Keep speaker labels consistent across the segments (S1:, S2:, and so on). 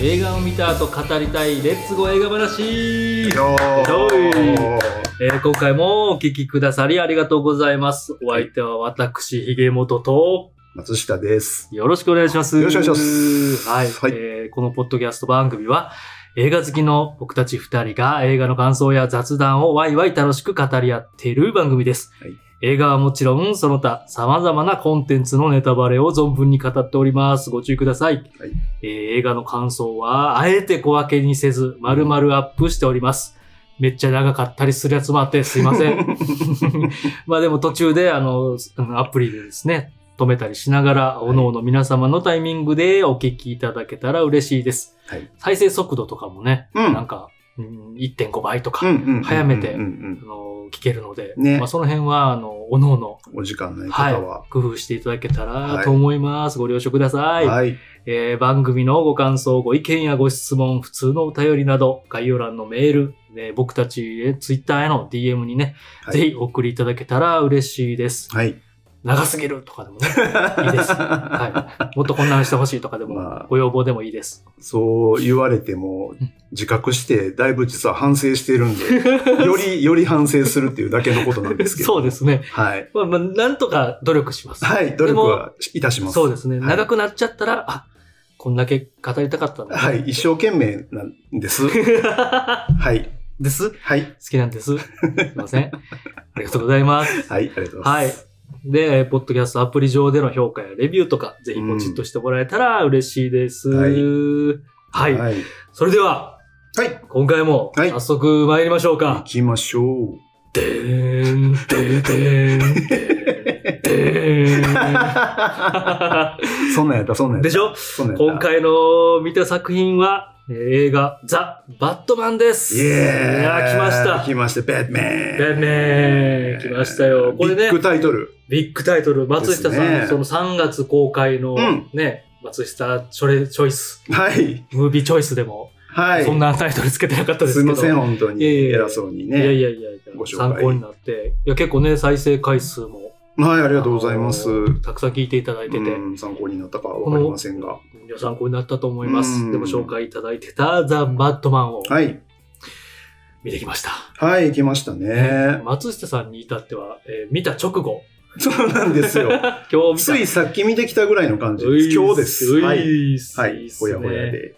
S1: 映画を見た後語りたいレッツゴー映画話
S2: よ
S1: ーえー今回もお聞きくださりありがとうございます。お相手は私、ひげもとと、
S2: 松下です。
S1: よろしくお願いします。
S2: よろしくお願いします
S1: はい、
S2: はい
S1: えーこのポッドキャスト番組は、映画好きの僕たち二人が映画の感想や雑談をワイワイ楽しく語り合っている番組です。
S2: はい
S1: 映画はもちろん、その他様々なコンテンツのネタバレを存分に語っております。ご注意ください。
S2: はい
S1: えー映画の感想は、あえて小分けにせず、丸々アップしております。めっちゃ長かったりするやつもあってすいませ ん。まあでも途中で、あの、あのアプリでですね、止めたりしながら、
S2: い
S1: おのおの皆様のタイミングでお聞きいただけたら嬉しいです。
S2: はい
S1: 再生速度とかもね、
S2: うん
S1: なんか、うん1.5倍と
S2: う
S1: か、
S2: んうんうんうん
S1: 早めて
S2: うんうん
S1: あの聞けるので、
S2: ね
S1: まあ、その辺は、あの、おのおの、
S2: お時間の
S1: はい
S2: 方は。、
S1: 工夫していただけたら
S2: はい
S1: と思います。ご了承ください。
S2: はい。
S1: えー番組のご感想、ご意見やご質問、普通のお便りなど、概要欄のメール、えー僕たちへ、ツイッターへの DM にね、
S2: はい
S1: ぜひお送りいただけたら嬉しいです。
S2: はい。
S1: 長すぎるとかでもね、
S2: い
S1: いです
S2: は
S1: もっとこんなんしてほしいとかでも、
S2: まあ
S1: ご要望でもいいです。
S2: い。そう言われても
S1: うん、
S2: 自覚して、だいぶ実は反省して るんで、より、より反省するっていうだけのことなんですけど。
S1: そうですね。
S2: はい。
S1: まあ、まあ、なんとか努力します。
S2: はい。努力はいたします。
S1: そうですね。
S2: はい
S1: 長くなっちゃったら、あ、こんだけ語りたかったんだ。
S2: はい。一生懸命なんです。はい。
S1: です。好
S2: はい。
S1: きなんです。すいません。ありがとうございます。
S2: はい。ありがとうござ
S1: はいい
S2: ます。。
S1: で、えーポッドキャストアプリ上での評価やレビューとか、ぜひポチッとしてもらえたら嬉しいです。
S2: はい
S1: はい。
S2: はい。はい。
S1: それでは、今回も
S2: はい
S1: 早速参りましょう
S2: 行
S1: か。
S2: きましょう。
S1: でーん、でーでーん、でーん。
S2: そんなんやった、そんなんやった。
S1: でし ょ
S2: そんなんや
S1: 今
S2: った。
S1: 回の見た作品は、えー映画、ザ・バットマンです。
S2: イエーイ
S1: いやー、来ました。
S2: 来ました、バットマ
S1: バ
S2: ン
S1: ットマン来ましたよこれね
S2: ビッグタイトル。
S1: ビッグタイトル、松下さん、
S2: ですね
S1: その3月公開の
S2: うん
S1: ね、松下チョレチョイス、
S2: はい。
S1: ムービーチョイスでも、
S2: はい。
S1: そんなタイトルつけてなかったですすけ
S2: い
S1: ど。
S2: ません、本当に。
S1: いやいやいや
S2: 偉そうにね。
S1: いやいやいやいや
S2: ご紹介
S1: 参考になって。いや、結構ね、再生回数も。
S2: はい、あ
S1: あ
S2: りがとうございます。
S1: のたくさん聞いていただいてて、
S2: うん参考になったかわかりませんが。
S1: いや参考になったと思います。
S2: うん
S1: でも紹介いただいてたザ・バットマンを
S2: はい。
S1: 見てきました。
S2: はい、来ましたね。
S1: 松下さんに至っては、えー見た直後。
S2: そうなんですよ。
S1: 今日
S2: つ
S1: 見た。
S2: いさっき見てきたぐらいの感じ
S1: う
S2: です。
S1: い
S2: 今日です。
S1: うい
S2: はい。
S1: っす
S2: はいい
S1: っ。す
S2: ほ
S1: ね
S2: やほやで。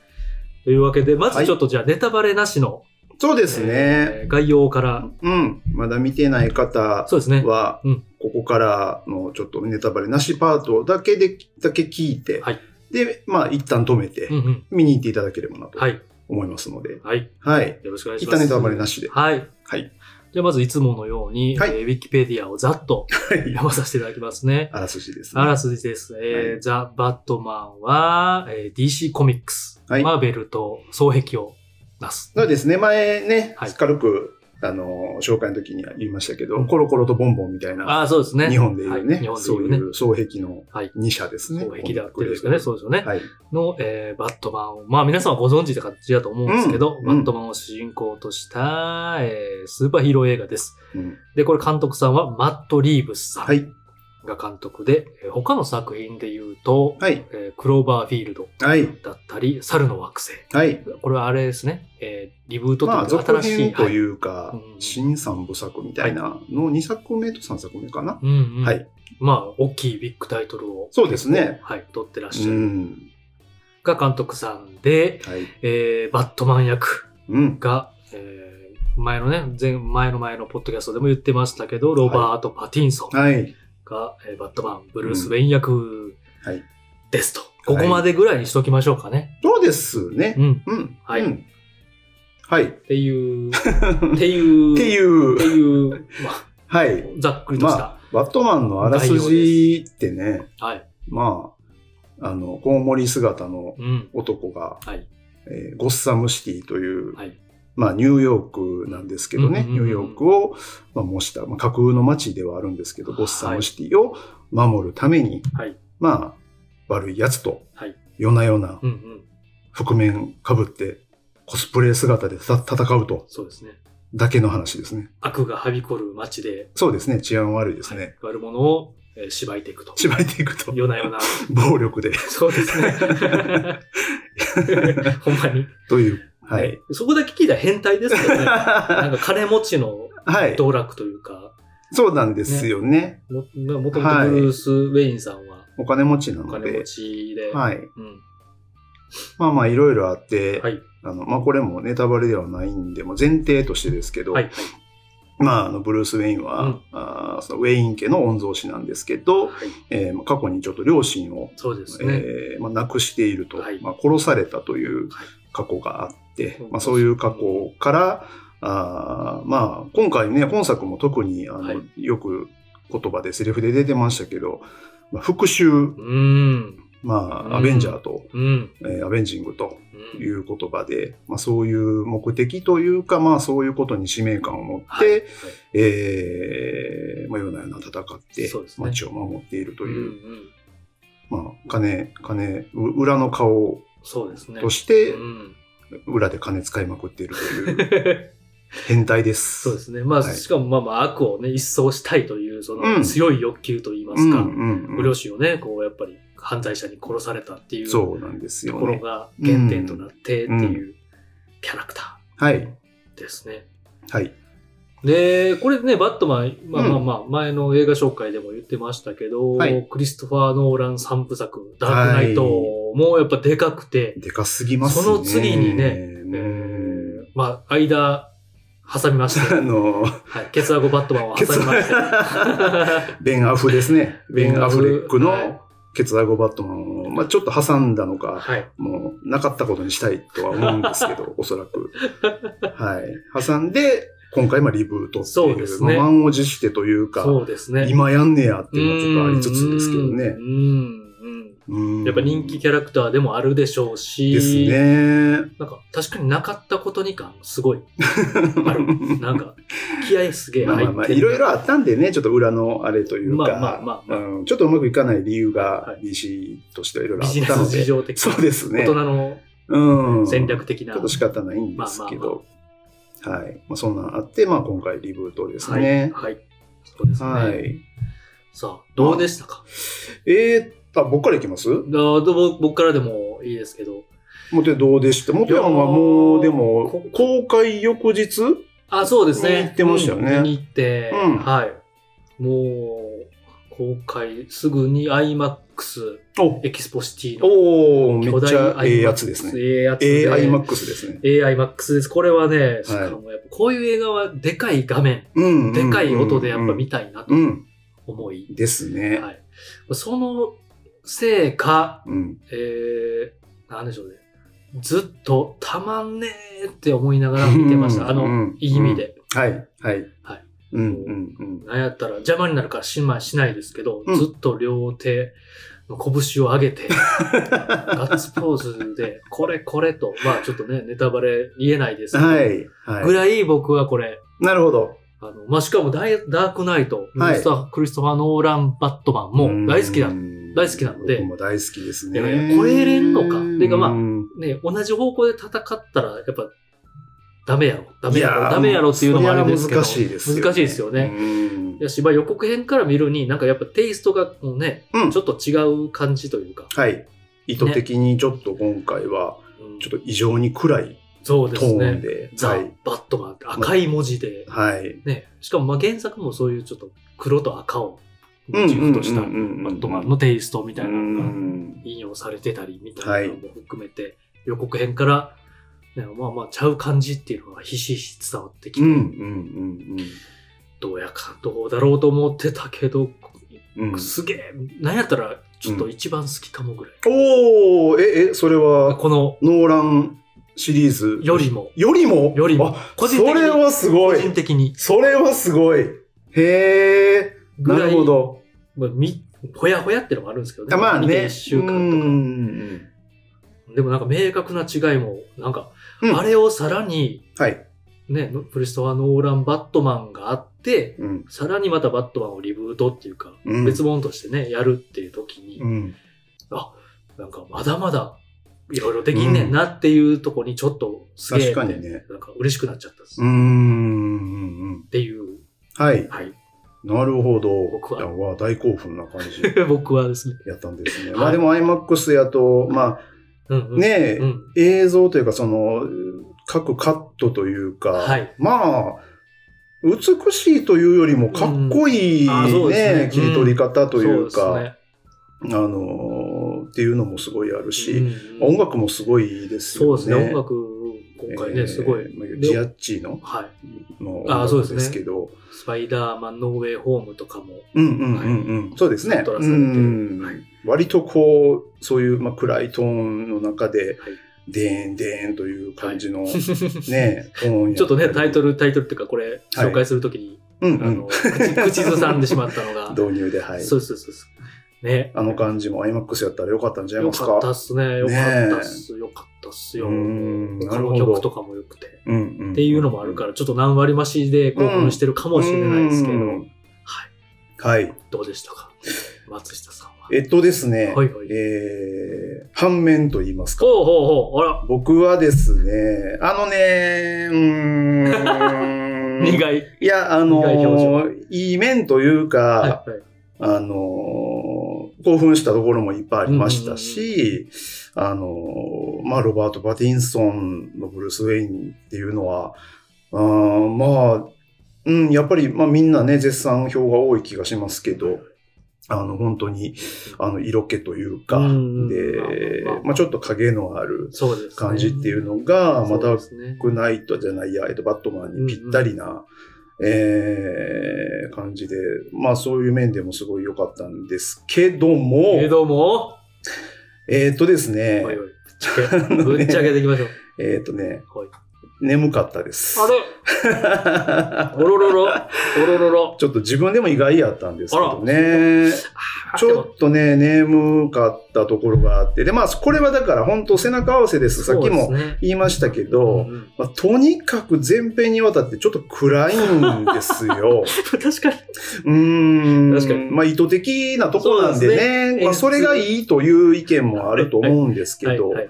S1: というわけで、まずちょっとじゃあネタバレなしの、
S2: そうですね。
S1: えー概要から、
S2: うん。まだ見てない方
S1: そうですね。
S2: は
S1: うん、
S2: ここからのちょっとネタバレなしパートだけで、だけ聞いて
S1: はい、
S2: で、まあ、一旦止めて
S1: うん、うん。
S2: 見に行っていただければなと
S1: はい。
S2: 思いますので。
S1: はい。
S2: はい。
S1: よろしくお願いし
S2: 一
S1: ます。
S2: 旦ネタバレなしで。
S1: はい。
S2: はい。
S1: じゃあまずいつものように、
S2: はい
S1: えーウィキペディアをざっ と
S2: はい。
S1: 読まさせていただきますね。
S2: あらすじですね。
S1: あらすじです。えー
S2: は
S1: ザ・バットマンは、えー DC コミックス、
S2: はい
S1: マーベルと双璧をなす。
S2: そうですね、前ね、
S1: はい
S2: 軽く、あの、紹介の時には言いましたけど、
S1: うん
S2: コロコロとボンボンみたいな、
S1: ああ、そうですね。
S2: 日本でいう
S1: は
S2: ね,、
S1: い日本で
S2: そう
S1: いうね
S2: い。う双璧の
S1: はい
S2: 2社ですね。
S1: 双璧だっていうんですかね。そうですよね。
S2: はい。
S1: の、えーバットマンを、まあ皆さんはご存知って感じだと思うんですけど、
S2: うん
S1: バットマンを主人公とした、えースーパーヒーロー映画です。
S2: うん
S1: で、これ監督さんはマット・リーブスさん
S2: はい。
S1: が監督で、えー他の作品で言うと、
S2: はい。
S1: えークローバーフィールド
S2: はい。
S1: だったり、猿の惑星。
S2: はい。
S1: これはあれですね、えーリブートと
S2: まあ、
S1: いうか新
S2: 続
S1: し
S2: 編
S1: い。。
S2: といううか、
S1: うん
S2: 新3部作みたいなの2作目と3作目かな。
S1: うんうん。
S2: はい。
S1: まあ、大きいビッグタイトルを。
S2: そうですね。
S1: はい、取ってらっし
S2: う
S1: ゃる。
S2: ん。
S1: が監督さんで、
S2: はい。
S1: えーバットマン役
S2: うん。
S1: が、えー前のね、前、前の前のポッドキャストでも言ってましたけど、ロバート・パティンソン
S2: はい。
S1: が、えーバットマン、ブルース・ウェイン役
S2: はい。
S1: ですと。ここまでぐらいにしときましょうかね。
S2: そうですね。
S1: うん。
S2: うん。
S1: はい
S2: うんはい。っ
S1: って いう、ってていう、、
S2: いう
S1: って
S2: う、
S1: いう、まあ、
S2: はい。
S1: ざっくりとした。
S2: バットマンのあらすじってね、
S1: はい。
S2: まあ、あの、コウモリ姿の
S1: うん。
S2: 男が、
S1: はい。
S2: えーゴッサムシティという、
S1: はい。
S2: まあ、ニューヨークなんですけどね、
S1: うんうんうんうん
S2: ニューヨークを、まあ、模した、まあ、架空の街ではあるんですけど、ゴッサムシティを守るために、
S1: はい
S2: まあ、悪い奴と、
S1: はい
S2: 夜な夜な
S1: うんうん。
S2: 覆面かぶって、コスプレ姿でた戦うと、
S1: そうですね。
S2: だけの話ですね。
S1: 悪がはびこる街で、
S2: そうですね、治安悪いですね。
S1: 悪者をえー縛いていくと。
S2: 縛いていくと、
S1: 夜な夜な。
S2: 暴力で。
S1: そうですね。ほんまに。
S2: という。はい。
S1: そこだけ聞いたら変態ですけ どね。なんか金持ちの
S2: はい。
S1: 道楽というか、
S2: そうなんですよね。
S1: ももともとブルース・ウェインさんは
S2: お金持ちな
S1: お
S2: の
S1: 金
S2: で
S1: 持。ちで、
S2: はい。
S1: うん
S2: まあまあ、いろいろあって、
S1: はい。
S2: あの、まあこれもネタバレではないんで、もう前提としてですけど、
S1: はい。
S2: まあ、あの、ブルース・ウェインは、
S1: うん
S2: あーそのウェイン家の御曹司なんですけど、
S1: はい
S2: えーまあ過去にちょっと両親を、
S1: そうですね。
S2: えーまあ、亡くしていると、
S1: はい
S2: まあ、殺されたという
S1: はい
S2: 過去があって、
S1: うん
S2: まあ、そういう過去から、あーまあ、今回ね、本作も特にあの、
S1: はい
S2: よく言葉でセリフで出てましたけど、まあ、復讐、
S1: うーん。
S2: ま
S1: うん
S2: あ、アベンジャーと、
S1: うん。
S2: えーアベンジングと
S1: うん
S2: いう言葉で、まあ、そういう目的というか、まあ、そういうことに使命感を持って、
S1: はいはい
S2: えーまあ、夜な夜な戦って
S1: そうですね
S2: 街を守っていると
S1: うん
S2: いう、
S1: うん
S2: まあ、金、金、う裏の顔
S1: そうですね。
S2: として、
S1: うん
S2: 裏で金使いまくっているという、変態です。
S1: そうですね。まあ、
S2: はい
S1: しかもまあまあ悪をね、一掃したいという、そ
S2: うん
S1: の強い欲求といいま
S2: う
S1: す
S2: ん
S1: か、
S2: う
S1: ご
S2: んう
S1: 両
S2: ん、
S1: 親をね、こう、やっぱり犯罪者に殺されたっていうと
S2: そうなんですよ
S1: ころ
S2: ね。
S1: が原点となってっていうキャラクタ
S2: はい。
S1: ーですね。
S2: はい。
S1: で、これね、バットマン、まあ
S2: うん
S1: まあまあ、前の映画紹介でも言ってましたけど、
S2: はい
S1: クリストファー・ノーラン三部作、ダークナイトもやっぱでかくて、
S2: でかすぎますね。
S1: その次にね
S2: う
S1: え
S2: ん
S1: ーまあ、間、挟みまし
S2: あ
S1: て、
S2: の、
S1: はい、ケツアゴバットマンを挟みまして。
S2: ベン・アフですね。ベン・アフレック
S1: はい
S2: のケツアゴバットマンを、まあ、ちょっと挟んだのか、
S1: はい。
S2: もうなかったことにしたいとは思うんですけ ど、おそらく。はい。挟んで、今回まあリブートって
S1: そう
S2: い
S1: です
S2: う、
S1: ね
S2: まあ満を持してというか、
S1: そうですね。
S2: 今やんねやっていうのはちょっとありつつですけどね
S1: う。んうん
S2: うん
S1: やっぱ人気キャラクターでもあるでしょうし、
S2: ですね。
S1: なんか確かになかったことに感すごいあ る。なんか気合すげえ
S2: まあ
S1: 入
S2: ま
S1: っ
S2: あ
S1: て
S2: まあ、いろいろあったんでね、ちょっと裏のあれというか、
S1: まあまあまあまあ
S2: うんちょっとうまくいかない理由
S1: は
S2: が
S1: い
S2: DC としてはいろいろあ
S1: ビ
S2: っ
S1: ジネ
S2: た
S1: ス
S2: ので、
S1: 事情的
S2: そうですね
S1: 大。人の
S2: うん。
S1: 戦略的な。
S2: ちょっと仕方ないんですけど、はい。まあ、そんなんあって、まあ今回リブートです
S1: はい、
S2: ね。
S1: はい。そうですね。
S2: はい。
S1: さあ、どうでしたか
S2: えー、あ、僕からいきます
S1: あどう僕僕からでもいいですけど。
S2: モテどうでしたモテはもう、でも、公開翌日
S1: あ、そうですね。
S2: 見に行ってましたよね
S1: うん見に行って、
S2: うん
S1: はい。もう、公開すぐに IMAX
S2: お
S1: エキスポシティの
S2: おーめ
S1: 巨
S2: っ
S1: 大
S2: ちゃ
S1: IMAX
S2: ええやつですね。
S1: ええやつ
S2: ええ
S1: で。
S2: マックスですね。
S1: AIMAX です。これはね、しかもやっぱこういう映画はでかい画面、
S2: うん。
S1: でかい音でやっぱ見
S2: て。
S1: たいなと
S2: うん。
S1: 思い、
S2: ですね。
S1: はい。そのせいか、
S2: うん。
S1: えー、なんでしょうね。ずっとたまんねーって思いながら見てまし
S2: う
S1: た。
S2: ん
S1: あ
S2: う
S1: の、
S2: ん
S1: いい意味で。
S2: はい、はい。
S1: はい。
S2: うん、うん、うん。
S1: なんやったら邪魔になるからしましないですけど、
S2: うん
S1: ずっと両手の拳を上げ て、ガッツポーズで、これこれと、まあちょっとね、ネタバレ言えないですけど、
S2: はい、
S1: ぐ
S2: は
S1: らい僕はこれ、
S2: い。なるほど。
S1: あの、まあ、しかもダイダークナイト、
S2: はい
S1: ミスタークリストファー・ノーラン・バットマンも大好きだ。
S2: う
S1: ね、
S2: ん
S1: 大好きなので
S2: 僕も大好きです
S1: いやい
S2: ね。
S1: やこれ入れんのかてかまあ
S2: うん
S1: 同じ方向で戦ったら、やっぱ、ダメやろ、ダメや
S2: い
S1: ろ、
S2: やー
S1: ダメやろっていうのもあれですけど。
S2: それは難しいですよね。
S1: 難しいですよね。
S2: うん
S1: やし、まあ、予告編から見るに、なんかやっぱテイストがもうね、
S2: うん
S1: ちょっと違う感じというか。
S2: はい。意図的にちょっと今回は、
S1: うん
S2: ちょっと異常に暗い
S1: そうで
S2: ト
S1: す
S2: ーン
S1: ね。
S2: で、
S1: ザ・バットマンって赤い文字で、
S2: はい。はい。
S1: ね、しかもまあ原作もそういうちょっと黒と赤を
S2: うん
S1: モチーフとした
S2: う
S1: バ
S2: んうんうんうん
S1: ットマンのテイストみたいうなのが
S2: ん
S1: 引用されてたりみたいなのも含めて、予告編から、ね、まあまあちゃう感じっていうのがひしひし伝わってき
S2: うん、う
S1: て、
S2: ん、うん
S1: どうやかどうだろうと思ってたけど、
S2: うん、うん。
S1: すげえなんやったらちょっと一番好きかもぐらい、
S2: おーえ、え、それは、
S1: この
S2: ノーランシリーズ
S1: よりも
S2: よりも
S1: よりも
S2: あ
S1: 個人的に
S2: それはす
S1: 個
S2: ごい
S1: 人的に
S2: それはすごいへえ
S1: ぐ
S2: な
S1: ら
S2: る
S1: い
S2: ほど。
S1: まあみほやほやってのもあるんですけどね
S2: あまあ
S1: 見て
S2: ね。
S1: 一週間とか
S2: うん
S1: でもなんか明確な違いもなんか、
S2: うん
S1: あれをさらに
S2: はい。
S1: ねプリストファー・ノーラン・バットマンがあって
S2: うん
S1: さらにまたバットマンをリブートっていうか、
S2: うん
S1: 別物としてねやるっていう時に、
S2: うん
S1: なんかまだまだいろいろできんねんなっていうとこにちょっとすげえっ
S2: 確
S1: て、
S2: かにね。
S1: なんか嬉しくなっちゃったっす
S2: うーんうんうん。
S1: っていう、
S2: はい。
S1: はい。
S2: なるほど。
S1: 僕はい
S2: やわあ大興奮な感じ
S1: 僕はですね。
S2: やったんですね。
S1: はい
S2: まあでも iMAX やと、まあ、
S1: うんうん。
S2: ねえ、
S1: うん。
S2: 映像というか、その、各カットというか、
S1: はい
S2: まあ、美しいというよりもかっこいいね、
S1: うんあそうですね
S2: 切り取り方というか、
S1: そうで
S2: あのーっていうのもすごいある
S1: すね。う
S2: し、
S1: んうん
S2: 音楽もすごいです
S1: そ
S2: よ
S1: うで
S2: ね。
S1: すね。音楽、今回
S2: え
S1: ね、
S2: ー
S1: すごい。
S2: まあジアッチーの
S1: はい。
S2: の
S1: あーそう
S2: 音
S1: ですね
S2: 楽ですけど、
S1: スパイダーマン、ノーウェイホームとかも。
S2: うんうんうんうん、そうですね。
S1: コントラ
S2: う
S1: ストが出てる
S2: ん
S1: はい
S2: 割とこう、そういう、まあ、暗いトーンの中で、
S1: はい
S2: でーんでーんという感じの、ね、
S1: ち
S2: トーンや
S1: ょっとね、タイト
S2: ル、
S1: ル、タイトルっていうか、これ、紹介するときに、
S2: うん
S1: あの、 口口ずさんでしまったの
S2: う
S1: が
S2: ん、。導入で、はい。
S1: そうそうそうそう。ね。
S2: あの感じも IMAX やったらよかったんじゃない
S1: よ
S2: ます
S1: か
S2: か。
S1: ったっすね。よかったっす。よかったっすよ。
S2: うーんな
S1: 他
S2: るほ
S1: の
S2: ど
S1: 曲とかも良くて。
S2: うんうん、っ
S1: っていうのもあるからら、ちょっと何割増しで興奮してるかもしれないですけど、はい。
S2: はい。はい。
S1: どうでしたか松下さんは。
S2: えっとですね、
S1: はいはい。
S2: えー、反面と言いますか。
S1: ほうほうほう。あら、
S2: 僕はですね、あのね、うーん。
S1: 苦い。
S2: いや、あ
S1: 苦い
S2: の
S1: 表
S2: いい面というか、
S1: はいはい。
S2: あの興奮したところもいっぱいありましたし、あのまあ、ロバート・パティンソンのブルース・ウェインっていうのは、あーまあ、うん、やっぱり、まあ、みんなね、絶賛票が多い気がしますけど、あの、本当に、あの、色気というか、
S1: うん
S2: で
S1: まあまあまあ、
S2: まあ、ちょっと影のある
S1: そうです、ね。
S2: 感じっていうのが、また
S1: そうですね
S2: ダークナイトじゃないや、えっと、バットマンにぴったりな、えー感じで、まあそういう面でもすごい良かったんですけども、
S1: けども、
S2: えーっとですね、
S1: おいおいぶっちゃけ、ぶっちゃけていきましょ う。
S2: えーっとね、
S1: はい
S2: 眠かったです。
S1: あれおろろろ、おろろろ。
S2: ちょっと自分でも意外やったんですけどね、
S1: あー
S2: ちょっとね、眠かったところがあって、で、まあこれはだから本当背中合わせです。さっきも言いましたけど、、
S1: そうですねうんうん
S2: まあ、とにかく前編にわたってちょっと暗いんですよ。
S1: 確かに。
S2: うーん。
S1: 確かに
S2: まあ、意図的なとこなんで
S1: そうね
S2: ね。まあ、
S1: 演出
S2: それがいいという意見もあると思うんですけど
S1: はい、はい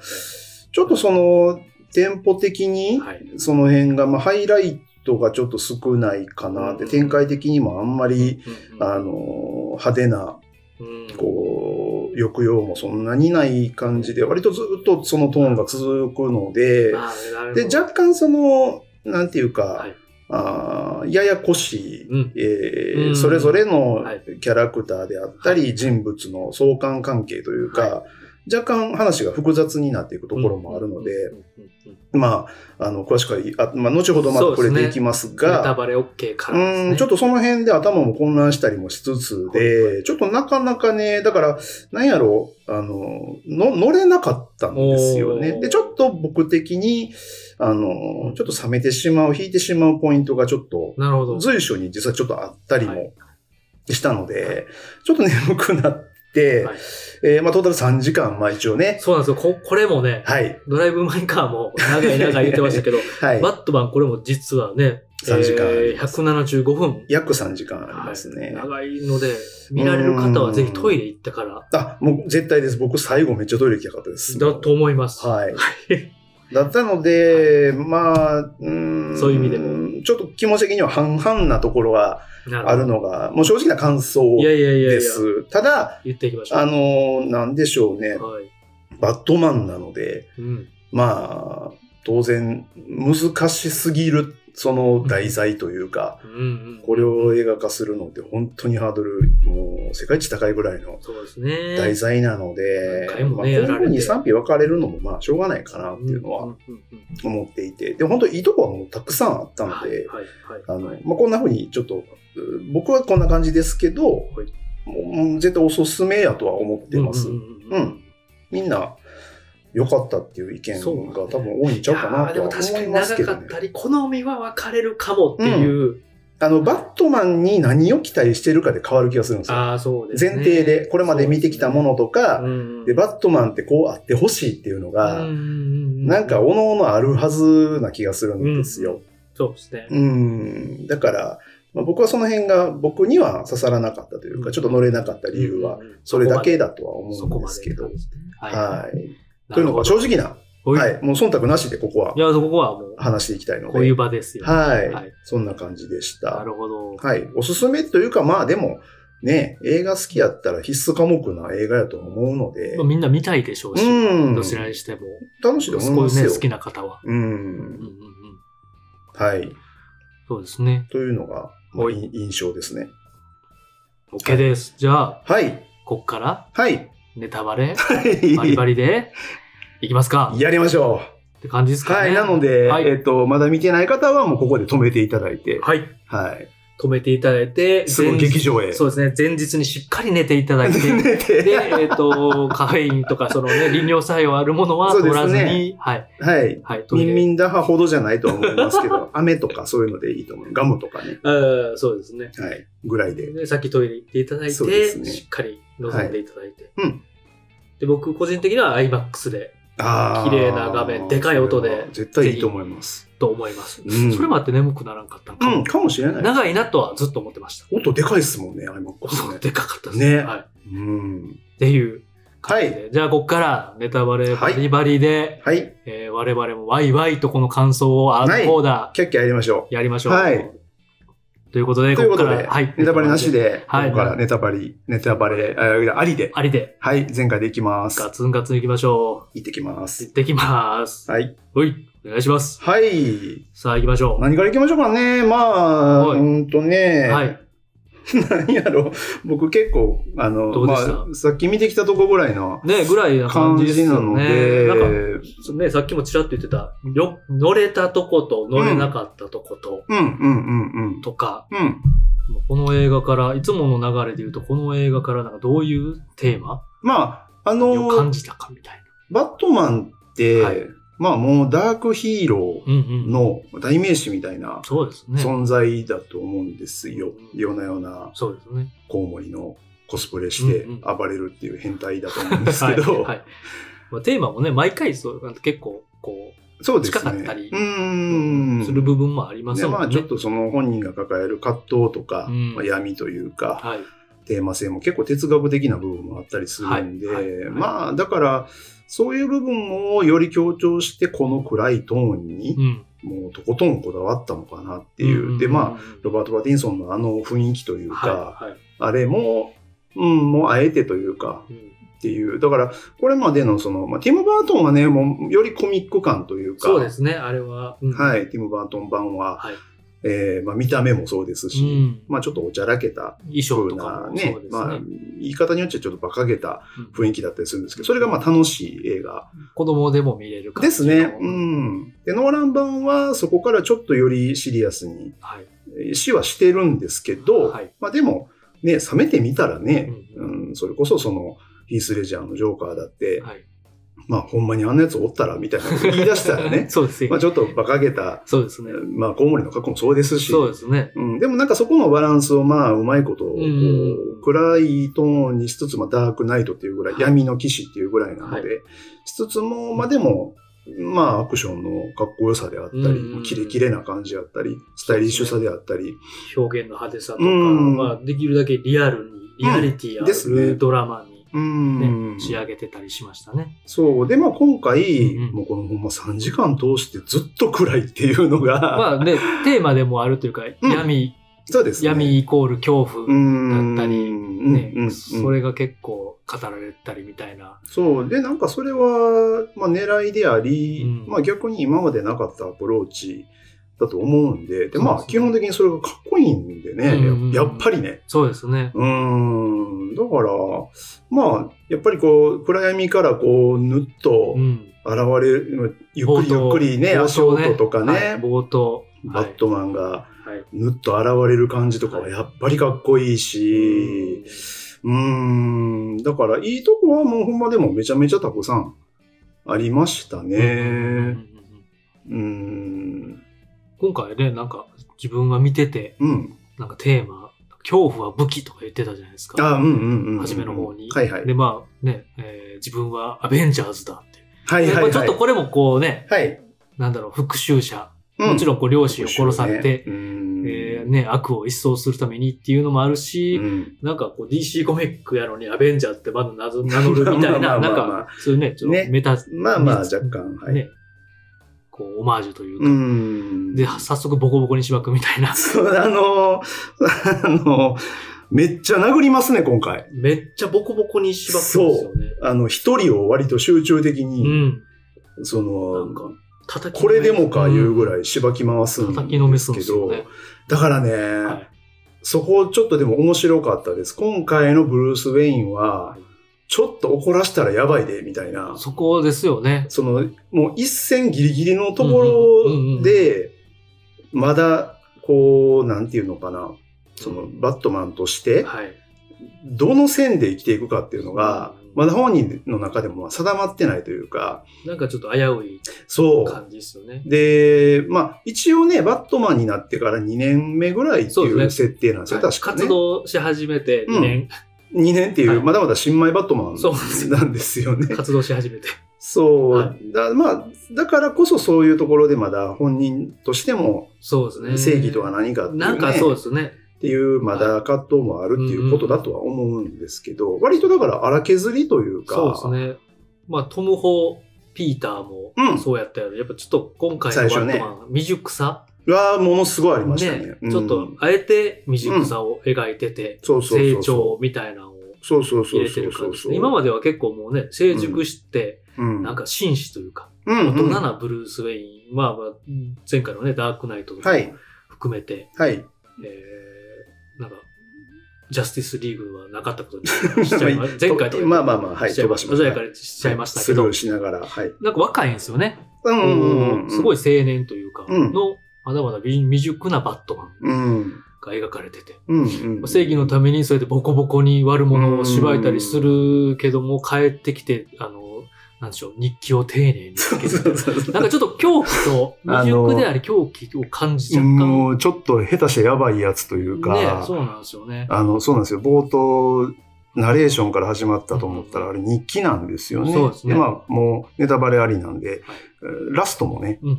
S2: ちょっとその、テンポ的に、
S1: はいはい
S2: その辺が、まあ、ハイライトがちょっと少ないかなって、
S1: うん
S2: 展開的にもあんまり、
S1: うんうん
S2: あの、派手な、
S1: うん
S2: こう、抑揚もそんなにない感じで、割とずっとそのトーンが続くので、
S1: あーなるほ
S2: で、
S1: ど
S2: 若干その、なんていうか、
S1: はい
S2: あーややこしい、
S1: うん
S2: えー
S1: うん
S2: それぞれの
S1: はい
S2: キャラクターであったり、人物の相関関係というか、
S1: は
S2: 若干話が複雑になっていくところもあるので、
S1: うんうんうんうん
S2: まあ、あの、詳しくは言い、あまあ、後ほどまた触れていきます
S1: ネタ
S2: が、
S1: バレ OK か
S2: う
S1: らですね。
S2: んちょっとその辺で頭も混乱したりもしつつで、
S1: はいはい
S2: ちょっとなかなかね、だから、なんやろう、あの、の乗れなかったんですよ
S1: お
S2: ね。
S1: ー
S2: で、ちょっと僕的に、あの、ちょっと冷めてしまう、引いてしまうポイントがちょっと、
S1: なるほど。
S2: 随所に実はちょっとあったり
S1: は
S2: も
S1: い
S2: したので、ちょっと眠くなって、
S1: はい
S2: えーまあトータル3時間、まあ一応ね、
S1: そうなんですよ。ここれもね、
S2: はい、
S1: ドライブ・マイ・カーも長い長い言ってましたけど、
S2: はい、
S1: バットマンこれも実はね、
S2: 3時間
S1: えー175分。
S2: 約3時間ありますね。
S1: 長いので、見られる方はぜひトイレ行ってから
S2: あ、もう絶対です。僕最後めっちゃトイレ行きたかったです。
S1: だと思います。
S2: はい。だったので、まあ、うーん
S1: そういう意味で
S2: ちょっと気持ち的には半々なところが
S1: な
S2: ある
S1: ほど
S2: のが、もう正直な感想
S1: いやいやいやいや
S2: で、す。ただ、
S1: 言っていきましょう。
S2: あの、なんでしょうね。
S1: はい。
S2: バットマンなので、
S1: うん。
S2: まあ、当然、難しすぎる、その題材というか、
S1: うんうん。
S2: これを映画化するのって本当にハードル、もう世界一高いぐらいの
S1: そうですね。
S2: 題材なので、
S1: 何回も
S2: まあ、
S1: ねや
S2: 今
S1: ら
S2: 後
S1: れ
S2: に
S1: て
S2: 賛否分かれるのもまあしょうがないかなっていうの
S1: ん
S2: は
S1: んうんうん
S2: 思っていて、で、本当いいとこはもうたくさんあったの
S1: はい
S2: で、
S1: はいはい。
S2: あの、まあ、こんな風にちょっと、う僕はこんな感じですけど、
S1: い
S2: もうもう絶対おすすめやとは思ってます。
S1: うんうんうん
S2: う
S1: うんん。
S2: みんな良かったっていう意見が
S1: そう
S2: 多分多いんちゃうか
S1: いや
S2: な
S1: ーで
S2: とは
S1: も確
S2: 思
S1: か
S2: い
S1: に
S2: ますけ
S1: 長
S2: ど
S1: か
S2: ね
S1: っ。たり、好みは分かれるかもっていう。
S2: あの、バットマンに何を期待してるかで変わる気がするんですよ。
S1: ああ、そうですね。
S2: 前提で、これまで見てきたものとか、
S1: うんうん
S2: で、バットマンってこうあってほしいっていうのが、
S1: うんうんうんう
S2: なんか、おののあるはずな気がするんですよ。
S1: そうですね。
S2: うん、だから、まあ、僕はその辺が僕には刺さらなかったというか、
S1: うん
S2: ちょっと乗れなかった理由は、
S1: うんうん、
S2: それだけだとは思
S1: そ
S2: うん
S1: こ
S2: で
S1: まです
S2: けど。
S1: って感じですねは
S2: はい。
S1: い。
S2: というのが正直な、
S1: 直
S2: は
S1: はい。
S2: い、もう忖度なしでここはい
S1: や、そこはもう、
S2: 話していきたいの
S1: こうい
S2: で
S1: う、場ですよ。
S2: はい、
S1: はい
S2: そんな感じでし
S1: な
S2: た。
S1: るほど。
S2: はい、おすすめというか、まあでも、ね、映画好きやったら必須科目な映画やと思うので
S1: まあ、みんな見たいでしょうし、
S2: うん
S1: どちらにしても、
S2: 楽し
S1: す
S2: いと思い
S1: ご
S2: ま
S1: い
S2: す
S1: ね、
S2: よ。
S1: 好きな方は。
S2: う
S1: うんうん
S2: ん。
S1: うん、
S2: はい。
S1: そうですね。
S2: というのが、まあ
S1: はい
S2: い印象ですね。
S1: OK です。じゃあ、
S2: はい。
S1: こっから
S2: はい。
S1: ネタバレ、バリバ
S2: は
S1: リで、いきますか
S2: い。やりましょ
S1: って感じです
S2: う。
S1: か
S2: は
S1: ね。
S2: い。なので、
S1: はい
S2: えっと、まだ見てない方はもうここで止めていただいて、
S1: はい。
S2: はい。
S1: 止めていただいて、
S2: すぐ
S1: 前日
S2: 劇場へ。
S1: そうですね。前日にしっかり寝ていた だいて、
S2: 寝て
S1: で、えっ、と、カフェインとか、そのね、利尿作用あるものは
S2: そうで
S1: 取
S2: すね
S1: らずに、はい、
S2: はい。
S1: はい、ト
S2: ミ
S1: イ
S2: ン
S1: レ
S2: ミ。ンダハほどじゃないとは思います けど、飴とかそういうのでいいと思う。ガムとかね。
S1: うん、そうですね。
S2: はい。ぐらいで。
S1: で、さっきトイレ行っていただい
S2: そうで
S1: て、
S2: すね
S1: しっかり臨んでいただいて。
S2: はいうん
S1: で、僕、個人的には IMAX で、
S2: あー
S1: 綺麗な画面でかい音で
S2: それは絶対いいと思います。
S1: と思います。
S2: うん
S1: それもあって眠くならんかったんか
S2: うん、
S1: も。
S2: かもしれない。
S1: 長いなとはずっと思ってました。
S2: 音でかいっすもんね、アイマックス
S1: そう
S2: ね。
S1: でかかったです
S2: ね
S1: はい。っ
S2: うん。
S1: ていう
S2: は
S1: 感じ
S2: い。
S1: で。じゃあ、こっから、ネタバレ
S2: は
S1: バ
S2: い
S1: リバリで、
S2: はい。
S1: えー我々もワイワイとこの感想をアーコーダ
S2: キャッキャやりましょ
S1: ーやりましょう。
S2: はい
S1: ということで、
S2: う。
S1: こと
S2: いう
S1: こ
S2: こ
S1: か
S2: と
S1: ら、
S2: で、ネタバレなし。で、こ
S1: はい
S2: こからネタバレ、ネタバレ、あありで、
S1: ありで、
S2: はい、前回でいきます。
S1: ガツンガツンいきましょ
S2: 行ってきま
S1: う。行
S2: す
S1: っ。てきます。
S2: はい。
S1: ほい、お願いします。
S2: はい。
S1: さあ、行きましょう。
S2: 何から行きましょうかね。まあ、
S1: は
S2: う
S1: い
S2: ーんとね。
S1: はい。
S2: 何やろ。僕結構、あの、
S1: どう
S2: ま
S1: でした
S2: あ、さっき見てきたとこぐらいの
S1: ねぐらいな感
S2: 感
S1: じです
S2: じな
S1: よ
S2: の
S1: ね。
S2: で、
S1: なんか、ね、さっきもちらっと言ってた、よ、乗れたとこと、乗れなかったとこと、
S2: うん、うん、うん、うん。
S1: とか、
S2: うん。
S1: もうこの映画から、いつもの流れで言うと、この映画からなんかどういうテーマ
S2: まあ、あの
S1: を感じたかみたい
S2: バットマンって、
S1: はい
S2: まあもうダークヒーロ
S1: な。うん
S2: ー
S1: うん。
S2: の代名詞みたいな
S1: そうですね。
S2: 存在だと思うんですよ。
S1: うん
S2: 夜な夜な
S1: そうですね。
S2: コウモリのコスプレして
S1: うん
S2: 暴れるっていう変態だと思うんですけ
S1: はい
S2: ど、
S1: はいまあ、テーマもね、毎回そう、結構、こ
S2: そうですね。
S1: 近かったり
S2: う
S1: う、
S2: ーん。
S1: する部分もあります
S2: ね、
S1: もんね。
S2: まあちょっとその本人が抱える葛藤とか、
S1: うん
S2: まあ闇というか、
S1: はい。
S2: テーマ性も結構哲学的な部分もあったりするんで、
S1: はいはいはい
S2: まあだから、そういう部分をより強調して、この暗いトーンに、
S1: うん。
S2: もうとことんこだわったのかなっていう。で、まあ、ロバート・パティンソンのあの雰囲気という
S1: ト
S2: か、
S1: はいはい
S2: あれも、うん、もうあえてというか、
S1: うん
S2: っていう。だから、これまでのその、まあ、ティム・バートンはね、もうよりコミック感というか、
S1: そうですね、あれは。うん
S2: はい、ティム・バートン版は、
S1: はい
S2: えーまあ、見た目もそうですし、
S1: うん
S2: まあちょっとおちゃらけた
S1: 衣装
S2: 風
S1: とか
S2: な
S1: もそうです
S2: ね
S1: ね。
S2: まあ、言い方によっちゃちょっと馬鹿げた
S1: うん
S2: 雰囲気だったりするんですけど、それがまあ楽しい映画
S1: 子供でも見れる感じ
S2: ですね。う
S1: うん。
S2: ん。で、ノーラン版はそこからちょっとよりシリアスに
S1: はい。
S2: 死はしてるんですけど、
S1: はい
S2: まあでも、ね、冷めてみたらね、
S1: う
S2: うんそれこそその、ヒース・レジャーのジョーカーだって、
S1: はい。
S2: まあほんまにあんなやつおったら、みたいなこと言い出した らね、
S1: そうですよ
S2: まあちょっと馬鹿げた、
S1: そうですね。
S2: まあコウモリの過去もそうですし、
S1: そうですね。
S2: うん、でもなんかそこのバランスをまあうまいこと、こう
S1: うん
S2: 暗いトーンにしつつ、まあダークナイトっていうぐらい、
S1: はい
S2: 闇の騎士っていうぐらいなので、
S1: は
S2: しつつも、まあでも、まあアクションのかっこよさであったり、
S1: うん
S2: キレキレな感じであったり、スタイリッシュさであったり、
S1: 表現の派手さとか、
S2: うん
S1: まあ、できるだけリアルに、リアリティあ
S2: ですね
S1: るドラマに
S2: う
S1: ね、
S2: ん。
S1: 仕上げてたりしましたね。
S2: そう。で、まあ今回、
S1: うん
S2: もうこのほんま3時間通してずっと暗いっていうのが、
S1: まあね、テーマでもあるというか、
S2: ん
S1: 闇、
S2: そうですね。
S1: 闇イコール恐怖。
S2: うん
S1: だったり
S2: うん
S1: ね
S2: うんうん
S1: それが結構語られたりみたいな。
S2: そう。で、なんかそれは、まあ狙いであり、
S1: うん
S2: まあ逆に今までなかったアプローチだと思うんで、で、ま
S1: そ
S2: あ
S1: うですね
S2: 基本的にそれがかっこいいんでね、
S1: うんうんうん
S2: ややっぱりね。
S1: そうですね。
S2: うーん。だから、まあ、やっぱりこう、暗闇からこう、ぬっと
S1: うん。
S2: 現れる、ゆっくりゆっくり
S1: 冒
S2: ね、
S1: 頭
S2: 足音とかね、
S1: はい冒頭。
S2: バットマンが
S1: はい。
S2: ぬっと現れる感じとかはやっぱりかっこいいし、うーん、だからいいとこはもうほんまでもめちゃめちゃたくさんありました
S1: うんうん
S2: ね。
S1: うん
S2: うーん、
S1: 今回ね、なんか自分が見てて、
S2: うん、
S1: なんかテーマ、恐怖は武器とか言ってたじゃないです
S2: あ、
S1: か。
S2: うんうんうん。
S1: 初めの方に。
S2: はいはい。
S1: で、まあね、えー自分はアベンジャーズだって。
S2: はいはい
S1: や
S2: は
S1: っぱ
S2: い。
S1: ちょっとこれもこうね、
S2: はい。
S1: なんだろう、復讐者。
S2: う
S1: もちろんこう両親を殺されて、
S2: うーん
S1: えーね、悪を一掃するためにっていうのもあるし、
S2: うん
S1: なんかこう DC コミックやのにアベンジャーズってまだ謎名乗るみたい
S2: まあまあ
S1: な、
S2: ま
S1: な
S2: あ
S1: ん
S2: まあ
S1: か、そういうね、ちょっ
S2: ね
S1: とメタ、
S2: まあまあ若干、はい。
S1: ね、こう、オマージュという
S2: う
S1: か、
S2: ん。
S1: で、早速ボコボコにしまくみたいな。
S2: そう、あの、あの、めっちゃ殴りますね、今回。
S1: めっちゃボコボコに縛ってますよね。
S2: あの、一人を割と集中的
S1: う
S2: に、
S1: ん。
S2: そ
S1: なん
S2: の、
S1: か、叩き
S2: これでもかいうぐらいしばき回すん
S1: 叩きのめ
S2: です
S1: すん
S2: け
S1: です
S2: ど、
S1: よね。
S2: だからね、
S1: はい
S2: そこちょっとでも面白かったです。今回のブルース・ウェインは、ちょっと怒らしたらやばいで、みたいな。
S1: そこですよね。
S2: その、もう一線ギリギリのと
S1: う
S2: こ
S1: んうんうんう
S2: ろ
S1: ん
S2: で、まだ、こう、なんていうのかな。その、バットマンとして、
S1: はい。
S2: どの線で生きていくかっていうのが
S1: うん、
S2: まだ本人の中でもまあ定まってないというか、
S1: なんかちょっと危うい
S2: そう。
S1: 感じですよね。
S2: で、まあ、一応ね、バットマンになってから2年目ぐらいって
S1: そう
S2: い
S1: です
S2: う
S1: ね
S2: 設定なんですよ、
S1: はい
S2: 確かね。
S1: 活動し始めて2年、
S2: 2年っていう、
S1: はい
S2: まだまだ新米バットマン
S1: そうです
S2: なんですよね。
S1: 活動し始めて。
S2: そう、
S1: は
S2: だまあ、だからこそそういうところでまだ本人としても
S1: そうですね。
S2: 正義とは何かっていう,、ね
S1: なんかそうですね。
S2: っていうまだ葛藤もあるっていうことだとは思うんですけど、割とだから荒削りというか、
S1: そうですね。まあ、トム・ホー、ピーターも
S2: うん
S1: そうやったよね。やっぱちょっと今回の
S2: 最
S1: バ
S2: 初
S1: ッ
S2: ね
S1: トマン、未熟さ
S2: はものすごいありましたね。
S1: ね
S2: うん
S1: ちょっと、あえて未熟さを描いてて、
S2: そうそうそう
S1: 成長みたいなのを
S2: そうそうそ
S1: 入
S2: う
S1: れて
S2: そ
S1: る
S2: う
S1: 感
S2: そ
S1: じ
S2: う
S1: ですね。今までは結構もうね、成熟して、
S2: うん、
S1: なん
S2: か、
S1: か紳士というか、
S2: うん
S1: 大人
S2: うん、
S1: なブルース・ウェイン、まあまあ、前回のね、ダークナイトとか
S2: はい
S1: 含めて、
S2: はい。
S1: えーなんか、ジャスティスリーグはなかったことに しちゃいま前回とか
S2: まあまあまあ、はい、
S1: しちゃい
S2: 飛
S1: ま
S2: ば
S1: し。
S2: した
S1: 鮮
S2: ました。
S1: やかにしちゃいました
S2: ス
S1: け
S2: ル
S1: ど、
S2: ーしながら、はい。
S1: なんか若いんですよね。
S2: うんうんうん、
S1: すごい青年というか、
S2: うん
S1: の、まだまだ未未熟なバットマン
S2: うん。
S1: が描かれてて、
S2: うんうんうん、
S1: 正義のためにそうやってボコボコに悪者を縛いたりするけども、帰ってきて、あの、なんでしょう、日記を丁寧に書けて
S2: そうそうそう
S1: なんかちょっと狂気と、
S2: あの
S1: 未熟であり狂気を感じ若干。
S2: もうちょっと下手してやばいやつというか、
S1: ね、そうなんですよね。
S2: あのそうなんですよ冒頭ナレーションから始まったと思ったら、あれ日記なんですよね。
S1: そうですね
S2: まあもうネタバレありなんで、
S1: はい
S2: えーラストもね、
S1: うんうん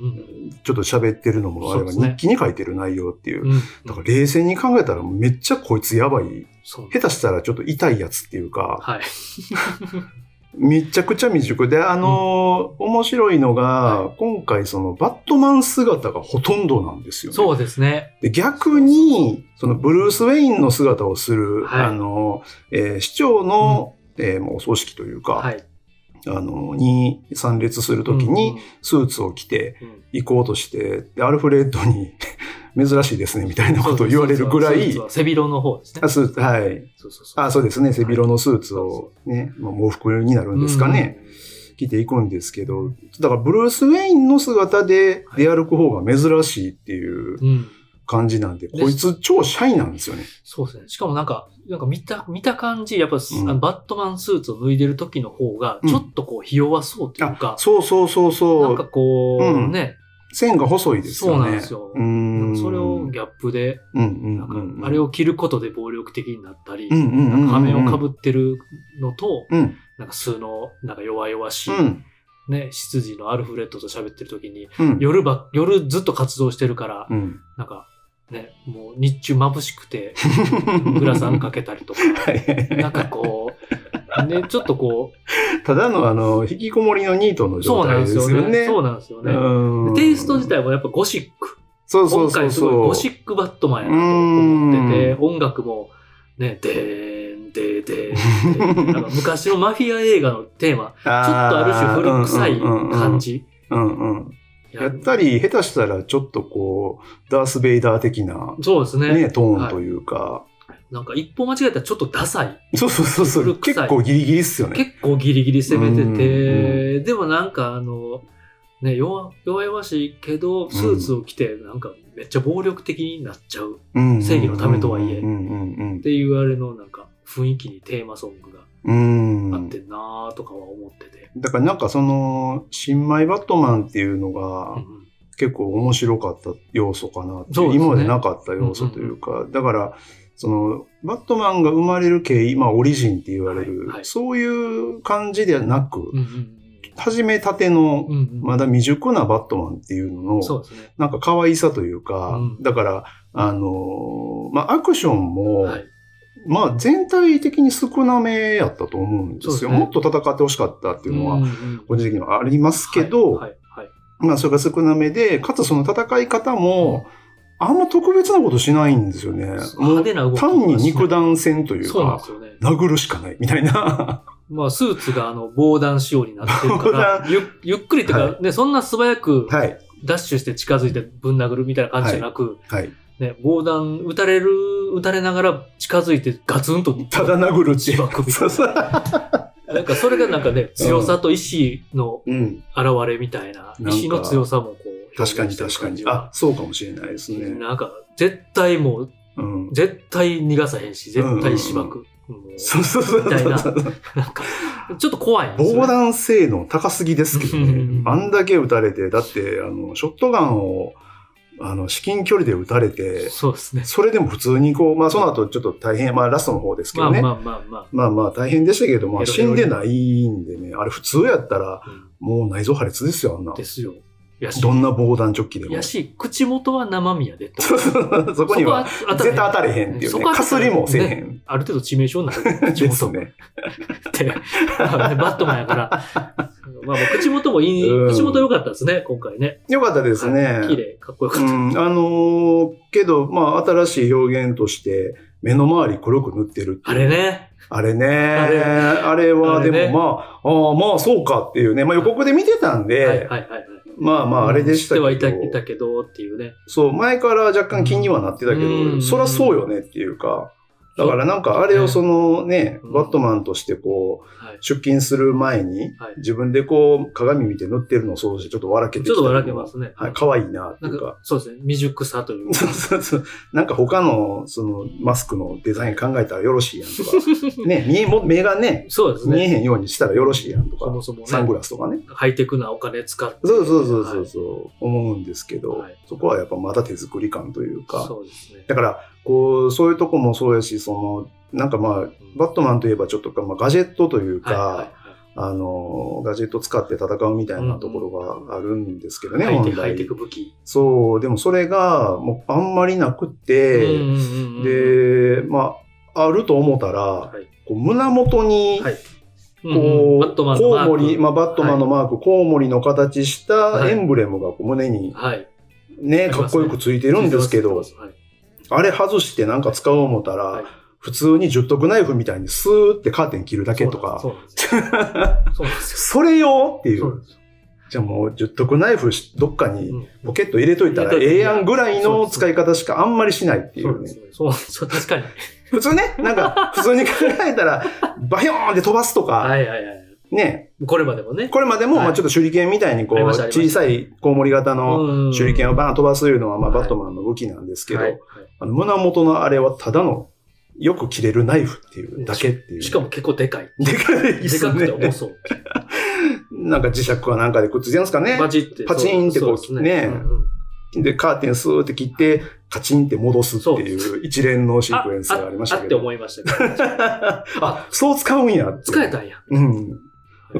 S2: ちょっと喋ってるのもあれ
S1: そうで
S2: は
S1: すね
S2: 日記に書いてる内容っていう。
S1: うんうん。
S2: だから冷静に考えたらめっちゃこいつやばい。
S1: そう
S2: 下手したらちょっと痛いやつっていうか、
S1: はい。
S2: めちゃくちゃ未熟で、あのー面白いのが、
S1: は
S2: 今回そのバットマン姿がほとんどなんですよね。
S1: そうですね。
S2: で逆に、そのブルース・ウェインの姿をする、
S1: はい
S2: あの、えー市長の、えーもうお葬式というか、
S1: はい。
S2: あの、に参列するときに、スーツを着て
S1: うん、うん
S2: 行こうとして、でアルフレッドに 珍しいですね、みたいなことを言われるぐらい、
S1: 背広の方ですね
S2: あ。スーツ、はい。
S1: そうそうそう。
S2: あ、そうですね、背広のスーツをね、まあ、喪服になるんですかね、着ていくんですけど、だからブルース・ウェインの姿で出歩く方が珍しいっていう
S1: うん。うん。
S2: 感じなんで、
S1: で
S2: こいつ超シャイなんですよね。
S1: そうですね。しかもなんか、なんか見た、見た感じ、やっぱ、
S2: ん
S1: あのバットマンスーツを脱いでる時の方が、
S2: うん
S1: ちょっとこう、ひ弱そうというか、
S2: そうそうそうそ
S1: なんか
S2: う。
S1: こう、
S2: うん
S1: ね、
S2: 線が細いですよね。
S1: そうなんですよ
S2: うーん
S1: それをギャップで、
S2: うんうん
S1: なんか
S2: うん、
S1: あれを着ることで暴力的になったり、
S2: うんうんうんうん、
S1: 仮面をかぶってるのと、
S2: うん
S1: なんか素の、なんか弱々しい、
S2: うん
S1: ね、執事のアルフレッドと喋ってる時に、
S2: うん。
S1: 夜ば、夜ずっと活動してるから、
S2: うん。
S1: なんか、ね、もう日中眩しくて、グラサンかけたりとか、なんかこう、ね、ちょっとこう、
S2: ただのあの、引きこもりのニートの
S1: そ
S2: 状
S1: うなん
S2: 態で
S1: です
S2: すよ
S1: よ
S2: ね。
S1: ね。そうなんですよね。
S2: う
S1: で
S2: ん
S1: テイスト自体もやっぱゴシック。
S2: そうそ
S1: 今
S2: うそ
S1: 回
S2: う
S1: すごい
S2: そう。
S1: ゴシックバットマンやなと思ってて、
S2: う
S1: 音楽もね、でーん、でーんでーんでーんなんか昔のマフィア映画のテ ーマ、
S2: ちょっと
S1: ちょっとある種古臭い感。じ。
S2: うんうんうんうん
S1: い
S2: や
S1: や
S2: ったり、下手したらちょっとこう、ダース・ベイダー的な、
S1: そうですね
S2: ね、トーンというか。
S1: なんか一歩間違えたらちょっとダサい。
S2: そうそうそうそ
S1: 古
S2: う。
S1: 臭い
S2: 結構ギリギリっすよね。
S1: 結構ギリギリ攻め
S2: うん
S1: て
S2: う
S1: て、でもなんかあの、ね、弱弱々しいけど、スーツを着て、なんかめっちゃ暴力的になっちゃう
S2: 正
S1: 正義のためとはいえ
S2: うんうんうんうん
S1: っていうあれのなんか雰囲気にテーマソングが
S2: うん
S1: あってんなーとかは思ってて。
S2: だからなんかその、新米バットマンっていう
S1: う
S2: の
S1: ん
S2: が
S1: うん
S2: 結構面白かった要素かなっていう
S1: そうですね
S2: 今までなかった要素というか、だから、その、バットマンが生まれる経緯、まあオリジンって言われる、
S1: はいはい
S2: そういう感じではなく、
S1: うん
S2: 始めたての
S1: うんう、んうんうん
S2: まだ未熟なバットマンっていうのの、
S1: そうですね。
S2: なんか可愛さというか、
S1: うん
S2: だから、あのーまあアクションも、
S1: はい。
S2: まあ全体的に少なめやったと思うんですよ。
S1: そうですね
S2: もっと戦ってほしかったっていうのは、
S1: んん
S2: 個人的にはありますけど、
S1: はいはいはい
S2: まあそれが少なめで、かつその戦い方も、あんま特別なことしないんですよね。
S1: 派手な動きとかしな
S2: 単
S1: い
S2: に肉弾戦という
S1: そうなんで
S2: か、
S1: すよね。
S2: 殴るしかないみたい な。
S1: まあ、スーツがあの防弾仕様になってる から
S2: 防、
S1: ゆゆっくりっていうか、ね、そんな素早く
S2: はい。
S1: ダッシュして近づいてぶん殴るみたいな感じじゃなく、
S2: はい。
S1: ね、防弾撃たれる、撃たれながら近づいてガツンと。
S2: ただ殴るってい
S1: 自爆みたい
S2: う。そうそう
S1: な。なんかそれがなんかね、強さと意志の
S2: うん。
S1: 現れみたいな、
S2: なんか
S1: 意志の強さもこう、
S2: 確かに確かに。あ、そうかもしれないですね。
S1: なんか、絶対もう、
S2: うん。
S1: 絶対逃がさへんし、絶対しばく。もう
S2: そうそうそう
S1: みたいな
S2: そう。
S1: なんか、ちょっと怖いんですよ、ね。
S2: 防弾性能高すぎですけど
S1: うん
S2: ね。あんだけ撃たれて、だって、あの、ショットガンを、あの、至近距離で撃たれて、
S1: そうですね。
S2: それでも普通にこう、まあその後ちょっと大変、まあラストの方ですけ
S1: ま
S2: ど
S1: あ
S2: ね。
S1: まあまあま
S2: まあまあ大変でしたけど、まあ
S1: いろい
S2: 死
S1: ろ
S2: んでないんでね、あれ普通やったら
S1: あ。うん
S2: もう内臓破裂ですよ、あんな。
S1: ですよ。やし、
S2: どんな防弾チョッキで も
S1: や。し、口元は生身やでと。
S2: そこには
S1: そこは当たらへ
S2: 絶
S1: ん
S2: 対当たれへんっていう
S1: そ
S2: ね。
S1: こは
S2: か
S1: 当た
S2: す
S1: らへ
S2: り
S1: ん
S2: もせえへん。
S1: ある程度致命傷になる。口
S2: で
S1: 元
S2: す
S1: っ
S2: ね。
S1: て。 まあねバットマンやから。まあまあ、口元もいい、
S2: うん
S1: 口元良かったですね、今回ね。
S2: よかったですね。
S1: 綺麗、かっこよか
S2: う
S1: った。
S2: ん、あのーけど、まあ、新しい表現として、目の周り黒く塗ってるって
S1: あ
S2: いう
S1: れ。ね。
S2: あれね。
S1: あ
S2: あ
S1: れ
S2: れは、
S1: あ
S2: で
S1: れ
S2: も
S1: ね
S2: まあ、ああ、まあそうかっていうね。まあ予告で見てたんで、
S1: はいはいはいはい。
S2: まあまああれでした
S1: け
S2: け
S1: ど。
S2: ど。
S1: 知ってはいたいたけどっていうね。
S2: そう、前から若干気にはなってたけど、
S1: うん
S2: そらそうよねっていうか、だからなんかあれをそのね、
S1: うん
S2: バットマンとしてこう、
S1: はい。
S2: 出勤する前に
S1: はい、
S2: 自分でこう、鏡見て塗ってるのを想像してちょっと笑けて。
S1: ちょっと笑けますすね。
S2: はい、可愛いなって
S1: ないん
S2: うか
S1: か。、そうですね。未熟さというか
S2: そうそうそう。なんか他の、その、マスクのデザイン考えたらよろしいやん とか。ね、見え、も目がね、
S1: そうです
S2: 見え
S1: ね。
S2: へんようにしたらよろしいやんと
S1: そ
S2: か
S1: も。そも
S2: サング
S1: ね。
S2: ラスとかね。
S1: ハイテクなお金使って。
S2: そうそうそうそ
S1: は
S2: う
S1: い
S2: そう、思うんですけど、
S1: はい
S2: そこはやっぱまだ手作り感というか。
S1: そうですね。
S2: だから、こう、そういうとこもそうやし、その、なんかまあ、バットマンといえばちょっとか、まあ、ガジェットというか、
S1: はいはいはい
S2: あの、ガジェット使って戦うみたいなところがあるんですけどね、
S1: ハイテ
S2: 本
S1: クハイテ
S2: 来
S1: ク。武器。
S2: そう、でもそれが、もうあんまりなくて、
S1: うんうんうんうん、
S2: で、まあ、あると思ったら、
S1: はい
S2: こう胸元に、
S1: はいうんうん
S2: こう、
S1: バットマンの
S2: コ
S1: マー
S2: ウ
S1: ク
S2: モリ、まあ、バットマンのマーク、コウモリの形した
S1: はい
S2: エンブレムがこう胸に
S1: はい。あ
S2: ね、
S1: りますね
S2: かっこよくついて
S1: い
S2: るんですけど、
S1: はい。
S2: あれ外してなんか使おう思ったら、
S1: はい
S2: 普通に十徳ナイフみたいにスーってカーテン切るだけとか、
S1: そうなんですよ。そうなんですよ。
S2: それよ ってい
S1: そうな
S2: う。
S1: んですよ
S2: じゃあもう十徳ナイフしどっか
S1: う
S2: に
S1: ん
S2: ポケット入れといたら
S1: 入れといて
S2: ええやんぐらい
S1: そう
S2: の
S1: です
S2: 使い方しかあんまりしないってい
S1: そう
S2: う
S1: なんで
S2: ね
S1: す。よそうそう確かに。
S2: 普通ね、なんか普通に考えたら、バヒョーンって飛ばすとか、
S1: はいはいはい。
S2: ね、
S1: これまでもね。
S2: これまでも、
S1: はい
S2: まあちょっと手裏剣みたいにこ
S1: あ
S2: う、
S1: りましたありま
S2: 小
S1: した
S2: さいコウモリ型の
S1: の
S2: 手裏剣をバーン飛ばすいうのは、まあ
S1: はい
S2: バットマンの武器なんですけど、
S1: はいはい
S2: あの胸元のあれはただの、よく切れるナイフっていうだけっていう。
S1: しかも結構でかい。
S2: でかいで
S1: ですかくて重
S2: ね。
S1: そう。
S2: なんか磁石かなんかでくっついてるんですかね。
S1: パチって。
S2: パチンってこう
S1: そです
S2: ね
S1: んうん
S2: で、カーテンスーって切って、カチンって戻すっていう一連のシ
S1: あ
S2: ークエンスがありました
S1: あ
S2: け
S1: って
S2: ど。
S1: 思いましたけど。
S2: あそう使うんやって。
S1: 使えたんや。
S2: うん。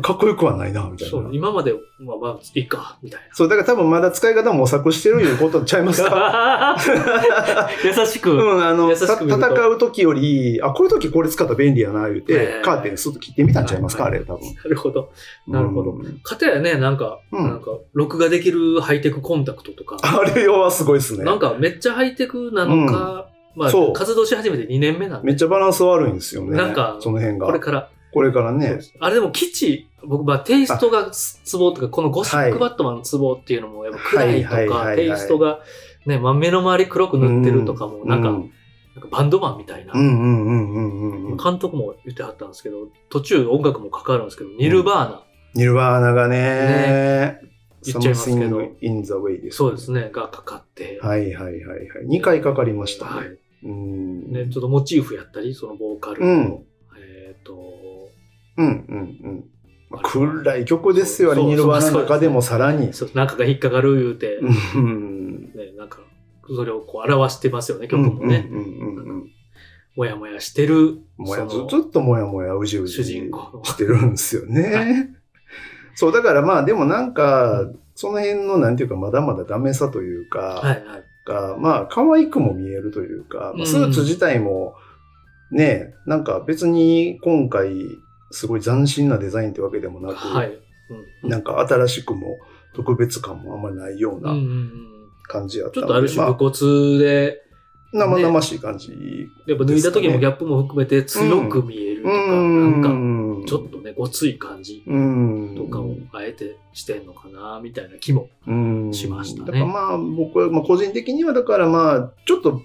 S2: かっこよくはないな、みたいな。
S1: そう、今まで、まあまあ、いいか、みたいな。
S2: そう、だから多分まだ使い方模索してるいうことちゃいますか
S1: 優しく。
S2: うん、あの、
S1: 優しく
S2: た
S1: 見ると
S2: 戦う時より、あ、こういう時これ使ったら便利やな、言う
S1: え
S2: て
S1: え、
S2: カーテンスッと切ってみたんちゃいますか、あれ、多分。
S1: なるほど。なるほど
S2: うん。
S1: かたやね、なんか、
S2: うん
S1: なんか、録画できるハイテクコンタクトとか、
S2: あれ用はすごいですね
S1: な。んかめっちゃハイテクなのか、まあ
S2: そ、う
S1: 活動し始めて2年目なんで、
S2: めっちゃバランス悪いんですよね。
S1: なんか
S2: その辺
S1: これ
S2: が。
S1: から。
S2: これからね。
S1: あれでも、基地、僕、まあ、テイストがツボとか、このゴシックバットマンのツボっていうのも、やっぱ暗いと
S2: はいはいはい
S1: か、
S2: はい
S1: テイストが、ね、まあ、目の周り黒く塗ってるとかも、なんか、
S2: う
S1: なんかバンドマンみたいな。
S2: うんうんうんうんうんうん。
S1: 監督も言ってはったんですけど、途中音楽もかかるんですけど、ニルバーナ、
S2: ニルバーナがね、
S1: 言っちゃいますけど
S2: Something in the way です。
S1: そうですね、がかかって。
S2: はいはいはいはい。2回かかりましたね。
S1: はい。
S2: うん。
S1: ね、ちょっとモチーフやったり、そのボーカル
S2: う
S1: の、
S2: ん。
S1: えっ、と、
S2: うんうんうん。まあ暗い曲ですよ、あれ。
S1: そう
S2: ニルバーナの中でもさらに。
S1: そうなんかが引っかかる言うて、
S2: うん
S1: ね、なんか、それをこう表してますよね、曲もね。
S2: うんうんうんうんうん
S1: もやもやしてる、
S2: もやず
S1: その
S2: ずっともやもやうじうじ
S1: 主人公の。
S2: してるんですよ
S1: は
S2: ね。そう、だからまあでもなんか、その辺のなんていうかまだまだダメさというか、
S1: はいはい。
S2: がまあ可愛くも見えるというか、まあスーツ自体もね、なんか別に今回すごい斬新なデザインってわけでもなく、
S1: はい。
S2: なんか新しくも特別感もあんまりないよう
S1: う
S2: な
S1: う
S2: ん
S1: んうん。
S2: 感じやった
S1: ちょっ
S2: ので
S1: とある種
S2: ま
S1: 武
S2: あ、
S1: 骨で、
S2: 生々しい感じ。
S1: やっぱ脱いだ時もギャップも含めて強く見えるとか、なんか、
S2: ん
S1: ちょっとね、ごつい感じ
S2: うん
S1: とかをあえてしてんのかな、みたいな気も。
S2: うん
S1: しましたね
S2: だからまあ僕は、まあ、個人的にはだからまあちょっと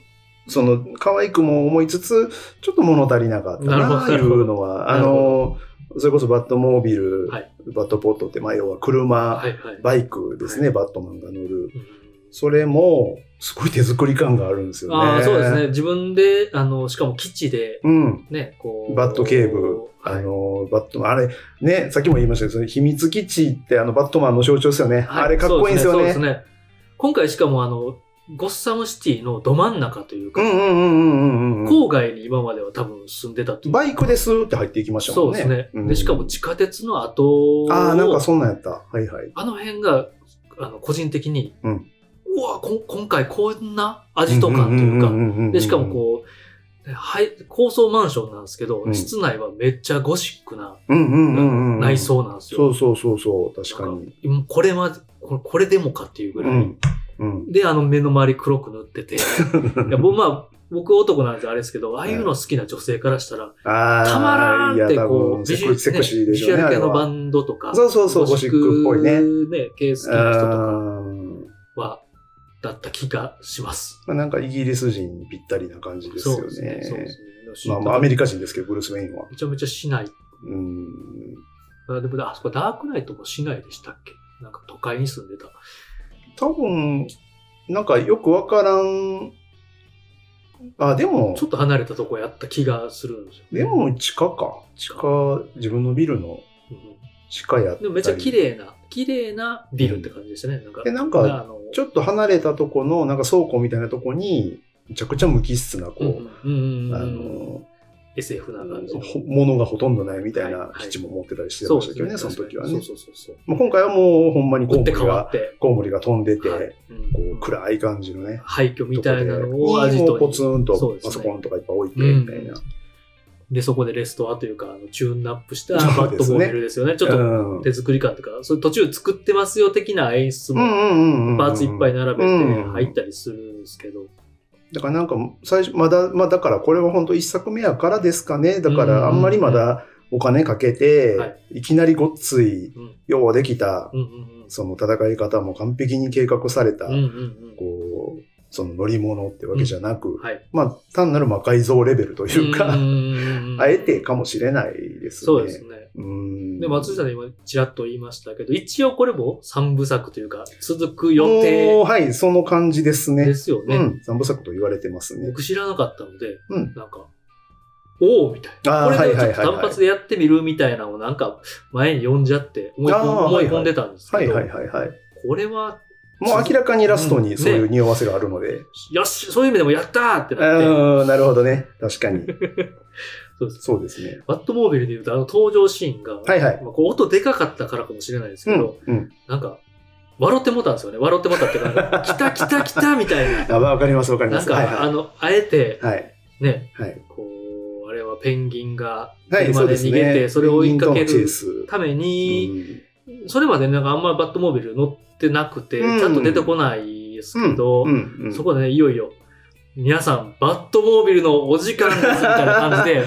S2: その可愛くも思いつつちょっと物足りなかった
S1: なるほど
S2: なというのは
S1: な
S2: あ
S1: るほ
S2: のそれこそバットモービル、
S1: はい
S2: バットポットってまあ要は車、
S1: はいはい。
S2: バイクですね、
S1: は
S2: バットマンが乗る
S1: うん
S2: それもすごい手作り感があるんですよね
S1: ああ、そうですね。自分で、あの、しかも基地で、
S2: うん
S1: ね、こう。
S2: バット警部、
S1: はい
S2: あの、バットマン、あれ、ね、さっきも言いましたけど、その秘密基地ってあの、バットマンの象徴ですよね。
S1: はい
S2: あれかっこいいんですよ
S1: そう
S2: ね。
S1: ですね。そうですね今回しかもあの、ゴッサムシティのど真ん中という
S2: う
S1: か、
S2: んうんうんうんうんうん。
S1: 郊外に今までは多分住んでたという
S2: バイクですーって入っていきました
S1: そ
S2: も
S1: う
S2: んね。
S1: ですね。
S2: うん
S1: で、しかも地下鉄の後を
S2: ああ、なんかそんなんやった。はいはい。
S1: あの辺が、あの、個人的に、
S2: うん
S1: うわこん、今回こんな味とかというか、で、しかもこう、はい、高層マンションなんですけど、
S2: うん
S1: 室内はめっちゃゴシックな
S2: うん、うんうんうんうん。
S1: 内装なんです
S2: そ
S1: よ。
S2: うそうそうそう、確かに。
S1: なんかこれまで、これこれでもかっていうぐ
S2: う
S1: らい。
S2: ん。うん。
S1: で、あの目の周り黒く塗 ってて。いや僕、まあ、僕男なんであれですけど、ああいうの好きな女性からしたら、
S2: ああ、
S1: たまらんってこう、
S2: いや、多分セクセクシーでしょう
S1: ビ
S2: ね、
S1: ジュアル
S2: あれ
S1: 系のバ
S2: は。
S1: ンドとか、
S2: そうそうそう、ゴシックっぽいね。
S1: ね、系好き
S2: あ
S1: な人とか
S2: ー
S1: は、だった気がします。
S2: まあなんかイギリス人にぴったりな感じですよ
S1: そうですね。そうで
S2: ね。
S1: すね。
S2: まあまあアメ
S1: リ
S2: リカ人ですけど、ブルース・ウェインは
S1: カ。。めちゃめちゃ市内。
S2: うん。
S1: あでも、あそこダークナイトも市内でしたっけなんか都会に住んでた。
S2: 多分、なんかよくわからん。あ、でも
S1: ちょ、っと離れたとこやった気がするんですよ。
S2: でも地下か。地下、自分のビルの
S1: うん
S2: 地下やったり。
S1: でもめっちゃ綺麗な、綺麗なビルって感じでしたね。なんか、
S2: で、なんか、
S1: あの
S2: ちょっと離れたとこの、なんか倉庫みたいなとこに、めちゃくちゃ無機質な、
S1: うん
S2: こ
S1: うんうんうん
S2: う、あ
S1: うん
S2: の、
S1: SF な感じの。
S2: ほ物がほとんどないみたい
S1: はい
S2: な
S1: はい
S2: 基地も持ってたりしてましたけどね、その時はね
S1: そう。そうそうそう。
S2: まあ今回はもう、ほんまに
S1: 打
S2: コウモ
S1: って
S2: リ
S1: 変わ
S2: が、
S1: って。
S2: コウモリが飛んでて、
S1: はいうん
S2: こう、暗い感じのね、
S1: 廃墟みたいなの
S2: とこ
S1: を
S2: で
S1: アジ
S2: にも
S1: ト
S2: うポ
S1: に
S2: ツン
S1: そう
S2: と
S1: ですね
S2: パソコンとかいっぱい置いて、
S1: うん
S2: みたいな。
S1: で、そこでレストアというか、あのチューンナップした
S2: そ
S1: バ
S2: う
S1: ッ
S2: で
S1: ト
S2: すね
S1: モービルですよね。ちょっ
S2: う
S1: と
S2: ん
S1: 手作り感というか、それ途中作ってますよ的な演出
S2: うん
S1: も、
S2: うんうんうん
S1: パーツいっぱい並べて入っ
S2: うん
S1: たりするんですけど。
S2: だからなんか最初まだまあだからこれは本当一作目やからですかねだからあんまりまだお金かけて、
S1: はい
S2: い、きなりごっつい
S1: うん
S2: ようできた
S1: うんうんうん
S2: その戦い方も完璧に計画された、
S1: うんうん
S2: こうその乗り物ってわけじゃなく、
S1: うん。はい。
S2: まあ単なる魔改造レベルというか、
S1: ん
S2: あえてかもしれないですね。
S1: そうですね。
S2: うん
S1: で、松下さん今、ちらっと言いましたけど、一応これも三部作というか、続く予
S2: もう
S1: 定
S2: はい、その感じですね。
S1: ですよ
S2: う
S1: ね。
S2: ん、三部作と言われてますね。
S1: 僕知らなかったので、
S2: うん
S1: なんか、おおみたいな。
S2: あ
S1: こ
S2: ー
S1: れでちょっ
S2: はいはいはい
S1: と
S2: はい
S1: 単発でやってみるみたいなのをなんか前に読んじゃって思い込
S2: あー
S1: ん思い込ん
S2: はいは
S1: でたんです
S2: は
S1: け
S2: い
S1: ど、
S2: はいはいはい。
S1: これは、
S2: もう明らかにラストにそういう匂わせがある ので。
S1: よしそういう意味でもやったーってなって、
S2: うん、なるほどね。確かに。
S1: そうです。
S2: そうで すね。
S1: バットモービルで言うとあの登場シーンが、
S2: はいはい。
S1: まあ、こう音でかかったからかもしれないですけ
S2: う
S1: ど
S2: ん、、うん。
S1: なんか、笑ってもたんですよね。笑ってもたっていうか、なんか 来た来た来たみたいな。
S2: あ、わかりますわかりま
S1: なん
S2: す。
S1: か、
S2: はい
S1: あ
S2: は
S1: の、あえて
S2: い。、はい。
S1: ね、
S2: はい。
S1: こう、あれはペンギンが
S2: はい、そ
S1: 車
S2: う
S1: で
S2: です
S1: 逃
S2: ね。
S1: げて、それを追いかけ
S2: ペンギンとのチェ
S1: る
S2: イス。
S1: ために、
S2: うん
S1: それまでねなんかあんまりバットモービル乗ってなくて、
S2: うん
S1: ちゃんと出てこないですけど、
S2: うんうんうん
S1: そこでね、いよいよ、皆さん、バットモービルのお時間ですみたいな感じで、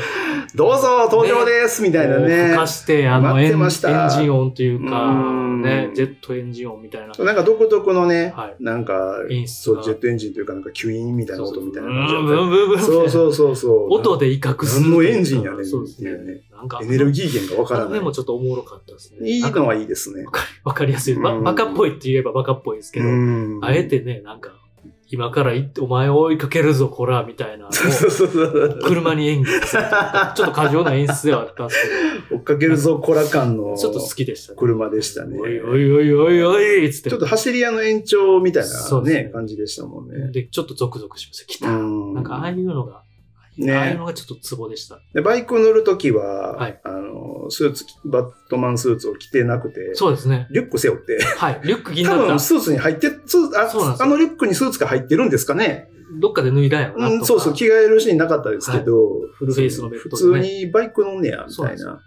S2: どうぞ、登場です みたいな
S1: こう
S2: ね
S1: ふ。かして、あの、
S2: 待っ
S1: エン
S2: てました
S1: エンジン音というか、
S2: うん
S1: ね、ジェットエンジン音みたいな。
S2: なんか独特のね
S1: はい、
S2: なんか、
S1: 演出
S2: そ
S1: が
S2: う、ジェットエンジンというか、なんか、キュイーンみたいな音みたいな感じ
S1: ブ
S2: だ
S1: ンブン
S2: っ
S1: ブンブン
S2: た。そう
S1: う。
S2: そうそうそう。
S1: 音で威嚇する。
S2: 何のエンジンやねん
S1: そうですね
S2: っていうね。
S1: なんか、
S2: エネルギー源がわ
S1: あ
S2: から
S1: の
S2: な
S1: 辺も
S2: い。
S1: ちょっとおもろかったですね。
S2: いい
S1: なんか
S2: のはいいですね。
S1: わかりやすい。ば
S2: うん
S1: バカっぽいって言えばバカっぽいですけど、
S2: うん
S1: あえ。てね、なんか、今から行って、お前を追いかけるぞ、こら、みたいなのを。
S2: そうそうそう そう。
S1: 車に演技するというかちょっと過剰な演出ではあったんです
S2: 追っかけるぞ、コラ感の。
S1: けど、ちょっと好きでしたね。
S2: 車でしたね
S1: おいおいおいおいおいっつって。
S2: ちょっと走り屋の延長みたい
S1: そ
S2: な
S1: うです
S2: ね、
S1: ね
S2: 感じでしたもんね。
S1: で、ちょっとゾクゾクしました。来た。な
S2: なん
S1: か、ああいうのが、
S2: ね
S1: ああいうのがちょっとツボでした。
S2: でバイク乗るときは、
S1: はい
S2: あの、スーツ、バットマンスーツを着てなくて、
S1: そうですね。
S2: リュック背負って、
S1: はい。リュック気にな
S2: 多
S1: った
S2: 分。スーツに入って、スーツあ
S1: そうなんですよ
S2: あのリュックにスーツが入ってるんですかね。
S1: どっかで脱いだんやろな
S2: う
S1: と
S2: ん、
S1: か
S2: そうそう、着替えるシーンなかったですけど、
S1: フルフェイスのベッ
S2: 普
S1: ド
S2: 通
S1: でね
S2: にバイク乗んねや、み
S1: そうな
S2: た
S1: んで
S2: い
S1: す
S2: な。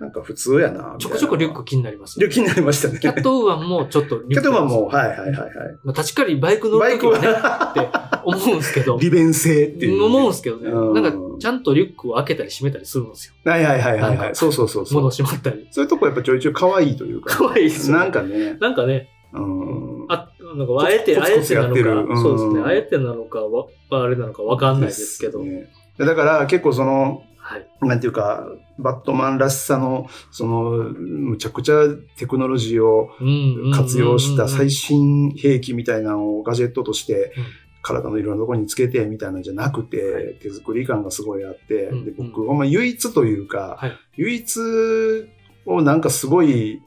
S2: なんか普通やな。
S1: ちょこちょこリュック気になります、
S2: みたいな。リュックになりましたね。
S1: キャットウーアンもちょっとリュック。
S2: けどまあもう、はいはいはいはい。
S1: まあ確かにバイク乗
S2: バ
S1: る
S2: イ
S1: と
S2: ク
S1: きはね、
S2: は、
S1: って思うんですけど、
S2: 利便性っていう。
S1: 思うんですけどね。
S2: うん
S1: なんか、ちゃんとリュックを開けたり閉めたりするんですよ。
S2: はいはいはいはい、
S1: な
S2: は
S1: ん
S2: い。
S1: か
S2: そうそうそうそう。
S1: 物しまったり。
S2: そういうとこやっぱちょいちょい可愛いというか。
S1: 可愛いですよね
S2: なんかね。
S1: なんかね、
S2: うん。
S1: あ、なんか、あえて、
S2: コ
S1: あ
S2: ツ
S1: え
S2: コツ
S1: て
S2: や
S1: な
S2: ってる
S1: のか、
S2: うん
S1: そうですね、あえてなのか、わ、あれなのかわかんないですけど、
S2: ねだから結構その、
S1: はい。
S2: なんていうか、バットマンらしさの、その、むちゃくちゃテクノロジーを
S1: うん
S2: 活用した
S1: 初。
S2: 最新兵器みたいなのをガジェットとして
S1: うん、
S2: 体のいろんなところにつけてみたいなんじゃなくて、
S1: はい
S2: 手作り感がすごいあって、
S1: うん
S2: で
S1: うん
S2: 僕、ほんま唯一というか、
S1: はい
S2: 唯一をなんかすごい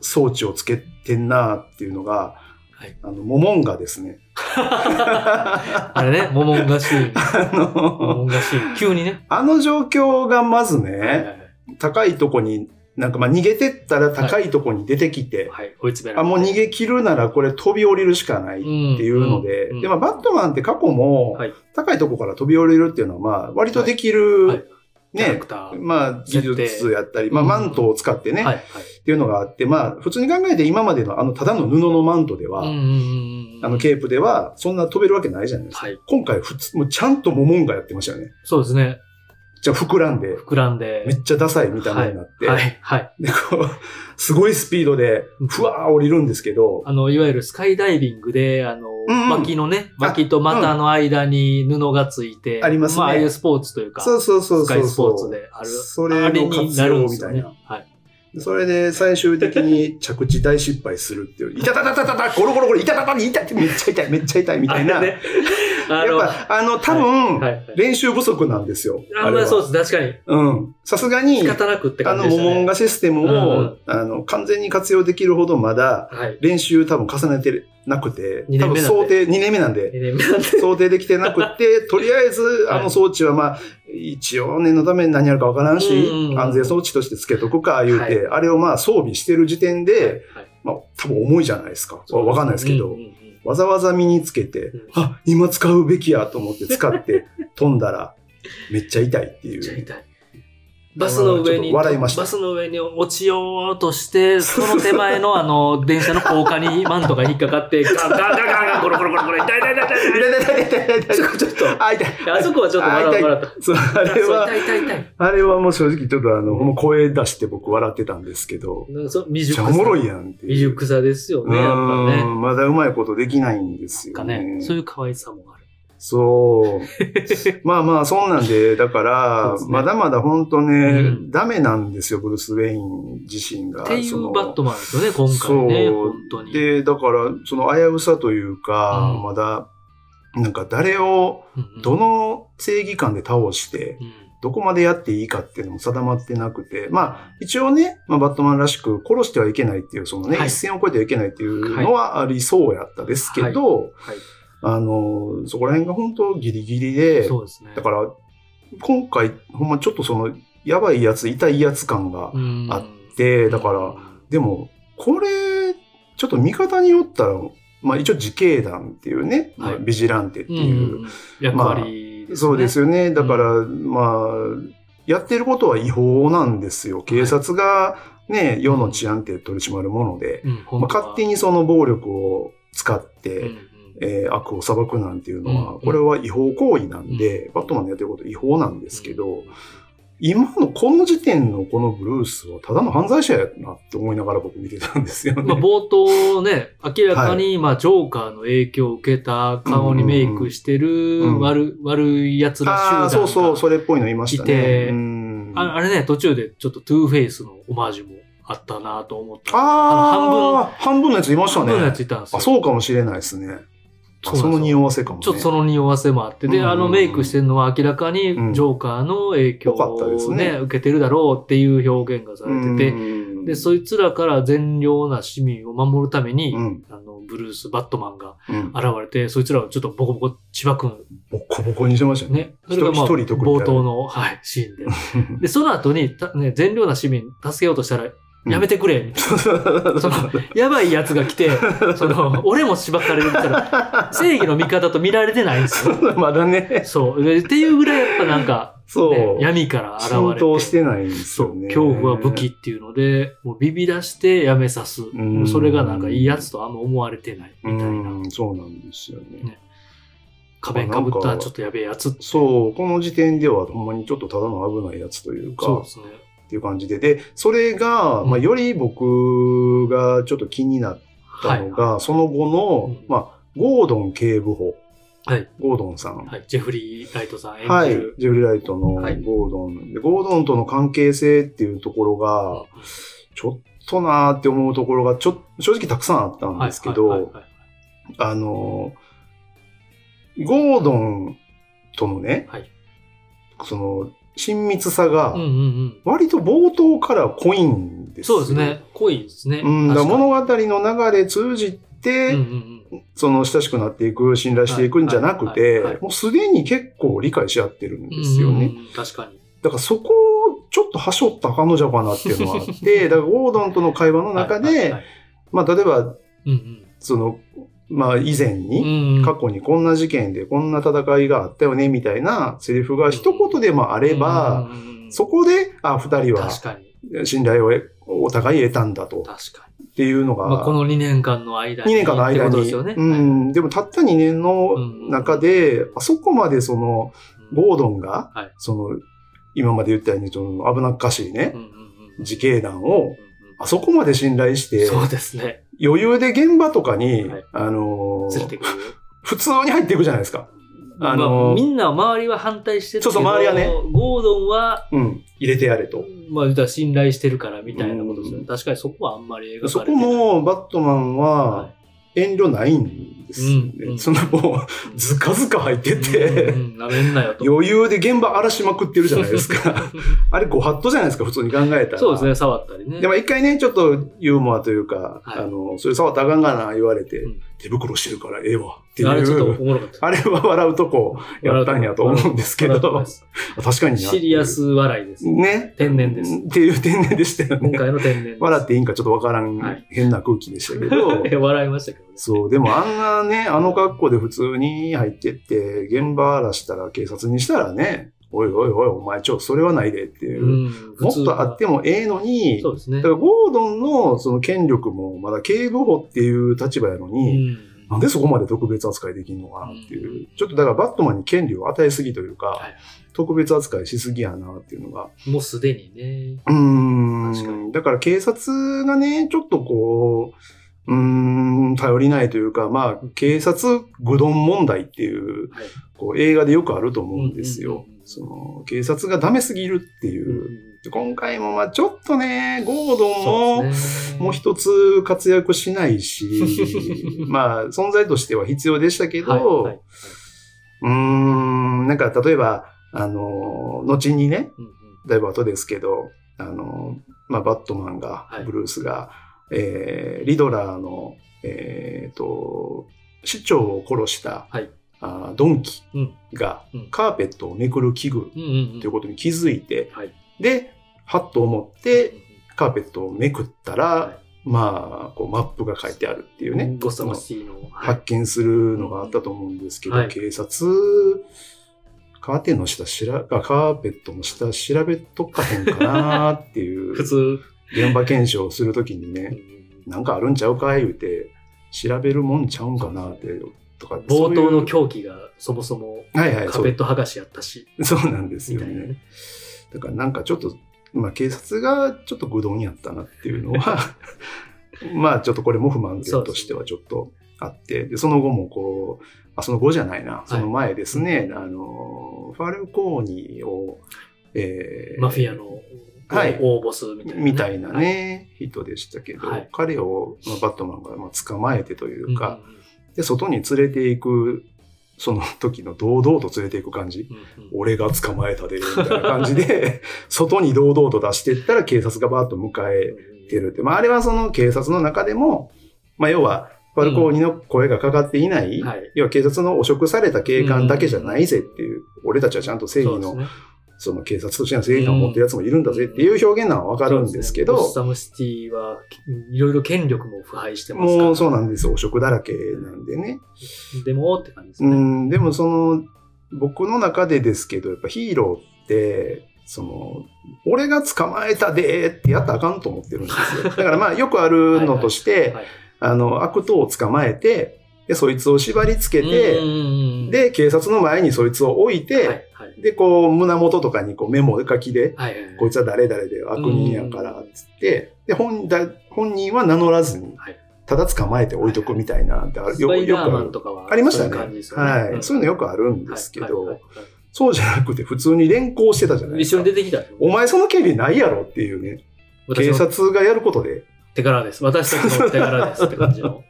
S2: 装置をつけてんなっていうのが、
S1: はい
S2: あの、モモンガで すね。あ
S1: あれね、モモンガシ ーン。モモ
S2: の、
S1: ンガシーン。急にね。
S2: あの状況がまずね、
S1: はいはい
S2: 高いとこに、なんかまあ逃げてったら高いとこに出てきて、
S1: はい。追い詰めら
S2: あ、
S1: れ
S2: もう逃げ切るならこれ飛び降りるしかないっていうので、
S1: うんうん
S2: で、まあバットマンって過去も
S1: はい、
S2: 高いとこから飛び降りるっていうのはまあ割とできる、
S1: はいはいキャラ
S2: ね
S1: ク、ター。
S2: まあ技術やったり、まあ
S1: うん
S2: マントを使ってね、
S1: はい。
S2: っ
S1: はい。
S2: ていうのがあって、まあ普通に考えて今までのあのただの布のマントでは、
S1: うんうんうん
S2: あのケープではそんな飛べるわけないじゃないですか。
S1: はい。
S2: 今回普通、もうちゃんとモモンガやってましたよね。
S1: そうですね。
S2: じゃあ膨らんで、
S1: 膨らんで。
S2: めっちゃダサい見た目になって、
S1: はい。はいはい。
S2: で、 こう、すごいスピードで、ふわー降りるんですけど、
S1: あの、いわゆるスカイダイビングで、あの、
S2: うん
S1: 薪のね、薪と股の間に布がついて、
S2: ありますね
S1: まあ、ああいうスポーツというか、
S2: そうそうそう
S1: ス
S2: そ
S1: カ
S2: う。
S1: イスポーツである。
S2: そ
S1: あ
S2: れ
S1: れ
S2: の
S1: に
S2: 活
S1: なるん
S2: 用
S1: で
S2: み
S1: すよ
S2: たい
S1: ね
S2: な。。
S1: はい。
S2: それで最終的 に着地大失敗するっていう、いたたたたたた、ゴロゴロゴロ、いたたたに、痛いってめっちゃ痛い、めっちゃ痛いみたいな。
S1: あれね。あ
S2: や
S1: の、
S2: っ
S1: は
S2: ぱ、あの、多分、
S1: いはい。
S2: 練習不足なんですよ。
S1: あんまりそうです。確かに。
S2: れはうん。さすがに、
S1: 仕方なくって
S2: あ
S1: 感じで
S2: の、
S1: し
S2: モ
S1: た
S2: モン
S1: ね。
S2: ガシステム
S1: う
S2: を
S1: ん、
S2: あの、完全に活用できるほどまだ、
S1: はい。
S2: 練習多分重ねてなくて
S1: 二、
S2: 多
S1: 年目なん
S2: 分
S1: で
S2: 想定、2年目なんで、
S1: 2年目なんで。
S2: 想定できてなく て、とりあえず、
S1: はい
S2: あの装置はまあ、一応念のために何やるかわからんし
S1: うんうんう、ん
S2: 安全装置としてつけとくか、言うて、あれをまあ装備してる時点で、
S1: はい
S2: まあ多分重いじゃないですか。わわかんないですけ
S1: う
S2: ど
S1: んう、んうん
S2: わざわざ身につけて
S1: うん、
S2: あ、今使うべきやと思って使 って飛んだら、めっちゃ痛いって
S1: めっちゃ
S2: いう。
S1: 痛い。バスの上
S2: ちょっ
S1: に、
S2: と笑いました
S1: バスの上に落ちようとして、その手前 のあの、電車の高架にマントが引っかかって、ガンガンガンガンガン、ゴロゴロゴロゴロ、痛い痛い痛い痛い痛い。
S2: 痛い痛い痛い痛い痛い
S1: ちょっと、ちょっと。
S2: あ、痛い。
S1: あそこはちょっと
S2: あ痛
S1: 笑
S2: いう
S1: 笑った。
S2: そうあれは、
S1: そう痛い痛い痛い。
S2: あれはもう正直ちょっとあの、もう声出して僕笑ってたんですけど、
S1: なんかそう未
S2: めっち
S1: 熟
S2: ゃ
S1: さ。
S2: おもろいやんっていう。
S1: 未熟さですよね、やっぱ
S2: う
S1: ね。
S2: んまだうまいことできないんです
S1: なん
S2: よ
S1: か
S2: ね。
S1: ね、そういう可愛さもある。
S2: そう。まあまあ、そんな んで、だから、
S1: そうですね
S2: まだまだ本当ね、
S1: うん
S2: ダメなんですよ、ブルース・ウェイン自身が。
S1: ってい
S2: そうの
S1: バットマンですよね、今回ね、
S2: そう
S1: 本当に。
S2: で、だから、その危うさというか、
S1: うん
S2: まだ、なんか誰を、
S1: うんうん
S2: どの正義感で倒して、
S1: うん
S2: どこまでやっていいかっていうのも定まってなくて、まあ、一応ね、まあ、バットマンらしく殺してはいけないっていう、そのね、
S1: はい
S2: 一線を越えてはいけないっていうのはありそうやったですけど、
S1: はい
S2: あの、そこら辺が本当ギリギリで、
S1: そうですね。
S2: だから、今回、ほんまちょっとその、やばいやつ、痛いやつ感があ
S1: うん
S2: あって、だか
S1: う
S2: ら、
S1: ん
S2: でも、これ、ちょっと見方によったら、まあ一応自警団っていうね、
S1: はい
S2: まあビジランテってい
S1: ん
S2: う、
S1: ん役割ですね。
S2: そうです
S1: よ。
S2: よね。だから、まあ、やってることは違法なんですよ。警察がね、世の治安って取り締まるもので、まあ、勝手
S1: に
S2: にその暴力を使って、
S1: うんうん
S2: えー悪を裁くなんていうのは、
S1: うん
S2: これは違法行為なんで、
S1: うん
S2: バットマンのやってること違法なんですけど、
S1: うん
S2: 今のこの時点のこのブルースはただの犯罪者やなって思いながら僕見てたんですよ ね。
S1: まあ、冒頭ね、明らかに、まあ、ジョーカーの影響を受けた顔にメイクして
S2: うんうん
S1: る悪、悪い奴ら集団
S2: ああ、
S1: が。
S2: そうそう、それっぽいのいました
S1: いて
S2: ね。うん
S1: ああれね、途中でちょっとトゥーフェイスのオマージュもあったなと思った。
S2: あ
S1: あ
S2: あ、半分。のやついました
S1: 半
S2: ね。
S1: 分のやついたんですよ。
S2: あ、そうかもしれないですね。あ
S1: そうなんですよ
S2: その匂わせかもね。
S1: ちょっとその匂わせもあって、
S2: う
S1: で、
S2: んうんうん
S1: あのメイクしてるのは明らかにジ
S2: うん
S1: ョーカーの影響
S2: よかったです
S1: をね、
S2: ね
S1: 受けてるだろうっていう表現がされてて、
S2: うん
S1: で、そいつらから善良な市民を守るために、
S2: うん
S1: あの、ブルース・バットマンが
S2: うん
S1: 現れて、そいつらをちょっとボコボコ千葉くん
S2: ボコボコにしてましたね。
S1: ね。それがまあ、
S2: 一人一人特に
S1: 冒頭の、はい、シーンで。 で、その後に、たね、善良な市民助けようとしたら、
S2: うん
S1: やめてくれ、みたいな。その、やばいやつが来て、その、俺もしばかれるみたいな、正義の味方と見られてないんですよ。
S2: まだね。
S1: そう。でっていうぐらいやっぱなんか、
S2: そう。
S1: 闇から現
S2: 浸透し
S1: れて。
S2: てないんです
S1: そ
S2: よ
S1: う、
S2: ね。
S1: 恐怖は武器っていうので、もうビビらしてやめさす。
S2: ん
S1: それがなんかいいやつとあんま思われてないみたいな。
S2: うんそうなんですよね。
S1: ね壁かぶったちょっとやべえやつ。
S2: そう、この時点ではほんまにちょっとただの危ないやつという
S1: そう
S2: か
S1: で、すね。
S2: っていう感じで。で、それが、
S1: うん
S2: まあ、より僕がちょっと気になったのが、その後の、
S1: うん
S2: まあ、ゴードン警部補。
S1: はい
S2: ゴードンさん。
S1: はい。ジェフリー・ライトさん演
S2: はい
S1: じる。。
S2: ジェフリーライトのゴ
S1: はい
S2: ードン、で。ゴードンとの関係性っていうところが、ちょっとなーって思うところが、ちょ、正直たくさんあったんですけど、
S1: はいはいはい
S2: あの、ゴードンとのね、
S1: はい
S2: その、親密さが
S1: うん、うん
S2: 割と冒頭から濃いん
S1: う
S2: で
S1: ん。
S2: す
S1: そうですね。。濃いですね。
S2: うん、だから
S1: 確かに
S2: 物語の流れ通じて、
S1: うんうんうん
S2: その親しくなっていく、信頼していくんじゃな
S1: は
S2: く
S1: いは
S2: て
S1: いはいは、い
S2: もうすでに結構理解し合ってるんですよね。
S1: うんうんうん確かに。
S2: だからそこをちょっと端折った彼女かなっていうのはあ って、だからゴードンとの会話の中
S1: はいはいは
S2: で、
S1: い
S2: まあ例えば、
S1: うん
S2: その、まあ以
S1: う
S2: 前
S1: ん
S2: に、
S1: うんうん
S2: 過去にこんな事件でこんな戦いがあったよねみたいなセリフが一言でもあれば、
S1: うんうんうん
S2: そこで、あ、二人は
S1: 確かに。
S2: 信頼をお互い得たんだと
S1: 確かに。
S2: っていうのが、
S1: まあ、この2年間の間
S2: 2
S1: に。
S2: 年間の間
S1: ってことで
S2: に、
S1: すよね。
S2: う
S1: はい
S2: ん、でもたった2年の中で、あそこまでその、ゴードンが、
S1: はい
S2: その、今まで言ったように、その危なっかしいね、
S1: うんうんうん
S2: 自警団を、
S1: う
S2: あそこまで信頼し
S1: んうん
S2: て、
S1: そうですね。
S2: 余裕で現場とかに、
S1: はい
S2: あのー
S1: 連れてくる。
S2: 普通に入っていくじゃないですか。あのー
S1: まあ、みんな周りは反対してるけど
S2: そうそう周りはね。
S1: ゴードンは、
S2: うん。入れてやれと。
S1: まあ、言ったら信頼してるからみたいなことですよ
S2: う
S1: ね。
S2: ん
S1: 確かにそこはあんまり描
S2: そ
S1: かれ
S2: こ
S1: てない。
S2: も、バットマンは
S1: は、
S2: 遠慮ないんですよね。
S1: うんうん
S2: そんなも、
S1: いう
S2: ずかずか入って
S1: う
S2: て、
S1: んうんうん、なめんなよと。
S2: 余裕で現場荒らしまくってるじゃないで すか。あれ、ご法度じゃないですか、普通に考えたら。
S1: そうですね、触ったりね。
S2: でも一回ね、ちょっとユーモアというか、
S1: はい
S2: あの、それ触ったらあかんがな言われて、
S1: うん
S2: 手袋してるからええわってい
S1: あれちょっと
S2: う、
S1: おもろかった。
S2: あれは笑うとこやったんやと思うんですけど、
S1: 笑うとこ
S2: 確
S1: です
S2: かにな
S1: シリア。ス笑いです。
S2: ね。
S1: 天然です
S2: っていう天然でしたよ
S1: 今
S2: ね。
S1: 回の天然です。
S2: 笑っていいんかちょっとわから
S1: は
S2: ん
S1: い
S2: 変な空気でした けど、
S1: いや笑いましたけどね。
S2: そう、でもあんなね、あの格好で普通に入ってって、現場荒らしたら警察にしたらね、おいおいおい、お前ちょ、それはないでっていう、
S1: うん、
S2: も
S1: 普
S2: っ
S1: 通
S2: とあってもええのに、
S1: そうですね
S2: だか。らゴードンのその権力もまだ警部補っていう立場やのに、
S1: うん
S2: なんでそこまで特別扱いできんのかなっていう、ちょっとだからバットマンに権利を与えすぎというか、
S1: はい
S2: 特別扱いしすぎやなっていうのが。
S1: もうすでにね。
S2: うーん。
S1: 確かに
S2: だから警察がね、ちょっとこう、うーん、頼りないというか、まあ、警察愚鈍問題っていう、
S1: はい
S2: こう映画でよくあると思うんですよ。
S1: うんうんうん
S2: その、警察がダメすぎるっていうう。
S1: ん
S2: 今回もまあちょっとね、ゴードンも、
S1: そうですね
S2: もう一つ活躍しな いし、まあ、存在としては必要でしたけど、
S1: はいはいはいう
S2: ーん、なんか例えば、あの、後にね、
S1: うんうん
S2: だいぶ後ですけど、あの、まあ、バットマンが、
S1: はい
S2: ブルースが、えーリドラーの、えーと、市長を殺した、
S1: はい
S2: あードンキ
S1: うん
S2: が、
S1: うん
S2: カーペットをめくる器具
S1: うんうん
S2: ということに気づいて、
S1: はい
S2: で、はっと思っ
S1: う
S2: て、
S1: ん
S2: カーペットをめくったら、
S1: うんは
S2: まあ、こうマップが書いてあるっていう
S1: い
S2: ね、
S1: ゴサムシティの。はい
S2: 発見するのがあったと思うんですけど、
S1: はい
S2: 警察、カーテンの下しら、あカーペットの下調べとかへんかなーってい う、
S1: 普通。
S2: 現場検証するときに
S1: うん
S2: ね、
S1: うん
S2: なんかあるんちゃうかい言うて、調べるもんちゃうんかなって、とか、
S1: 冒頭の
S2: そう
S1: 狂気がそもそも
S2: いうはいはい、
S1: カ
S2: そ
S1: ペ
S2: う
S1: ット剥がしやったし、
S2: そうなんです
S1: み
S2: よ
S1: たいな
S2: ね。
S1: ね。
S2: だからなんかちょっと、まあ警察がちょっと愚鈍やったなっていうの は、まあちょっとこれも不満点としてはちょっとあって、で、その後もこう、あ、その後じゃないな、その前ですね、あの、ファルコーニを、え
S1: マフィアの
S2: はい
S1: 大ボスみたいなね。
S2: みたいなね、人でしたけど、
S1: はい
S2: 彼を、まあ、バットマンがまあ捕まえてとい
S1: はいう
S2: か、
S1: ん
S2: で、外に連れていく、その時の堂々と連れていく感じ。
S1: うんうんうん
S2: 俺が捕まえたで、みたいな感じで、 外に堂々と出していったら警察がバーッと迎えてるって。まあ、あれはその警察の中でも、まあ、要は、ファルコーニの声がかかっていない、
S1: はい
S2: 要は警察の汚職された警官だけじゃないぜっていう、俺たちはちゃんと正義の、
S1: そう
S2: そ,、
S1: ですね
S2: の警察としての正義感を持ってるやつもいるんだぜっていう表現なのはわかるんですけど、
S1: そうねゴッサムシティは、いろいろ権力も腐敗してますから。
S2: もうそうなんですよ、汚職だらけなんでね。
S1: でもって感じです
S2: う
S1: ね。
S2: ん、でもその、僕の中でですけど、やっぱヒーローって、その、俺が捕まえたでーってやったらあかんと思ってるん ですよ。だからまあよくあるのとして、
S1: はい
S2: あの、悪党を捕まえて、で、そいつを縛り付け
S1: う
S2: て、
S1: んうんうん、
S2: で、警察の前にそいつを置い
S1: は
S2: て、
S1: いはい
S2: で、こう、胸元とかにこうメモ書きで、
S1: はいはい
S2: こいつは誰々で悪人やから、つって、で、本だ本人は名乗らずに
S1: はい、
S2: ただ捕まえて置いとくみたいな、ってある
S1: スパイダーマ
S2: あ
S1: ン
S2: る。
S1: とかは
S2: ありましたね。
S1: そういう感じですよね
S2: はい、
S1: うん
S2: そういうのよくあるん
S1: は
S2: で
S1: い
S2: すけど、
S1: はいはいはい
S2: そうじゃなくて普通に連行してたじゃないで
S1: 一
S2: す
S1: 緒
S2: か。
S1: に出てきたよ。
S2: お前その権利ないやろっていうね、
S1: 私
S2: 警
S1: の
S2: 察がやることで、
S1: 手柄です。私たちの手柄ですって感じの。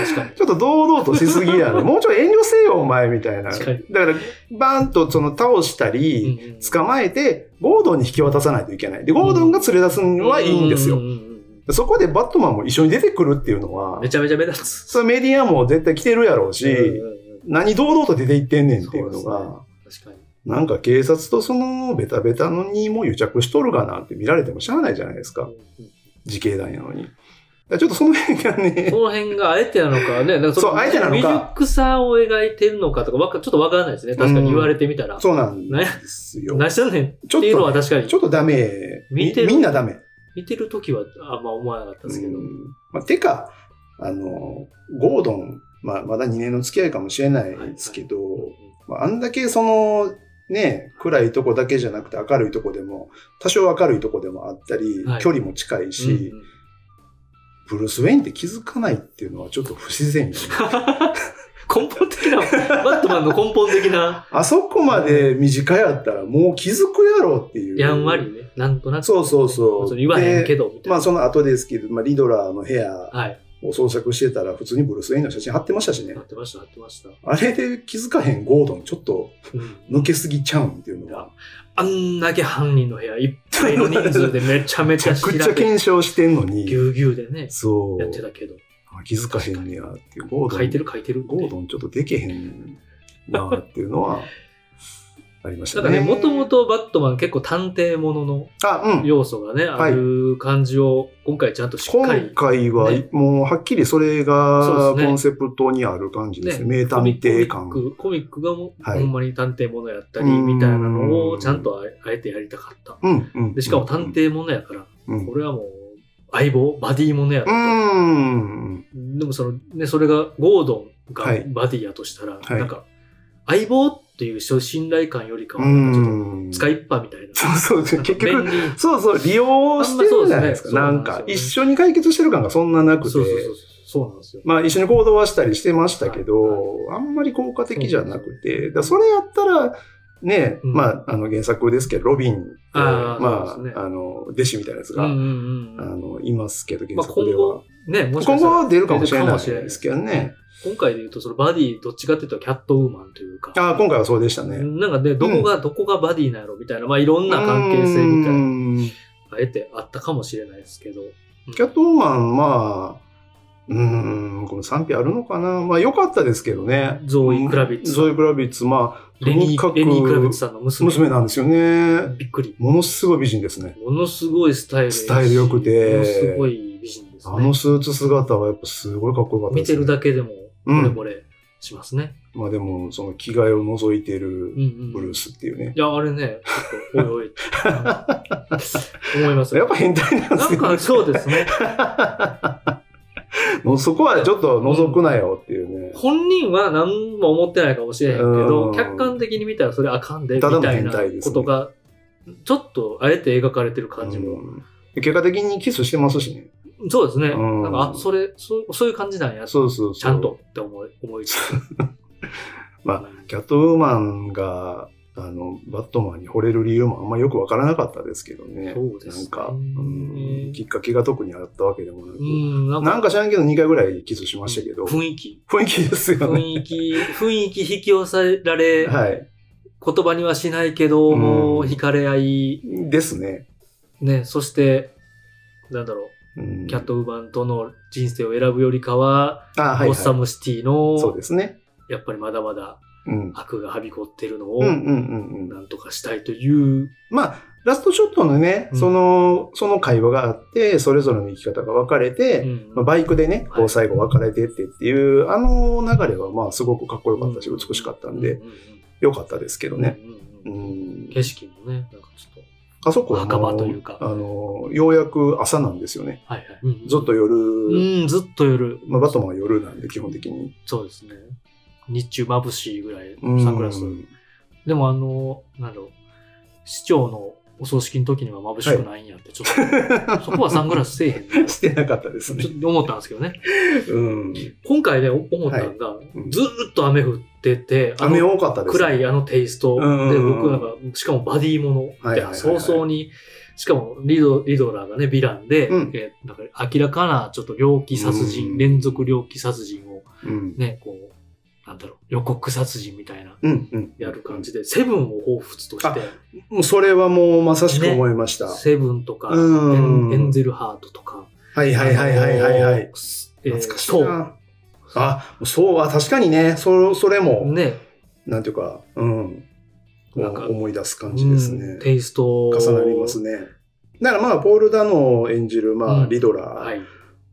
S1: 確かに。
S2: ちょっと堂々としすぎ やねもうちょい遠慮せよ、お前みたいな。だ
S1: 確
S2: か
S1: からに、
S2: バーンとその倒したり、
S1: うんうん
S2: 捕まえて、ゴードンに引き渡さないといけない。で、ゴードンが連れ出すのはいいんですよ。
S1: うううんうん
S2: そこでバットマンも一緒に出てくるっていうのは
S1: め、ちゃめちゃ目立つ。
S2: それメディアも絶対来てるやろうし、
S1: うんうんうん
S2: 何堂々と出ていってんねんっていう
S1: そ
S2: の
S1: うです
S2: が、
S1: 確かに。
S2: なんか警察とそのベタベタのにも癒着しとるがなって見られてもしゃあないじゃないです
S1: う
S2: か
S1: ん。うん
S2: 自警団やのに。だからちょっとその辺がね
S1: そ、の辺があえてなのかね、なんか
S2: そうあえてなのか
S1: 未熟さを描いてるのかとかわか、ちょっとわからないですね。確かに言われてみたら。
S2: そうなん
S1: ね
S2: ですよ。
S1: 何してんねんっていうのは確かに
S2: ちょっとダメ。み
S1: 見てる
S2: みんなダメ。
S1: 見てるときはあんま思わなかったですけど。
S2: うんまあ、てか、あの、ゴードン、まあ、まだ2年の付き合いかもしれないですけど、まあ、あんだけその、ね、暗いとこだけじゃなくて明るいとこでも、多少明るいとこでもあったり、
S1: はい
S2: 距離も近いし、
S1: うんうん
S2: ブルース・ウェインって気づかないっていうのはちょっと不自然よね
S1: 根本的な、バットマンの根本的な、
S2: あそこまで短やったらもう気づくやろっていう。
S1: やんわりね、なんとなく。
S2: そうそうそう
S1: 言わへんけど、みたい
S2: まあ
S1: な。
S2: その後ですけど、まあ、リドラーの部屋
S1: はい。
S2: を捜索してたら普通にブルース・ウェインの写真貼ってましたしね
S1: な。ってました、なってました。
S2: あれで気づかへんゴードンちょっと
S1: うん
S2: 抜けすぎちゃうんっていうのは。
S1: あんだけ犯人の部屋いっぱいの人数でめちゃめ
S2: めち
S1: ち
S2: ゃ
S1: ゃ
S2: く
S1: 調
S2: ちゃ
S1: べて、
S2: 検証してんのに。
S1: ぎゅうぎゅうでね、
S2: そ
S1: やってた
S2: う。
S1: けど。
S2: 気づかへんねやっていう。ゴードン。
S1: 書いてる書いてる。
S2: ゴードンちょっとでけへんなっていうのは、ありまし
S1: な
S2: た
S1: んか
S2: ね。
S1: ね、もとも。とバットマン結構探偵ものの
S2: あ、うん。
S1: 要素がね、
S2: はい
S1: ある感じを今回ちゃんとしっかり
S2: 今。回は、
S1: ね
S2: もうはっきりそれ
S1: そ
S2: が
S1: うですね
S2: コンセプトにある感じですね。名探偵感
S1: コ。ミックコミックがもう
S2: はい
S1: ほんまに探偵ものやったりみたいなの
S2: う
S1: を
S2: ん
S1: ちゃんとああえてやりたかった。
S2: うん、うん。
S1: でしかも探偵ものやから、
S2: うん。
S1: これはもう相棒、バディものや
S2: う
S1: と。
S2: ん。
S1: でもその、ね、それがゴードンが
S2: はい
S1: バディやとしたら、
S2: はい
S1: なんか相棒っていう信頼感よりかは、なんかちょっ
S2: うん。
S1: と使いっぱみたいな。
S2: そ
S1: な
S2: うそう。
S1: んか
S2: 結局、
S1: 便利
S2: そうそう、利用してるじゃないですか。
S1: あんま
S2: な
S1: そうんですねそうな
S2: か
S1: ん、で
S2: 一
S1: すよね
S2: 緒に解決してる感がそんななくて、
S1: そうそうそう。そうなんですよ。
S2: まあ一緒に行動はしたりしてましたけど、
S1: はい
S2: あんまり効果的じゃなくて、だからそれやったら、ね、
S1: うん
S2: まあ、あの原作ですけど、ロビンって、
S1: あー
S2: まあ、
S1: そうですね
S2: あの、弟子みたいなやつが、
S1: うんうんうん
S2: あ
S1: うん
S2: の、いますけど、原
S1: まあ、
S2: 作で
S1: 今
S2: は
S1: 後。、ね、もしか
S2: 今
S1: した
S2: 後
S1: ら
S2: は出るかもしれな
S1: 出る
S2: い
S1: かもしれない
S2: で
S1: です
S2: すけどね。
S1: 今回で言うと、そのバディ、どっちかっていうとキャットウーマンというか、
S2: ああ、今回はそうでしたね。
S1: なんかね、どこが、どこがバディなんやろみたいな、まあ、いろんな関係性みたいな、あ
S2: な。
S1: えてあったかもしれないですけど。うん
S2: キャットウーマン、まあ、うーん、この賛否あるのかな。まあ、良かったですけどね。
S1: ゾーイクラビッツ
S2: ゾーイ・クラビッツ、まあ、と
S1: レニ
S2: にか
S1: ー、
S2: く
S1: レニー・クラビッツさんの娘。
S2: 娘なんですよね。
S1: びっくり。
S2: ものすごい美人ですね。
S1: ものすごいスタイルいいし。
S2: スタイル良くて
S1: ものすごい美人です
S2: あの
S1: ね。
S2: スーツ姿はやっぱすごいかっこよかったで
S1: 見
S2: す、ね。
S1: てるだけでも、
S2: う
S1: 惚れ
S2: ん
S1: 惚。れしますね。
S2: まあでも、その着替えを覗いて
S1: うん
S2: る
S1: うん。
S2: ブルースっていうね。
S1: いや、あれね、ちょっと、おいおいって、思います
S2: や
S1: よ
S2: っぱ変態なんで
S1: なん
S2: すよ。
S1: かそうですね。
S2: もうそこはちょっと覗くなよっていう
S1: 本人は何も思ってないかもしれへんけ
S2: う
S1: ど、
S2: ん
S1: 客観的に見たらそれあかんで、み
S2: ただの
S1: たい
S2: 変
S1: な
S2: 態です
S1: こ
S2: ね
S1: とが、ちょっとあえて描かれてる感
S2: ね。
S1: じも。
S2: うん結果的にキスしてますしね。
S1: そうですね。
S2: うん
S1: なんか、あ、それ、そうそういう感じなんや。ち
S2: そうそうそう。
S1: ゃんと。って思い、思いつつ。
S2: まあキャットウーマンが、あの、バットマンに惚れる理由もあんまよくわからなかったですけどね。
S1: そうですね
S2: なんか、うん、きっかけが特にあったわけでもなく
S1: う。ん、なん
S2: な
S1: か、
S2: んか知らんけど2回ぐらいキスしましたけど、
S1: 雰囲気。
S2: 雰囲気ですよね。
S1: 雰囲気、 雰囲気引き寄せられ、
S2: はい。
S1: 言葉にはしないけど、
S2: うん
S1: もう惹かれ合い、
S2: ですね。
S1: ね、そして、なんだろ
S2: うん
S1: う、キャットウーマンとの人生を選ぶよりかは、
S2: あ、は
S1: ゴッ
S2: い、はい。
S1: サムシティの、
S2: そうですね。
S1: やっぱりまだまだ
S2: うん。
S1: 悪がはびこってるの
S2: うんうん
S1: を、
S2: うんうん。
S1: なんとかしたいという、
S2: まあ、ラストショットのね、
S1: うん
S2: その、その会話があって、それぞれの生き方が分かれて、
S1: うん
S2: まあバイクでね、こ
S1: は
S2: う
S1: い
S2: 最後分かれてってっていう、あの流れはまあすごくかっこよかったし、
S1: うん
S2: 美しかったんで、
S1: うんうんうん
S2: 良かったですけどね。
S1: うんうんうん
S2: うん
S1: 景色もね、なんかちょっ
S2: あそこは
S1: 墓場というか
S2: あの、ようやく朝なんですよね。
S1: と、はいはい。うん
S2: ずっと
S1: う
S2: 夜、
S1: ん、ずっと夜、
S2: まあ、バトマンは夜なんで、基本的に。
S1: そうですね。日中眩しいぐらい、
S2: うん
S1: サング ラス。でもあの、なんだろう、市長のお葬式の時には眩しくないん やって、ちょっと、そこはサングラスせえへんな。
S2: してなかったです
S1: ち
S2: ね
S1: ょ。っと思ったんですけどね。
S2: うん。
S1: 今回ね、お思ったんが、
S2: うん
S1: ずーっと雨降ってて、あの
S2: 雨多かったです。
S1: 暗いあのテイストで、
S2: うんうんうん
S1: 僕なんか、しかもバディもの
S2: は
S1: っ
S2: い
S1: て
S2: はいはいはい
S1: 早々に、しかもリドリドラーがね、ヴィランで、
S2: うん
S1: えーなんか明らかなちょっと猟奇殺人、
S2: うん
S1: 連続猟奇殺人を
S2: うん。
S1: ね、こう、なんだろう、予告殺人みたいな、
S2: うん。うん。
S1: やる感じで、セブンを彷彿として、
S2: もうそれはもうまさしく思いました。
S1: セブンとか、エ
S2: うん。
S1: ンエンゼルハートとか、
S2: はいはいはいはいはいは
S1: あのー
S2: い。
S1: えー
S2: 懐かしいな。あ、そうは確かにね、そそれ
S1: そう
S2: も、
S1: ね、
S2: なんていうか、うん。こう
S1: なんか
S2: 思い出す感じです
S1: うん
S2: ね。
S1: テイストを
S2: 重なりますね。だからまあ、ポール・ダノを演じる、ま
S1: う
S2: あ、
S1: ん
S2: リドラー、
S1: はい。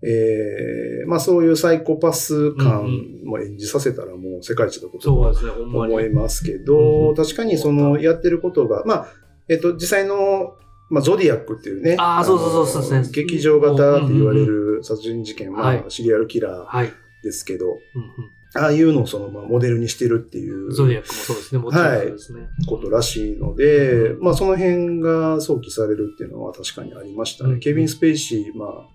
S2: えーまあそういうサイコパス感も演じさせたらもう世界一のこと
S1: そう
S2: は
S1: ですね、ほんまに。
S2: 思いますけ
S1: うんう
S2: ど、
S1: ん
S2: 確かにそのやってることが、まあ、えっと、実際の、まあ、ゾディアックっていうね、
S1: あーそうそうそうそう
S2: あの
S1: そう
S2: 劇場型って言われる殺人事件、
S1: は
S2: ま
S1: い
S2: あシリアルキラー
S1: はい。
S2: ですけど、
S1: うんうん
S2: ああいうのをその、まあ、モデルにしてるってい
S1: ゾディ
S2: う
S1: アックもそうですね、もちろんそうですね。
S2: ことらしいので、
S1: うん
S2: まあその辺が想起されるっていうのは確かにありましたね。
S1: うん
S2: ケビン・スペイシー、まあ、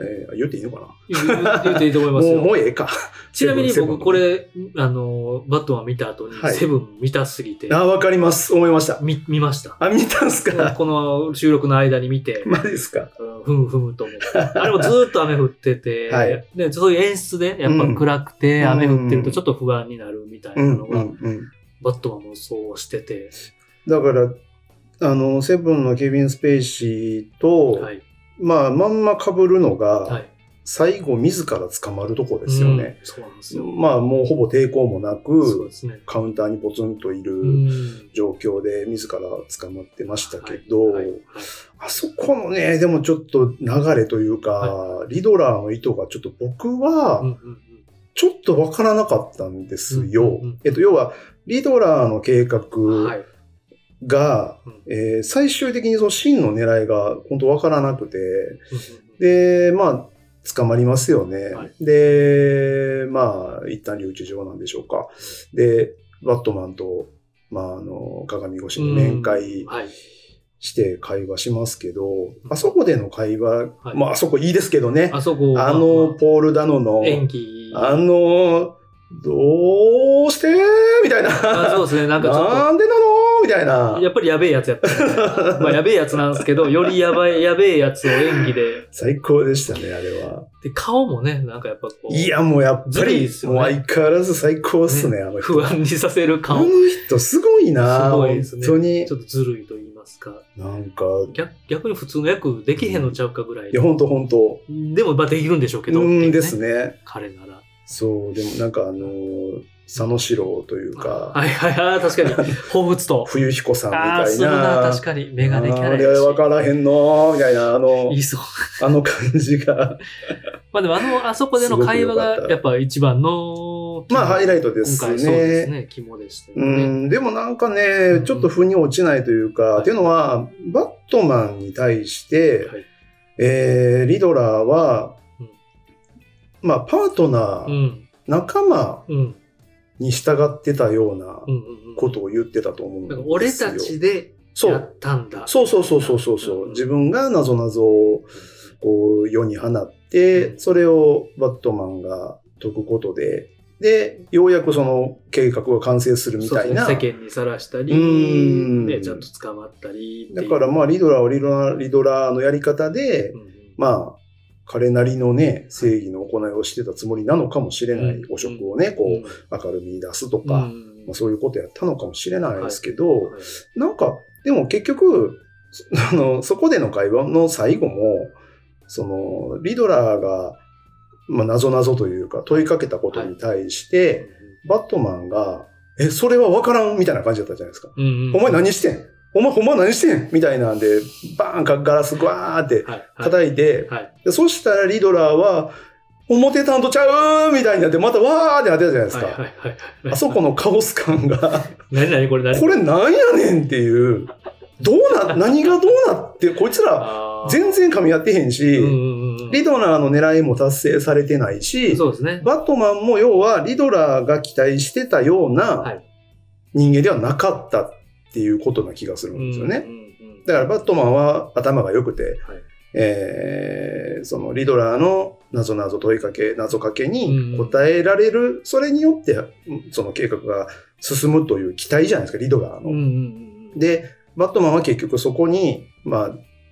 S2: えー言っていいのかな
S1: 言っていいと思います
S2: もう、も
S1: よ。
S2: うええか。
S1: ちなみに
S2: セブン
S1: 僕こ れ、あの、バットマン見た後に
S2: は、い
S1: セブン見たすぎて、
S2: あ、わかります。思いました。
S1: み見ました。
S2: あ、見たんすか。
S1: この収録の間に見て、
S2: マジですか。
S1: うんふむふむと思って。あれもずーっと雨降ってて、
S2: はい
S1: でそういう演出で、やっぱ暗くて、
S2: うん、
S1: 雨降ってるとちょっと不安になるみたいうなんの
S2: う
S1: が、
S2: ん、うん。
S1: バットマンもそうしてて、
S2: だから、あの、セブンのケビン・スペイシーと、
S1: はい。
S2: まあ、まんま被るのが、
S1: はい。
S2: 最後、自ら捕まるとこですよね。
S1: うん。そうなんですよ。
S2: まあ、もうほぼ抵抗もな
S1: そう
S2: く
S1: で、すね。
S2: カウンターにポツンというる
S1: ん。
S2: 状況で、自ら捕まってましたけど、
S1: はいはいはい
S2: あそこのね、でもちょっと流れというか、リドラーの意図がちょっと僕は、
S1: うんうんうん
S2: ちょっとわからなかったんです
S1: うん
S2: よ
S1: うんうん。
S2: えっと、要は、リドラーの計画
S1: はい。
S2: が、
S1: うんうん
S2: えー最終的にその真の狙いが本当わからなくて、
S1: うん
S2: で、まあ、捕まりますよね。
S1: はい
S2: で、まあ、一旦留置場なんでしょうか。で、バットマンと、まあ、あの、鏡越しに面会
S1: はい。
S2: して会話しますけど、
S1: ん
S2: あそこでの会
S1: は
S2: 話、
S1: い
S2: まあ、あそこいいですけどね。
S1: あそこ
S2: あの、、ポール・ダノの、
S1: 演技。
S2: あの、どうしてみたいな。
S1: あそうですね、なんかちょ
S2: なんでなのみたい
S1: っ
S2: な
S1: と、。やっぱりやべえやつやったよね、まあ、やべえやつなんですけど、よりやばい、やべえやつを演技で。
S2: 最高でしたね、あれは。
S1: で、顔もね、なんかやっぱこう、
S2: いや、もうやっ
S1: ず
S2: ぱ
S1: るい
S2: り、
S1: ですよね
S2: もう相変わらず最高っすね、あの人。
S1: 不安にさせる
S2: あ
S1: 顔。
S2: の
S1: ち
S2: 人すごいな
S1: すごいですね
S2: 本当に
S1: ょ。っとずるいと言いますか。
S2: なんか、
S1: 逆逆に普通の役できへんのちゃうかぐらい
S2: い。や、本当本当
S1: でも、まあ、できるんでしょうけど。
S2: う
S1: ってい
S2: ん
S1: ね
S2: ですね。
S1: 彼なら。
S2: そう、でもなんかあのー、佐野史郎というか、
S1: はいはいはい、確か に。彷彿と。
S2: 冬彦さんみ
S1: ああ、
S2: たい
S1: するな、
S2: な。
S1: 確かに。目ができない
S2: あれ分からへんのみたいな、あの
S1: い、いそう。
S2: あの感じが。
S1: まあでもあの、あそこでの会話
S2: すごく良かっ
S1: が
S2: た
S1: やっぱ一番の、
S2: まあ、ハイライトです
S1: 今
S2: ね。
S1: 回そうですね、肝でしたよ
S2: う
S1: ね。
S2: ん、でもなんか
S1: う
S2: ね
S1: ん、
S2: ちょっと腑に落ちないというか、
S1: はい
S2: っていうのは、バットマンに対して、
S1: はい
S2: えーリドラーは、
S1: うん
S2: まあ、パートナー、
S1: うん、
S2: 仲間
S1: うん、うん、
S2: に従ってたような
S1: うんうん。
S2: ことを言ってたと思うん
S1: なん
S2: です
S1: か
S2: よ。
S1: 俺たちで
S2: そ
S1: や
S2: う。
S1: ったんだ。
S2: そうそうそうそうそうそう、
S1: うん
S2: 自分が謎々をこう世に放って、
S1: うん
S2: それをバットマンが解くことで、で、ようやくその計画が完成するみ
S1: そう
S2: た
S1: で
S2: い
S1: すね
S2: な。
S1: 世間にさらしたり、
S2: うん
S1: ね、ちゃんと捕まったりって
S2: だ
S1: いう。
S2: からまあ、リドラーはリドラーリドラーのやり方で、
S1: うんうん、
S2: まあ、彼なりのね、正義の行いをしてたつもりなのかもしれない、
S1: うん
S2: 汚職をね、こ
S1: うん
S2: う、明るみに出すとか、
S1: うん
S2: まあ、そういうことやったのかもしれないですけど、
S1: はい
S2: なんか、でも結局、そ あの、そこでの会話の最後も、その、リドラーが、まあ、謎々というか、問いかけたことに対して、バットマンが、え、それは分からんみたいな感じだったじゃないですか。
S1: うんうんうん
S2: お前何してんお前ほんま何してんみたいなんで、バーンかガラスグワーって
S1: はい、はい、
S2: 叩いて、
S1: はい。
S2: でそしたらリドラーは、表担当ちゃうみたいになって、またわーってなってたじゃないです
S1: はいはい
S2: か。
S1: はいはい。
S2: あそこのカオス感が、
S1: 何何これ何
S2: これなんやねんっていう、どうな、何がどうなって、こいつら
S1: あー
S2: 全然噛み合ってへんし、
S1: うんうんうんうん
S2: リドラーの狙いも達成されてないし、
S1: そうですね。
S2: バットマンも要はリドラーが期待してたよう
S1: は
S2: ない人間ではなかったっていうことな気がするんですよね。
S1: うんうんうん
S2: だからバットマンは頭が良くて、
S1: はい
S2: えーそのリドラーの謎々問いかけ、謎かけ
S1: うん
S2: に答えられる、それによってうんその計画が進むという期待じゃないですか、リドラーの。
S1: うんうんうん、
S2: で、バットマンは結局そこに、まあ、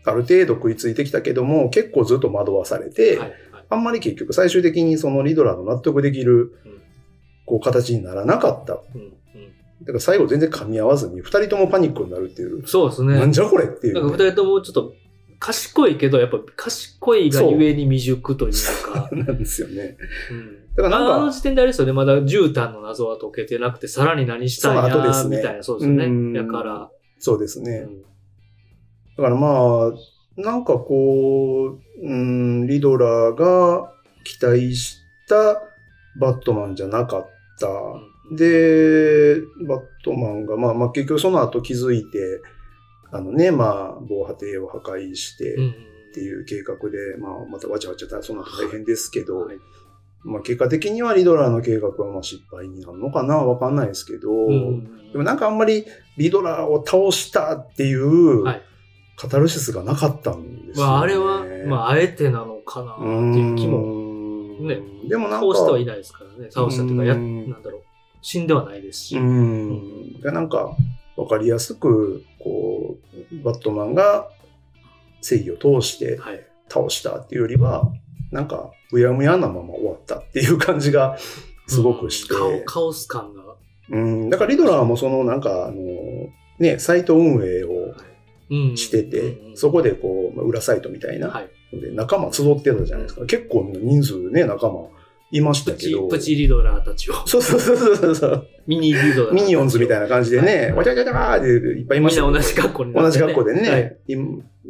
S2: ある程度食いついてきたけども、結構ずっと惑わされて、
S1: はい
S2: あんまり結局最終的にそのリドラーの納得できる
S1: うん、
S2: こう形にならなかった。
S1: うんうん
S2: だから最後全然噛み合わずに、二人ともパニックになるっていう、
S1: そうですね。
S2: なんじゃこれってい
S1: なん
S2: う
S1: か二人ともちょっと賢いけど、やっぱ賢いがゆえに未熟というか。
S2: ね、なんですよね。
S1: うん
S2: だから
S1: あ
S2: な
S1: の
S2: んか、
S1: 時点であれですよね、まだ絨毯の謎は解けてなくて、さらに何したい
S2: その後で
S1: な、
S2: すね
S1: みたいな、そうですよね。
S2: うん
S1: だから、
S2: そうですね。
S1: うん
S2: だからまあ、なんかこう、うん、リドラーが期待したバットマンじゃなかった。で、バットマンが、まあまあ結局その後気づいて、あのね、まあ、防波堤を破壊して
S1: うん
S2: っていう計画で、まあまたわちゃわちゃ大その後大変ですけど、
S1: はい
S2: まあ結果的にはリドラーの計画はまあ失敗になるのかなわかんないですけど、
S1: うん
S2: でもなんかあんまりリドラーを倒したっていう
S1: はい
S2: カタルシスがなかったんですよ、
S1: ま
S2: ね
S1: あ、あれは、まあ、あえてなのかな、っていう気も、
S2: も
S1: ね
S2: でもなん
S1: 倒
S2: か、
S1: してはいないですからね。倒したというか、や、
S2: うん
S1: なんだろう。死んではないですし。
S2: う
S1: うん
S2: ん。でなんか、わかりやすく、こう、バットマンが正義を通して
S1: はい。
S2: 倒したっていうよりは、なんか、うやむやなまま終わったっていう感じがすごくして、
S1: うんカオカオス感が。は
S2: うん、だからリドラーもそのなんかあのねサイト運営を
S1: いうん
S2: してて、
S1: うんうん
S2: そこでこうまあ裏サイトみたいな、
S1: はい。
S2: で仲間集ってたじゃないですか結構人数ね仲間いまし
S1: プ
S2: たけ
S1: チ
S2: ど、
S1: プチリドラーたちを、
S2: そうそうそうそうそう
S1: ミニリドラーたちを。
S2: ミニオンズみたいな感じでね、
S1: はい
S2: わちゃわちゃわちゃーっていっぱいいま
S1: みん
S2: した
S1: な
S2: けど
S1: 同じ格好にな
S2: 同
S1: って
S2: じ
S1: ね
S2: 学校でね、
S1: はい
S2: い、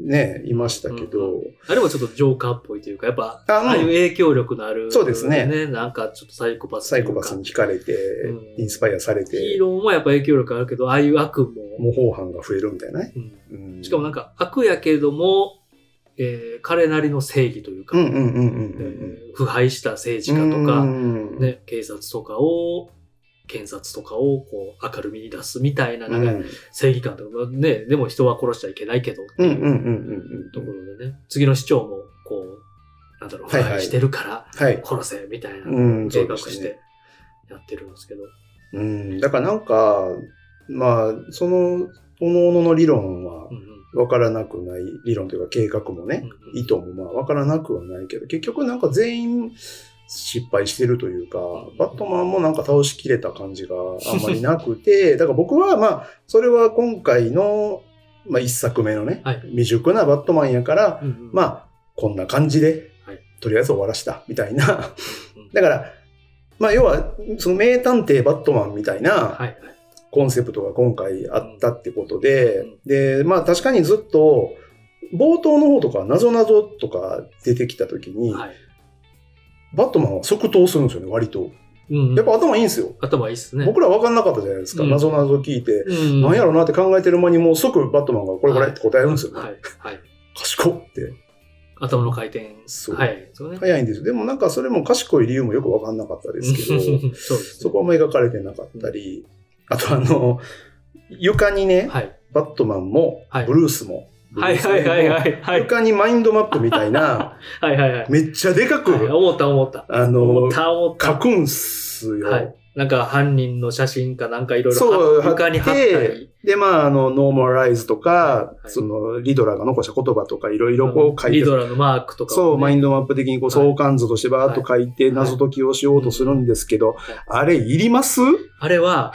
S2: ねいましたけど、
S1: うんあれもちょっとジョーカーっぽいというか、やっぱ、
S2: あ
S1: ああいう
S2: の
S1: 影響力のある、
S2: そうですね
S1: なんかちょっとサイコパスと
S2: サ
S1: い
S2: イ
S1: うか。
S2: コパスに惹かれて、
S1: うん
S2: インスパイアされ
S1: ヒ
S2: て
S1: ーローもやっぱ影響力あるけど、ああいう悪も、
S2: 模倣犯が増えるみたいなね、
S1: うん
S2: うん
S1: しかもなんか悪やけども、えー彼なりの正義というか、
S2: うんうんうんうん
S1: え
S2: うんうん
S1: ー腐敗した政治家とか、
S2: うん
S1: ね、警察とかを、検察とかをこう明るみに出すみたいな、なんか正義感とか、ね、でも人は殺しちゃいけないけどって
S2: うん
S1: い
S2: うん
S1: う
S2: うんうん
S1: とこ
S2: うん。
S1: ろでね、次の市長も、こう、なんだろう、
S2: は
S1: 腐
S2: いはい
S1: 敗してるから、
S2: はい。
S1: 殺せみたいな
S2: うん
S1: 計画し
S2: そうです
S1: てやってるんですけど。
S2: うん。だからなんか、まあ、その、おのおのの理論は
S1: うんうん
S2: 分からなくない、理論というか計画もね、
S1: うん
S2: 意図もまあ分からなくはないけど、結局なんか全員失敗してるというか
S1: うん、
S2: バットマンもなんか倒しきれた感じがあんまりなく て、だから僕はまあ、それは今回の、まあ一作目のね、
S1: はい
S2: 未熟なバットマンやから、
S1: うんうん
S2: まあ、こんな感じで
S1: はい、
S2: とりあえず終わらした、みたいな。
S1: うん
S2: だから、まあ、要は、その名探偵バットマンみた
S1: は
S2: いない
S1: はい。
S2: コンセプトが今回あったってことで、
S1: うん
S2: で、まあ確かにずっと、冒頭の方とか、なぞなぞとか出てきた時に、
S1: はい
S2: バットマンは即答するんですよね、割と。
S1: うんうん
S2: やっぱ頭いいんですよ。
S1: 頭いいっすね。
S2: 僕ら分かんなかったじゃないですか。
S1: うん
S2: なぞなぞ聞いて、
S1: うん
S2: なんやろなって考えてる間にもう即バットマンがこれこれって答えるんですよね。
S1: はいはい。
S2: 賢っって。
S1: 頭の回転。
S2: そう
S1: はい。そうね。
S2: 早いんですよ。でもなんかそれも賢い理由もよく分かんなかったで すけど、
S1: うんそうです
S2: そ
S1: ね。
S2: こも描かれてなかったり、あとあの、床にね、
S1: はい。
S2: バットマンも
S1: はい、
S2: ブルースも、
S1: はいはいはいはい。はい
S2: 床にマインドマップみた いな、
S1: はいはいはい。
S2: めっちゃでか
S1: はい
S2: く、
S1: 思った思った。
S2: あ
S1: 思
S2: の
S1: っ、た思った。
S2: 書くんすよ。
S1: はい。なんか犯人の写真かなんかいろい
S2: そう
S1: ろ貼っ床に貼ったり。
S2: で、まあ、あの、ノーマライズとか、
S1: はい
S2: その、リドラーが残した言葉とかいろいろこう書い
S1: リ
S2: て、
S1: ドラのマークとかもね。
S2: そう、マインドマップ的にこう相関図としてバーッと書いて、
S1: い
S2: 謎解きをしようとするんですけ
S1: は
S2: ど、
S1: い
S2: あれ、いります
S1: あれは、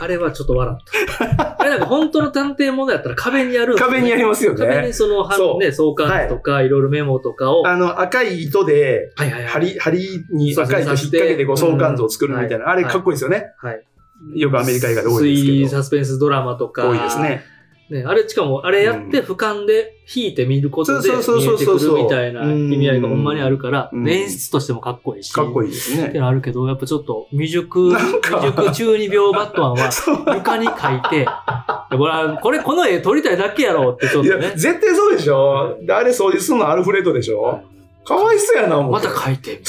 S1: あれはちょっと笑 った。あれなんか本当の探偵ものやったら壁にやるんですよね、
S2: 壁にありますよ
S1: 壁
S2: ね
S1: に。その、は
S2: そう
S1: ね、相関図とか、いろいろメモとかを、は
S2: あの、赤い糸で、
S1: いはいはい。
S2: 針、針に赤いと引っ掛けてこう
S1: そうですね
S2: 相関図を作るみたいな。
S1: うん
S2: あれかっこいいですよね。
S1: はい。
S2: よくアメリカ映画で多い
S1: 推理
S2: ですけ
S1: サスペンスドラマと
S2: ど。
S1: か、
S2: 多いですね。
S1: ね、あれ、しかも、あれやって、俯瞰で引いて見ることで見
S2: そうそうそ
S1: え
S2: う
S1: て
S2: そう
S1: く
S2: そう
S1: るみたいな意味合いがほんまにあるから、
S2: うん
S1: 演出としてもかっこいいし。
S2: かっこ
S1: いい。
S2: いいです
S1: って
S2: ね。
S1: のあるけど、やっぱちょっと未熟、
S2: なんか
S1: 未熟中二病バットマンは
S2: そう
S1: 床に書い て、いやこれは、これこの絵撮りたいだけやろってちょっ
S2: い
S1: と
S2: や、
S1: ね。
S2: 絶対そうでしょ。であれ掃除すんのアルフレッドでしょ。かわいそうやな、思
S1: ま
S2: って
S1: た書いて、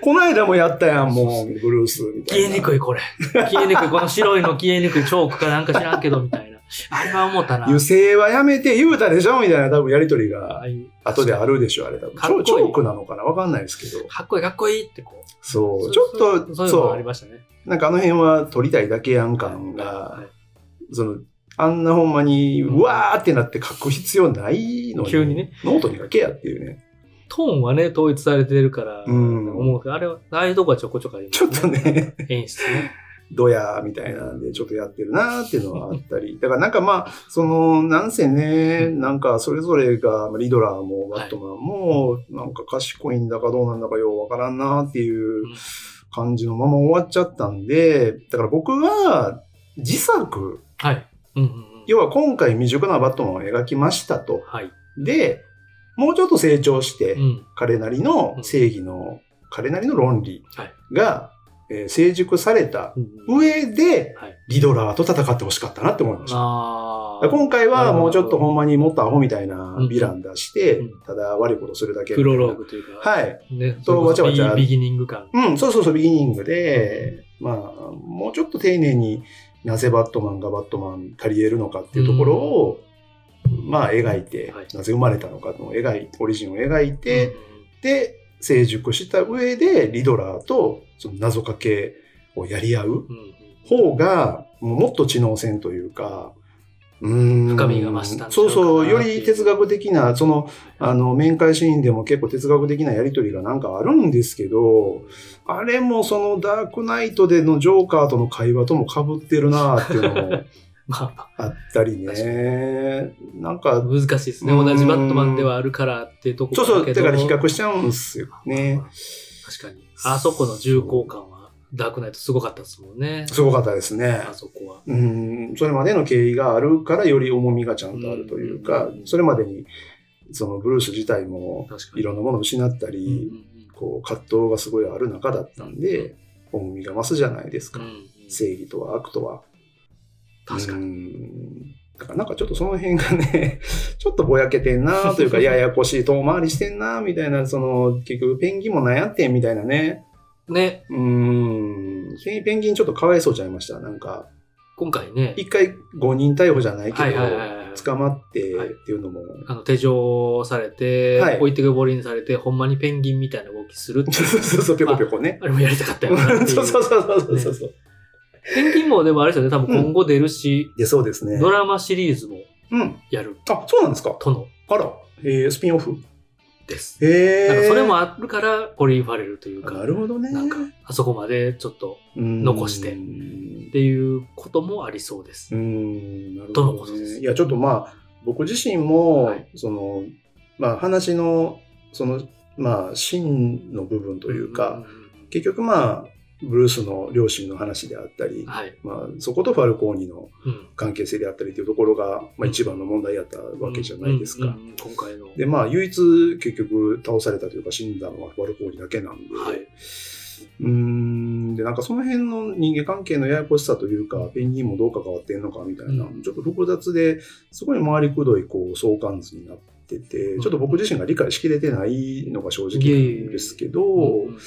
S2: この間もやったやん、もう、ブルースみたい
S1: 消
S2: な。
S1: えにくいこれ。消えにくい、この白いの消えにくいチョークかなんか知らんけど、みた いな。あれは思ったな。
S2: 油性はやめて言うたでしょみたいな多分やりとり
S1: あ
S2: が
S1: あいう
S2: 後であるでしょあれ多分
S1: かっこいい
S2: チョチョークなのかなわかんないですけど
S1: かっこいいかっこいいってこう。
S2: そう
S1: そ
S2: ちょっ
S1: そ
S2: とそうう
S1: いうのがありましたね。
S2: なんかあの辺は撮りたいだけやん感
S1: は
S2: が
S1: い
S2: そのあんなほんまに
S1: うん
S2: うわーってなって書く必要ないのに
S1: 急にね
S2: ノートに書けやっていうね
S1: トーンはね、統一されてるから、
S2: うん
S1: 思うけど、あれは、ああいうとこはちょこちょこあります
S2: ちょっと。ね
S1: 演出ね。
S2: ドヤみたいなんでちょっとやってるなーっていうのはあったり。 だからなんかまあ、その、なんせね、なんかそれぞれが、まあリドラーもバットマンも、なんか賢いんだかどうなんだかようわからんなーっていう感じのまま終わっちゃったんで、だから僕は自作、
S1: はい。うんうんうん。
S2: 要は今回未熟なバットマンを描きましたと。
S1: はい。
S2: で、もうちょっと成長して
S1: う、ん。
S2: 彼なりの正義の、彼なりの論理
S1: はい
S2: が、えー成熟された
S1: うん
S2: 上で
S1: はい、
S2: リドラーと戦ってほしかったなって思いました。
S1: ああ。
S2: 今回はもうちょっとほんまにもっとアホみたいなヴィラン出して
S1: うん、
S2: ただ悪いことするだけ。
S1: プロロー。グというか、
S2: はい。
S1: い。ね、
S2: とわちゃわちゃ
S1: ビギニング感。
S2: うん、そうそうそう、ビギニングで、まあ、もうちょっと丁寧になぜバットマンがバットマン足り得るのかっていうところを、まあ描いて
S1: はい、
S2: なぜ生まれたのかの描い、オリジンを描いて、
S1: うん
S2: で、成熟した上でリドラーとその謎かけをやり合う。
S1: うんうん
S2: 方が、もうもっと知能戦というか、うーん
S1: 深みが増したんちゃうか
S2: そ
S1: な
S2: うそう、より哲学的な、その、あの、面会シーンでも結構哲学的なやりとりがなんかあるんですけど、あれもそのダークナイトでのジョーカーとの会話とも被ってるなっていうのも
S1: まあま
S2: あっ たりね。なんか
S1: あ、、難しいですね。
S2: うん
S1: 同じバットマンではあるからっていうとこ
S2: そう
S1: ろ
S2: そう、だから比
S1: 確
S2: 較しちゃうんですよね。
S1: かに。あそこの重厚感は、ダークナイトすごかったですもんね。
S2: すごかったですね。
S1: あそこは。
S2: うん、それまでの経緯があるからより重みがちゃんとあるというか、
S1: うん
S2: それまでにそのブルース自体も
S1: 確かに。
S2: いろんなものを失ったり、
S1: うんうん
S2: こう葛藤がすごいある中だったんで、重みが増すじゃないです
S1: うん
S2: か、
S1: うん
S2: 正義とは悪とは。
S1: 確かに。
S2: に。だからなんかちょっとその辺がね、 ちょっとぼやけてんなという か、ややこしい遠回りしてんなみたいな、その結局ペンギンも悩んでんみたいなね。
S1: ね、
S2: うん。ペンギンちょっとかわいそうちゃいました。なんか、
S1: 今回ね、
S2: 一回誤認逮捕じゃないけど、
S1: はいはいはいはい
S2: 捕まってっていうのも、
S1: あの手錠されて、
S2: はい
S1: 置いてけぼりにされて、ほんまにペンギンみたいな動きするって
S2: そうそうそう、ぴょこぴょこね。
S1: あれもやりたかったよなってい
S2: そうそうそうそうそうそう。
S1: ペンギンもでもあれですよね、多分今後出るし、
S2: で、そうですね。
S1: ドラマシリーズも
S2: うん。
S1: やる、
S2: あ、そうなんですか。
S1: との
S2: あら、えー、スピンオフ。
S1: です。
S2: へえ。
S1: なんかそれもあるから、コリン・ファレルという
S2: あ
S1: か、
S2: なるほどね。
S1: なんか、あそこまでちょっと残
S2: 残
S1: して
S2: うん
S1: っ。ていうこともありそうです。
S2: うんなる
S1: どの
S2: ほ
S1: こ
S2: ど、
S1: とで
S2: ね。
S1: す
S2: いや、ちょっとまあ、僕自身も、
S1: はい
S2: その、まあ、話の、その、まあ、真の部分というか、
S1: んんうん
S2: 結局まあ、ブルースの両親の話であったり、
S1: はい。
S2: まあ、そことファルコーニの
S1: うん。
S2: 関係性であったりというところが、まあ、一番の問題やったわけじゃないですか。
S1: うんうんうん今回の。
S2: で、まあ、唯一結局倒されたというか死んだのはファルコーニだけなんで、
S1: はいう
S2: ーん、で、なんかその辺の人間関係のややこしさというか、ペンギンもどう関わってんのかみたいな、
S1: うん
S2: ちょっと複雑で、すごい回りくどいこう相関図になってて、
S1: ん
S2: ちょっと僕自身が理解しきれてないのが正直なんですけど、
S1: うんうんうんうん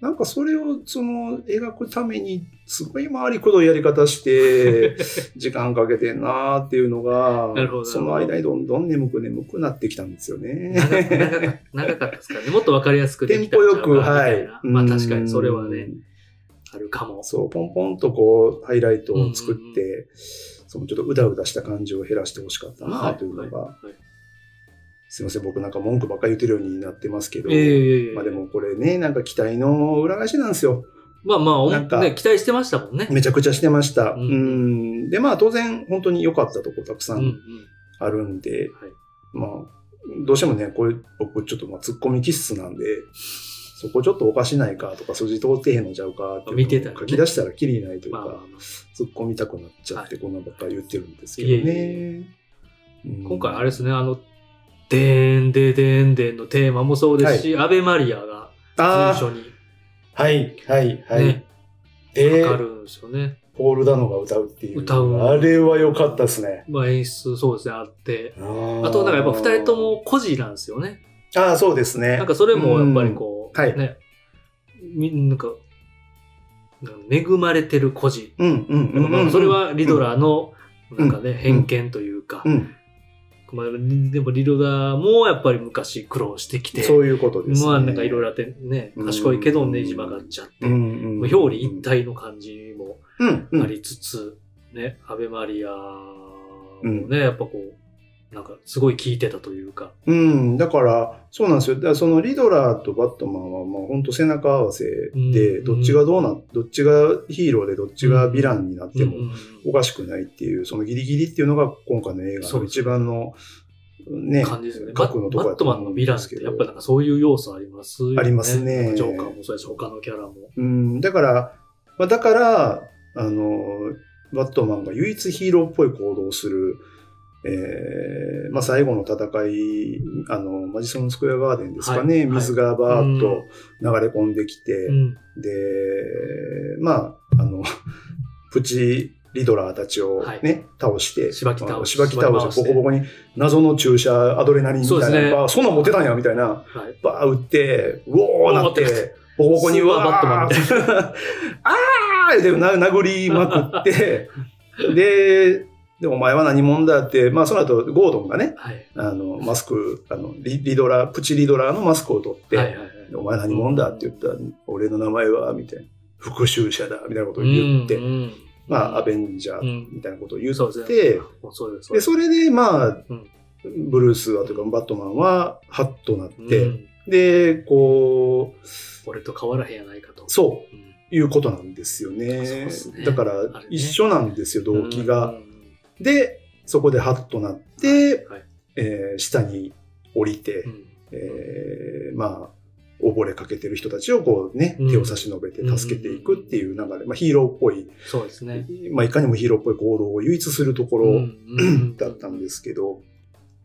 S2: なんかそれをその描くためにすごい回りくどいやり 方して時間かけてんなーっていうのが
S1: なるほど
S2: その間にどんどん眠く眠くなってきたんですよ
S1: 長か
S2: ね。
S1: 長か った長かったですからね。もっとわかりやすくで
S2: テ
S1: き
S2: ン
S1: たん
S2: ポ
S1: ちゃう
S2: よ
S1: か
S2: く、は
S1: なみた
S2: い
S1: いな。。まあ
S2: うん
S1: 確かにそれはね、。あるかも。
S2: そう、ポンポンとこうハイライトを作って、そのちょっとうだうだした感じを減らしてほしかったなというのが、
S1: はいはい
S2: すいません、僕なんか文句ばっかり言ってるようになってますけど、
S1: いやいやいやいや
S2: まあでもこれね、なんか期待の裏返しなんですよ。
S1: まあまあお
S2: なんか
S1: ね、期待してましたもんね。
S2: めちゃくちゃしてました。
S1: う
S2: うんん。で、まあ当然本当に良かったとこたくさ
S1: うんうん
S2: んあるんで、
S1: はい
S2: まあ、どうしてもね、これ僕ちょっとまあ突っ込み気質なんで、そこちょっとおかしないかとか、筋通ってへんのちゃうかっていうのを
S1: 見てたらね
S2: 書き出したらきりないという
S1: まあまあ
S2: か、
S1: まあ
S2: 突っ込みたくなっちゃって、こんなばっかり言ってるんですけど
S1: いえい
S2: ね。うん
S1: 今回あれですね、あの、でーんでーでーんでーんのテーマもそうですし、アベマリアが
S2: あ
S1: 随所に
S2: あ、はい、はい、はい。
S1: ね、
S2: で
S1: かか、るんですよね。
S2: ポール・ダノが歌うっていう。
S1: 歌う
S2: あれは良かったですね。
S1: まあ演出そうですね、あって。
S2: あー
S1: あと、なんかやっぱ二人と。も孤児なんですよね。
S2: ああ、そうですね。
S1: なんかそれもやっぱりこう、
S2: うんはい
S1: ね、みなんか、なんか恵まれてる孤児。
S2: うん、うん、うんうん。
S1: それ、はリドラーの、なんかね、偏見というか、
S2: うん、
S1: まあ、でもリドラーもやっぱり昔苦労してきて、
S2: そういうことですね。
S1: まあなんかいろいろあってね、賢いけどねじ曲がっちゃって、
S2: うんうん、
S1: もう表裏一体の感じも
S2: うん、うん
S1: ありつつ、ね、アベマリアをね、やっぱこう、なんかすごい聞いてたというか、
S2: うん、だから、そうなんですよ。だからそのリドラーとバットマンは、まあ本当背中合わせ
S1: う
S2: で、
S1: ん
S2: どっちがどうな、どっちがヒーローでどっちがヴィランになって
S1: うんう
S2: も
S1: ん
S2: おかしくないっていう、そのギリギリっていうのが今回の映画
S1: そう
S2: の
S1: です
S2: 一番の、ね、
S1: 感じですよね。バ
S2: 核の
S1: ッ
S2: と
S1: バ
S2: こ
S1: ッ
S2: や
S1: ト
S2: と
S1: マン
S2: 思う
S1: の
S2: ん
S1: ヴィラ
S2: で
S1: ンっ
S2: すけ
S1: て
S2: ど
S1: やっぱなんかそういう要素ありますよね。
S2: あります
S1: な
S2: ね
S1: んかジョーカーもそうですし、他のキャラも。
S2: うん、だから、まあ、だから、あの、バットマンが唯一ヒーローっぽい行動をする、えーまあ、最後の戦い、あの、マジソンスクエアガーデンですかね、
S1: はいはい
S2: 水がバーッと流れ込んできて、
S1: うん。
S2: で、まあ、あの、 プチリドラーたちをね、
S1: はい
S2: 倒して、
S1: しばき倒し
S2: あのしばき倒
S1: しばき倒
S2: し
S1: して
S2: て、ボコボコに謎の注射、アドレナリンみたいな、
S1: そうですね
S2: バーそんなん持ってたんや、みたいな、
S1: はい。
S2: バー打って、うおーなっ、
S1: うおーなって
S2: ボコボコに
S1: ス
S2: う
S1: ーパー
S2: わー
S1: バッ
S2: あーでな殴りま くって、で、で、お前は何者だって、まあその後、ゴードンがね、
S1: はい。
S2: あの、マスク、あの、リリドラ、プチリドラーのマスクを取って、
S1: はいはいはい。
S2: お前何者だって言ったら、俺の名前は、みたいな、復讐者だ、みたいなことを言って、
S1: うんうん
S2: まあ、アベンジャ
S1: う
S2: ー、
S1: ん
S2: みたいなことを言っ
S1: そうです
S2: て、
S1: ね。もうそうです。
S2: で、それで、まあ、
S1: うん
S2: ブルースはというか、バットマンは、ハッとなっ
S1: うん
S2: て、で、こう、
S1: 俺と変わらへんやないかと。
S2: そう、
S1: うん
S2: いうことなんですよね。
S1: そうっすね
S2: だから
S1: あれね
S2: 一緒なんですよ、動機が。
S1: うん。
S2: で、そこでハッとなって、
S1: はい、
S2: えー下に降りて、
S1: うん
S2: えーまあ、溺れかけてる人たちをこうね、
S1: うん
S2: 手を差し伸べて助けていくっていう流れ、まあヒーローっぽい、
S1: そうですね。
S2: まあいかにもヒーローっぽい行動を唯一するところ
S1: ん
S2: だったんですけど、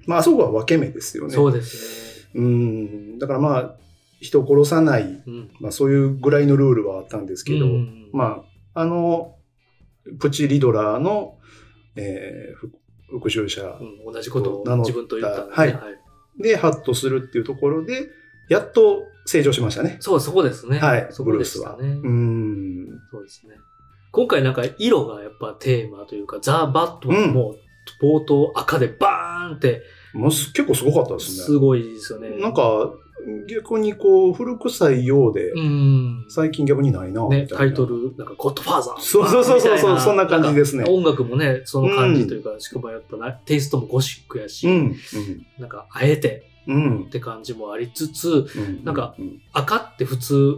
S2: まああそこは分け目ですよね。
S1: そうですね。
S2: うん。だからまあ、人を殺さない、
S1: うん。
S2: まあそういうぐらいのルールはあったんですけど、
S1: うん
S2: まあ、あの、プチリドラーの、えー復復讐者
S1: うん同じこと
S2: 名
S1: を
S2: 乗った
S1: 自分と言ったんでね
S2: はいでハッとするっていうところで、やっと成長しましたね。
S1: そう、そこですね。
S2: はい、
S1: そ
S2: ブ
S1: こ
S2: ルー
S1: で
S2: ス
S1: し
S2: は。
S1: た
S2: う
S1: ね
S2: ー。ん。
S1: そうですね。今回なんか色がやっぱテーマというか、ザ・バットマンも冒頭赤でバーンって
S2: もうす結構すごかったです
S1: す
S2: ね。
S1: ごいですよね。
S2: なんか、逆にこう、古臭いようで、
S1: うん。
S2: 最近逆にないな、
S1: ね、
S2: みたいな。
S1: タイト。ル、なんか、ゴッドファーザー。
S2: そうそうそうそう
S1: みたいな
S2: そんな感じですね
S1: なんか音楽もね、その感じというか、しかもやっぱな、テイストもゴシックやし、
S2: うん。
S1: なんか、あえて
S2: うん。うん
S1: っ。て感じもありつつ、
S2: うん
S1: なんか、
S2: う
S1: 赤って普通、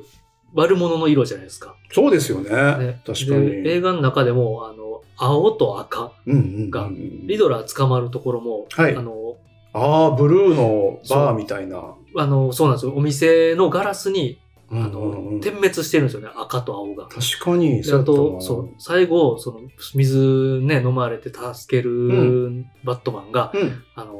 S1: 悪者の色じゃないですか。
S2: そうですよね。
S1: ね
S2: 確かに。
S1: で映画の中でも、あの、青と赤、
S2: うんうんうん
S1: がリドラー捕まるところも、
S2: はい
S1: あの、
S2: ああ、ブルーのバーみたいな。
S1: あの、そうなんですよ。お店のガラスに、
S2: あ
S1: あの、点滅してるんですよね、赤と青が。
S2: 確かに、
S1: であと、
S2: そ
S1: そうう、最後、その、水ね、飲まれて助けるバットマンが、
S2: やったな。
S1: あのー、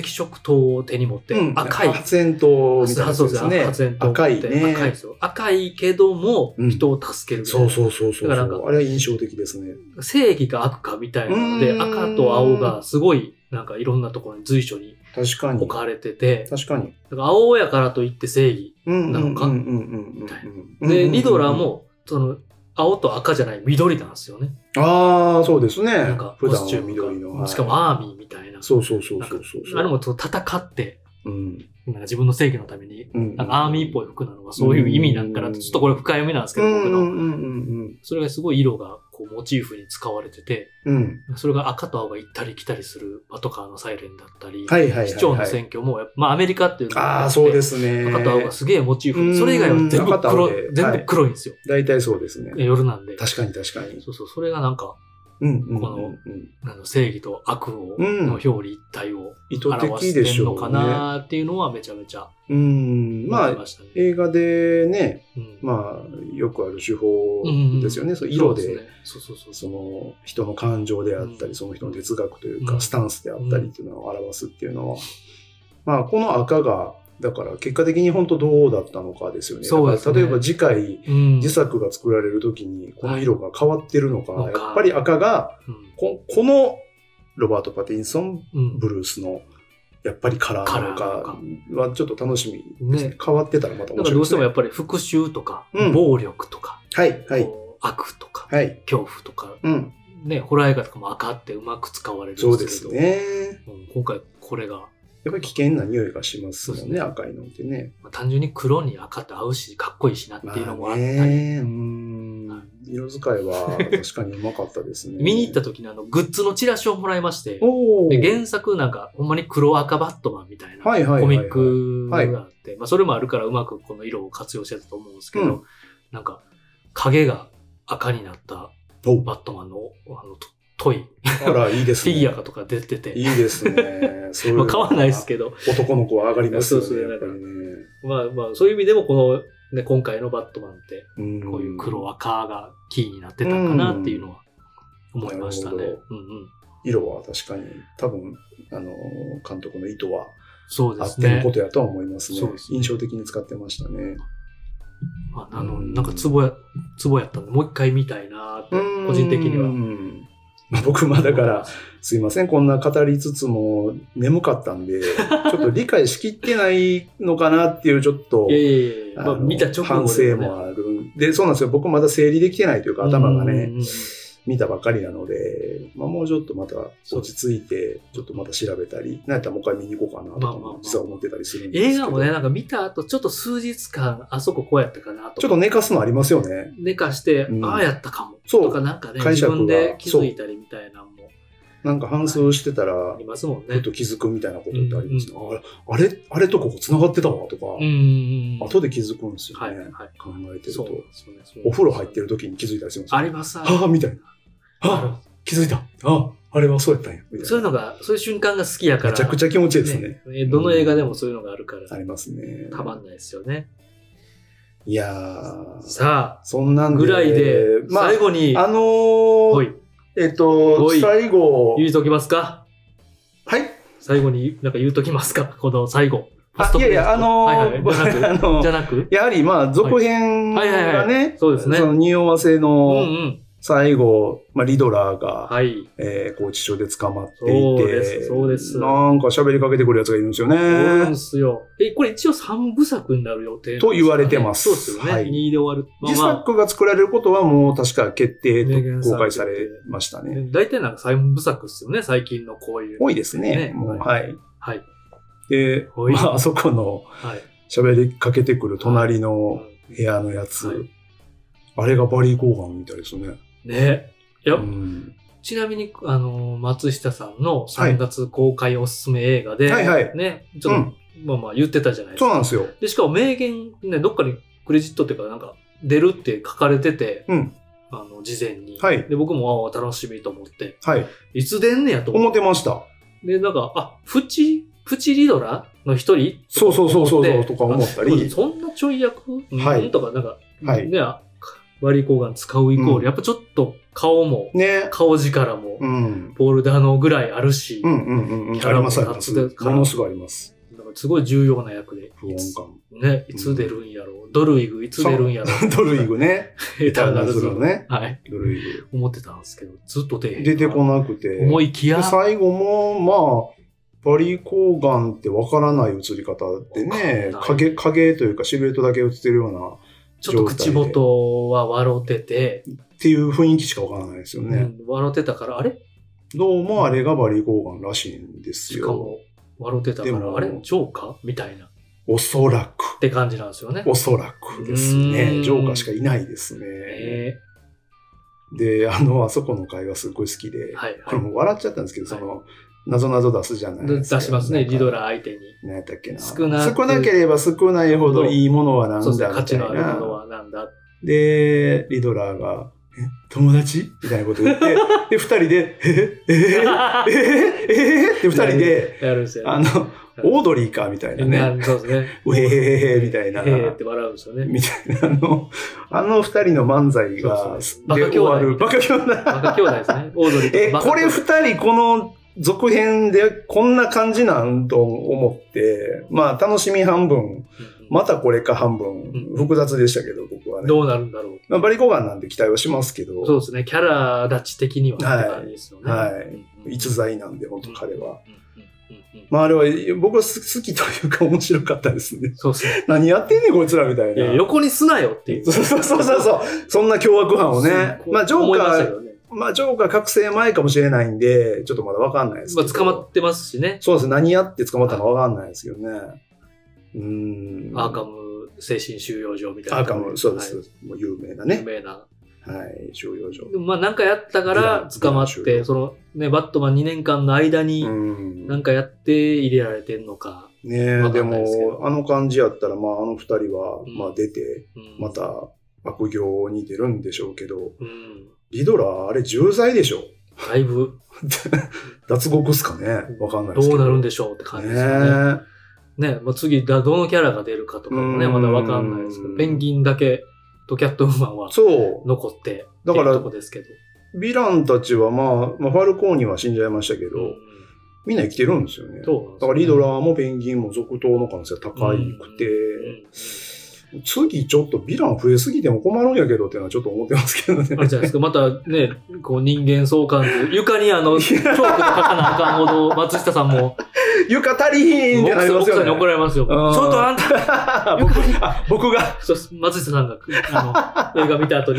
S1: 赤色灯を手に持って、
S2: うん。
S1: 赤い、
S2: 発煙筒みたいなやつ
S1: そう
S2: で
S1: ですすね
S2: ね。
S1: 発煙灯を持って
S2: 赤いね。
S1: 赤いですよ。赤いけども、
S2: うん
S1: 人を助けるみたい
S2: そ
S1: な、
S2: うそうそうそう。
S1: だからなんか
S2: あれは印象的ですね。
S1: 正義か悪かみたいなので、
S2: うーん
S1: 赤と青がすごい、なんかいろんなところに随所に
S2: 確かに
S1: 置。かれてて、
S2: 確かに。
S1: だから青やからといって正義。
S2: うん
S1: なのか
S2: うんうんうん
S1: みたい
S2: うん。
S1: で、リドラー。も、その、青と赤じゃない緑なんですよね。
S2: ああ、そうですね。
S1: なんか、
S2: 普
S1: コ
S2: 段
S1: スチュ
S2: は
S1: ー
S2: 緑
S1: ム
S2: の。
S1: が。
S2: はい
S1: しかも、アーミーみたいな。
S2: そうそうそうそうそう。
S1: あれもそう戦って、
S2: うん、
S1: なんか自分の正義のために、
S2: うん。
S1: なんかアーミーっぽい服なのはそういう意味なんかなって、ちょっとこれ深読みなんですけ
S2: う
S1: ど、
S2: ん
S1: 僕
S2: う
S1: の。
S2: んうんうん
S1: それがすごい色がこうモチーフに使われてて、
S2: うん。うん。
S1: それが赤と青が行ったり来たりするパトカーのサイレンだったり、
S2: はいはいはいはい。
S1: 市長の選挙もやっぱ、まあアメリカっていうのが
S2: あ
S1: あ
S2: あ、
S1: って
S2: そうですね。
S1: 赤と青がすげえモチーフ
S2: う
S1: に、
S2: ん
S1: それ以外は全部
S2: 赤と青
S1: 黒
S2: で
S1: い、全
S2: は
S1: 部
S2: い
S1: 黒いんですよ。
S2: 大体そうですね。
S1: 夜なんで。
S2: 確かに確かに。
S1: そうそう、それがなんか、
S2: うんうんうんうん
S1: このあの正義と悪を、
S2: うん
S1: の表裏一体を
S2: 意図
S1: 表
S2: 的
S1: して
S2: でし
S1: るの
S2: ょ
S1: か
S2: うね。
S1: なっていうのはめちゃめちゃ
S2: うん。ま
S1: 思い
S2: あ、
S1: ましたね。
S2: 映画でね、
S1: うん
S2: まあ、よくある手法ですよね。そう色
S1: そうす
S2: で、
S1: ねそうそうそう
S2: その人の感情であった
S1: うん
S2: り、その人の哲学という
S1: う
S2: か、
S1: ん
S2: スタンスであったりっていうのを表すっていうのは、まあ、この赤が、だから結果的に本当どうだったのかですよね。
S1: そうですね
S2: だから例えば次回、
S1: うん
S2: 自作が作られる時にこの色が変わってるのか、
S1: はい
S2: やっぱり赤が
S1: うん
S2: ここのロバート・パティンソン
S1: うん
S2: ブルースのやっぱりカラーなの
S1: カラーな
S2: かはちょっと楽しみですね
S1: ね
S2: 変わってたらま
S1: な
S2: た面
S1: んかど
S2: 白いうで
S1: し
S2: す
S1: ても
S2: ね
S1: やっぱり復讐とか、
S2: うん
S1: 暴力とか、
S2: はいはい
S1: こう悪とか、
S2: はい
S1: 恐怖とか、
S2: うん
S1: ね、ホラー映画とかも赤ってうまく使われる
S2: そ
S1: ん
S2: う
S1: で
S2: ですす
S1: けど、
S2: ね
S1: うん今回これが、
S2: やっぱり危険な匂いがしますも
S1: そ
S2: ん
S1: う
S2: ね
S1: ですね
S2: 赤いのってね
S1: まあ単純に黒に赤って合うし、かっこいいしなっていうのもあったり、
S2: まあねうん
S1: はい
S2: 色使いは確かにうまかったですね
S1: 見に行った時にあのグッズのチラシをもらいまして、
S2: おお
S1: で原作なんかほんまに黒赤バットマンみたいな
S2: はいはいはいはい
S1: コミックがあって、まあ、それもあるからうまくこの色を活用してたと思うんですけど、
S2: うん
S1: なんか影が赤になった
S2: お
S1: バットマンのあのとトイ、
S2: あらいいです
S1: フ
S2: ね
S1: ィギュアとか出てて、
S2: いいですねそういう
S1: まあ、
S2: の
S1: 買わないですけど、
S2: 男の子は上がりますよ
S1: そう
S2: ね、
S1: そう
S2: やっぱりね。
S1: まあまあ、そういう意味でもこの、ね、今回のバットマンって、
S2: うん
S1: こういう黒赤がキーになってたんかなっていうのは思いましたね。
S2: な
S1: うん
S2: る
S1: うん。
S2: 色は確かに、多分、あの、監督の意図は
S1: そうで
S2: あっ
S1: す
S2: ての
S1: ね
S2: こ。とやとは思いますね。
S1: そうですね
S2: 印象的に使ってましたね。
S1: まあ、あの、なんかツボや、ツボやったんで、もう一回見たいなって、個人的に
S2: う
S1: は。
S2: ん まあ僕もだから、、すいません、こんな語りつつも眠かった んで、ちょっと理解しきってないのかなっていう、ちょっと
S1: いや。いやいや、まあ、
S2: の
S1: 見た直
S2: 反
S1: 後で
S2: 省もあるんで、そうなんですよ。僕まだ整理できてないというか、頭がね、
S1: うんうんうん
S2: 見たばかりなので、まあ、もうちょっとまた落ち着いて、ちょっとまた調べたり、なんやったらもう一回見に行こうかな
S1: まあ
S2: と
S1: まあまあ
S2: か、実は思ってたりするんですけど。
S1: 映画もね、なんか見た後、ちょっと数日間、あそここうやったかなと
S2: ちょ
S1: か
S2: っと寝かすのありますよね。
S1: 寝かして、
S2: うん
S1: ああやったかも。
S2: そう
S1: とかなんかね、
S2: 解
S1: 自
S2: 釈が
S1: 分で気づいたりみたいなのも
S2: なんか反芻してた
S1: あ
S2: ら
S1: り、ますもん
S2: ふ
S1: ね
S2: っ。と気づくみたいなことってありますね。
S1: うんうん
S2: ああれ、あれとここ繋がってたわとか、
S1: うんうんうん。
S2: 後で気づくんですよ
S1: はい
S2: ね。
S1: はい。
S2: 考えてる
S1: そ
S2: と
S1: う。そうねそう
S2: お風呂入ってる時に気づいたりしますよ
S1: あ
S2: ね。
S1: ります。
S2: はあみたいな。
S1: あ
S2: はあ気づいた。ああれはそうやったんや。み
S1: る
S2: た
S1: そうい
S2: いうな。
S1: のが、そういう瞬間が好きやから。
S2: めちゃくちゃ気持ちいいですね。
S1: ねどの映画でもそういうのがあるか
S2: あ
S1: ら、
S2: りますね。
S1: たまんないですよね。
S2: いやー、
S1: さ
S2: そんな
S1: あ、
S2: んで。
S1: ぐらいで、
S2: まあ
S1: 最後に、
S2: あの
S1: お
S2: ー、
S1: い、
S2: えっと
S1: お、い
S2: 最後、
S1: 言うときますか
S2: はい
S1: 最後に、なんか言うときますか この最後。
S2: あいやいや、あの
S1: はいはい
S2: ー、
S1: じゃな
S2: あの
S1: く、じゃ
S2: ー
S1: なく
S2: やはりまあ、続編
S1: はいはいはい
S2: がね、
S1: そうですね。
S2: その匂わせ
S1: うんう
S2: の
S1: ん。
S2: 最後、まあ、リドラーが、
S1: はい。
S2: えー、拘置所で捕まって
S1: そう
S2: い
S1: で
S2: て
S1: す、そうです
S2: なんか喋りかけてくるやつがいるんですよ
S1: そうなん
S2: ね
S1: で。すよ。え、これ一応三部作になる予定なんですかね
S2: と言われてます
S1: そうですよね。
S2: はい
S1: 2で終わる。
S2: 自作が作られることはもう確か決定
S1: ね原
S2: と
S1: 作
S2: 公開されましたね。
S1: 大体なんか三部作ですよね、最近のこういう。
S2: 多いですね。
S1: ね
S2: もう
S1: は
S2: はいい。
S1: はい。
S2: で、
S1: 多い
S2: まあ、あそこの
S1: はい。
S2: 喋りかけてくる隣の
S1: うん
S2: 部屋のやつ、
S1: はい
S2: あれがバリー・コーガンみたいですね。
S1: ね。いや、
S2: うん
S1: ちなみに、あの、松下さんの3月公開おすすめ映画で、
S2: はいはい
S1: ね、ちょっと、
S2: うん
S1: まあまあ言ってたじゃないです
S2: そう
S1: か。
S2: なんですよ。
S1: で、しかも名言、ね、どっかにクレジットっていうか、なんか、出るって書かれてて、
S2: うん
S1: あの、事前に。
S2: はい
S1: で、僕も、ああ、楽しみと思って、
S2: はい。
S1: いつ出んねやと思
S2: 思
S1: っ
S2: ってました。
S1: て。で、なんか、あ、プチ、プチリドラの一人
S2: そうそうそうそうそう
S1: で
S2: とか思った
S1: うん
S2: り。
S1: そんなちょい役、
S2: はい
S1: うんとか、なんか、
S2: はい
S1: ね、あバリー・コーガン使うイコール、
S2: うん
S1: やっぱちょっと顔も、
S2: ね。
S1: 顔力も、
S2: うん。
S1: ポール・ダノぐらいあるし、
S2: うんうんうんうん。
S1: キ
S2: あ
S1: ャラ
S2: り
S1: も
S2: ますあります。
S1: 立つから
S2: ものすごいあります。
S1: だからすごい重要な役で、
S2: 不
S1: い
S2: 穏
S1: つ,、
S2: 感。
S1: ね、いつ出るんやろう、ドルイグいつ出るんやろう、
S2: ドルイグね。
S1: エターナルズ
S2: エターナルズのね
S1: はい、
S2: ドルイグ。
S1: 思ってたんですけど、ずっと出へん
S2: 出てこなくて。
S1: 思いきや
S2: で、最後も、まあ、バリー・コーガンってわからない映り方でね
S1: わ、からない
S2: 影、影というかシルエットだけ映ってるような、
S1: ちょっと口元は笑ってて、
S2: っていう雰囲気しかわからないですよね。
S1: うん笑ってたから、あれ
S2: どうもあれがバリー・コーガンらしいんです
S1: しか
S2: よ。
S1: も、笑ってたか
S2: で
S1: ら、
S2: も
S1: あれジョーカーみたいな、っ
S2: おそらく。
S1: て感じなんですよね。
S2: おそらくです
S1: うー
S2: ね。
S1: ん
S2: ジョーカーしかいないですね。
S1: え
S2: で、あの、あそこの会話すごい好きで、
S1: はいはい
S2: これもう笑っちゃったんですけど、その、なぞなぞ出すじゃな
S1: ー
S2: い
S1: で
S2: で
S1: 出
S2: すか。
S1: しますね、リド
S2: ー。
S1: ラー相手に。
S2: 何やったっけな。
S1: 少なく
S2: 少なければ少ないほどいいものはなんだ
S1: そう
S2: み
S1: で
S2: た
S1: す
S2: い
S1: ね、
S2: な。
S1: 価値のあるものはなんだ。
S2: で、リドラーが、え友達みたいなこと 言って、で、二人で、ええええええって二人で、
S1: やるんですよ。
S2: あの、オードリーかみたいなね、
S1: なそうですね。
S2: ウェーみたいな
S1: えーって笑うんですよね。
S2: みたいな、あの、あの二人の漫才が
S1: そうそう、
S2: で
S1: バカ兄
S2: 終
S1: 弟
S2: わる。バカ兄弟。
S1: バカ兄弟ですね。オードリーと
S2: え、
S1: バカ
S2: これ
S1: 兄弟
S2: 二人この続編でこんな感じなんと思って、まあ楽しみ半分、
S1: うん
S2: またこれか半分
S1: う、ん
S2: 複雑でしたけど、僕はね。
S1: どうなるんだろう。
S2: まあ、バリコガンなんで期待はしますけど、
S1: そうですね。キャラ立ち的には
S2: はい
S1: って感じですよね。
S2: はい
S1: うんうん
S2: 逸材なんで、本当
S1: う
S2: 彼は。。
S1: んうんうんうん
S2: まああれは僕は好きというか面白かったですね。
S1: そうですね。
S2: 何やってんねんこいつらみたい
S1: いや
S2: な。
S1: 横にすなよっていう。
S2: そうそうそうそうそう。そんな凶悪犯をね。
S1: そう
S2: まあジョ
S1: 思
S2: ー
S1: い
S2: カ
S1: ました
S2: ー、
S1: よね
S2: まあジョーカー覚醒前かもしれないんで、ちょっとまだわかんないです
S1: ま
S2: け
S1: あ
S2: ど。
S1: 捕まってますしね。
S2: そうですね。何やって捕まったのかわかんないですけどね。うーん。
S1: アーカ。ム精神収容所みたいな。
S2: アーカム、そうです。
S1: はい。
S2: もう有名な
S1: 有
S2: ね。
S1: 名な。
S2: はい。収容所。
S1: でもまあなんかやったから捕まっ
S2: ビラン
S1: て、そのね、バットマン2年間の間
S2: う
S1: に
S2: ん。
S1: なんかやって入れられてんのか。
S2: ねえ
S1: わ
S2: で
S1: かんないですけど
S2: も、あの感じやったら、まあ、あの二人は、
S1: うん
S2: まあ、出て、
S1: うん
S2: ま。た、悪行に出るんでしょうけど、
S1: うん。
S2: リドラー、あれ、重罪でしょ
S1: だいぶ
S2: 脱獄っすかねわかんないです
S1: ど
S2: け
S1: う
S2: ど。
S1: なるんでしょうって感じですよね。
S2: ね
S1: ね、まあ、次だ、どのキャラが出るかとかもね、
S2: うん
S1: まだわかんないですけど、ペンギンだけとキャットウーマンは
S2: えそう。
S1: 残って、
S2: だか
S1: っていう
S2: ら
S1: とこ、ですけど。
S2: ヴィランたちは、まあ、まあ、ファルコーニは死んじゃいましたけど、みんな生きてるんですよね。
S1: どうなんです
S2: だ
S1: か
S2: からリド
S1: ー
S2: ラーもペンギンも続投の可能性が高いくて、次ちょっとヴィラン増えすぎても困るんやけどっていうのはちょっと思ってますけ どね。
S1: あれじゃないですか、またね、こう人間相関図、床にあの、チョークで書かなあかんほど、松下さんも、
S2: 床足りひんっ
S1: 奥
S2: てな
S1: さ
S2: り
S1: ん
S2: ます
S1: 奥さんに
S2: よ
S1: 怒
S2: ね。
S1: られますよ。ち
S2: うん
S1: ょっとあんた、
S2: 僕あ僕が
S1: そう松下さんが、あの、映画見た後に、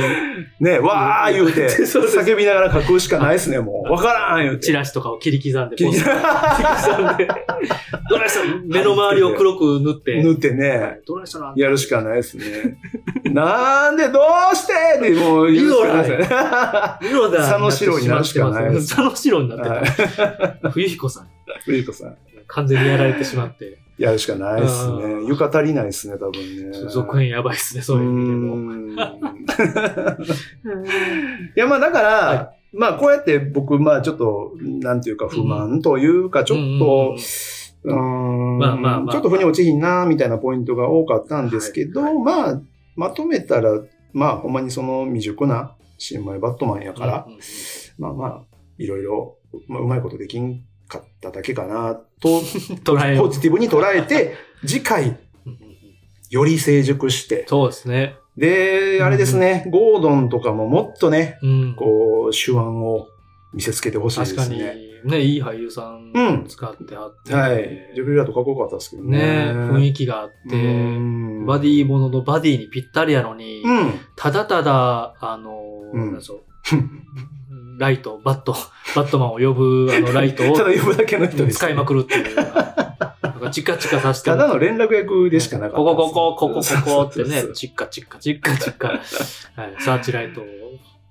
S2: ね、わー言う て、
S1: そうです
S2: 叫びながら書くしかないですね、もう。わからん言う
S1: チ
S2: て。
S1: ラシとかを切り刻んで、
S2: 切
S1: ポ
S2: り
S1: スターに切り刻んで、どないしたの目の周りを黒く塗って、
S2: 塗ってね、
S1: どないしたのあんた
S2: やるしかないですね。 なんでどうしてってもう言うしかないですね。
S1: 色だ。
S2: 佐野史郎になるしかないです
S1: 佐野史郎になってた。
S2: はい
S1: 冬彦さん。
S2: 藤子さん、
S1: 完全にやられてしま って。
S2: やるしかないです
S1: う
S2: ね
S1: ん。
S2: 床足りないですね、多分ね。
S1: 続編やばいっすね、そういう意味でも。
S2: うーんいや、まあだから、
S1: は
S2: まあこうやって僕、まあちょっと、なんていうか不満というか、ちょっ
S1: うんうんうん
S2: と、うーん
S1: まあまあまあ
S2: ちょっと腑に落ちひんな、みたいなポイントが多かったんですけど、
S1: はい
S2: まあ、まとめたら、まあほんまにその未熟な新米バットマンやから、
S1: うんうんうん
S2: まあまあ、いろいろ、まあ、うまいことできんかっただけかな、と、
S1: 捉えよ
S2: ポ
S1: う。
S2: ジティブに捉えて、次回、
S1: うんうんうん
S2: より成熟して、
S1: そうですね。
S2: で、あれですね、ゴードンとかももっとね、
S1: うん。
S2: こう、手腕を見せつけてほしいで
S1: 確か
S2: す
S1: に、
S2: ね。
S1: ね、いい俳優さ
S2: うん
S1: ん使ってはって。
S2: はい。ジョビラとかっこよかったですけどね。
S1: ね、雰囲気があっ
S2: う
S1: て、
S2: ん
S1: バディもののバディにぴったりやのに、
S2: うん。
S1: ただただ、あの、
S2: うん
S1: なんでしょうライト、バット、バットマンを呼ぶあのライトを
S2: ただ呼ぶだけの人です、
S1: 使いまくるっていう。なんかチカチカさせて
S2: た
S1: も。
S2: だの連絡役でしかなかった
S1: ここ、ここ、ここ、ここって
S2: そうそう
S1: ね
S2: そ、う
S1: チッカチッカ、チッカチッカ、はい、サーチライトを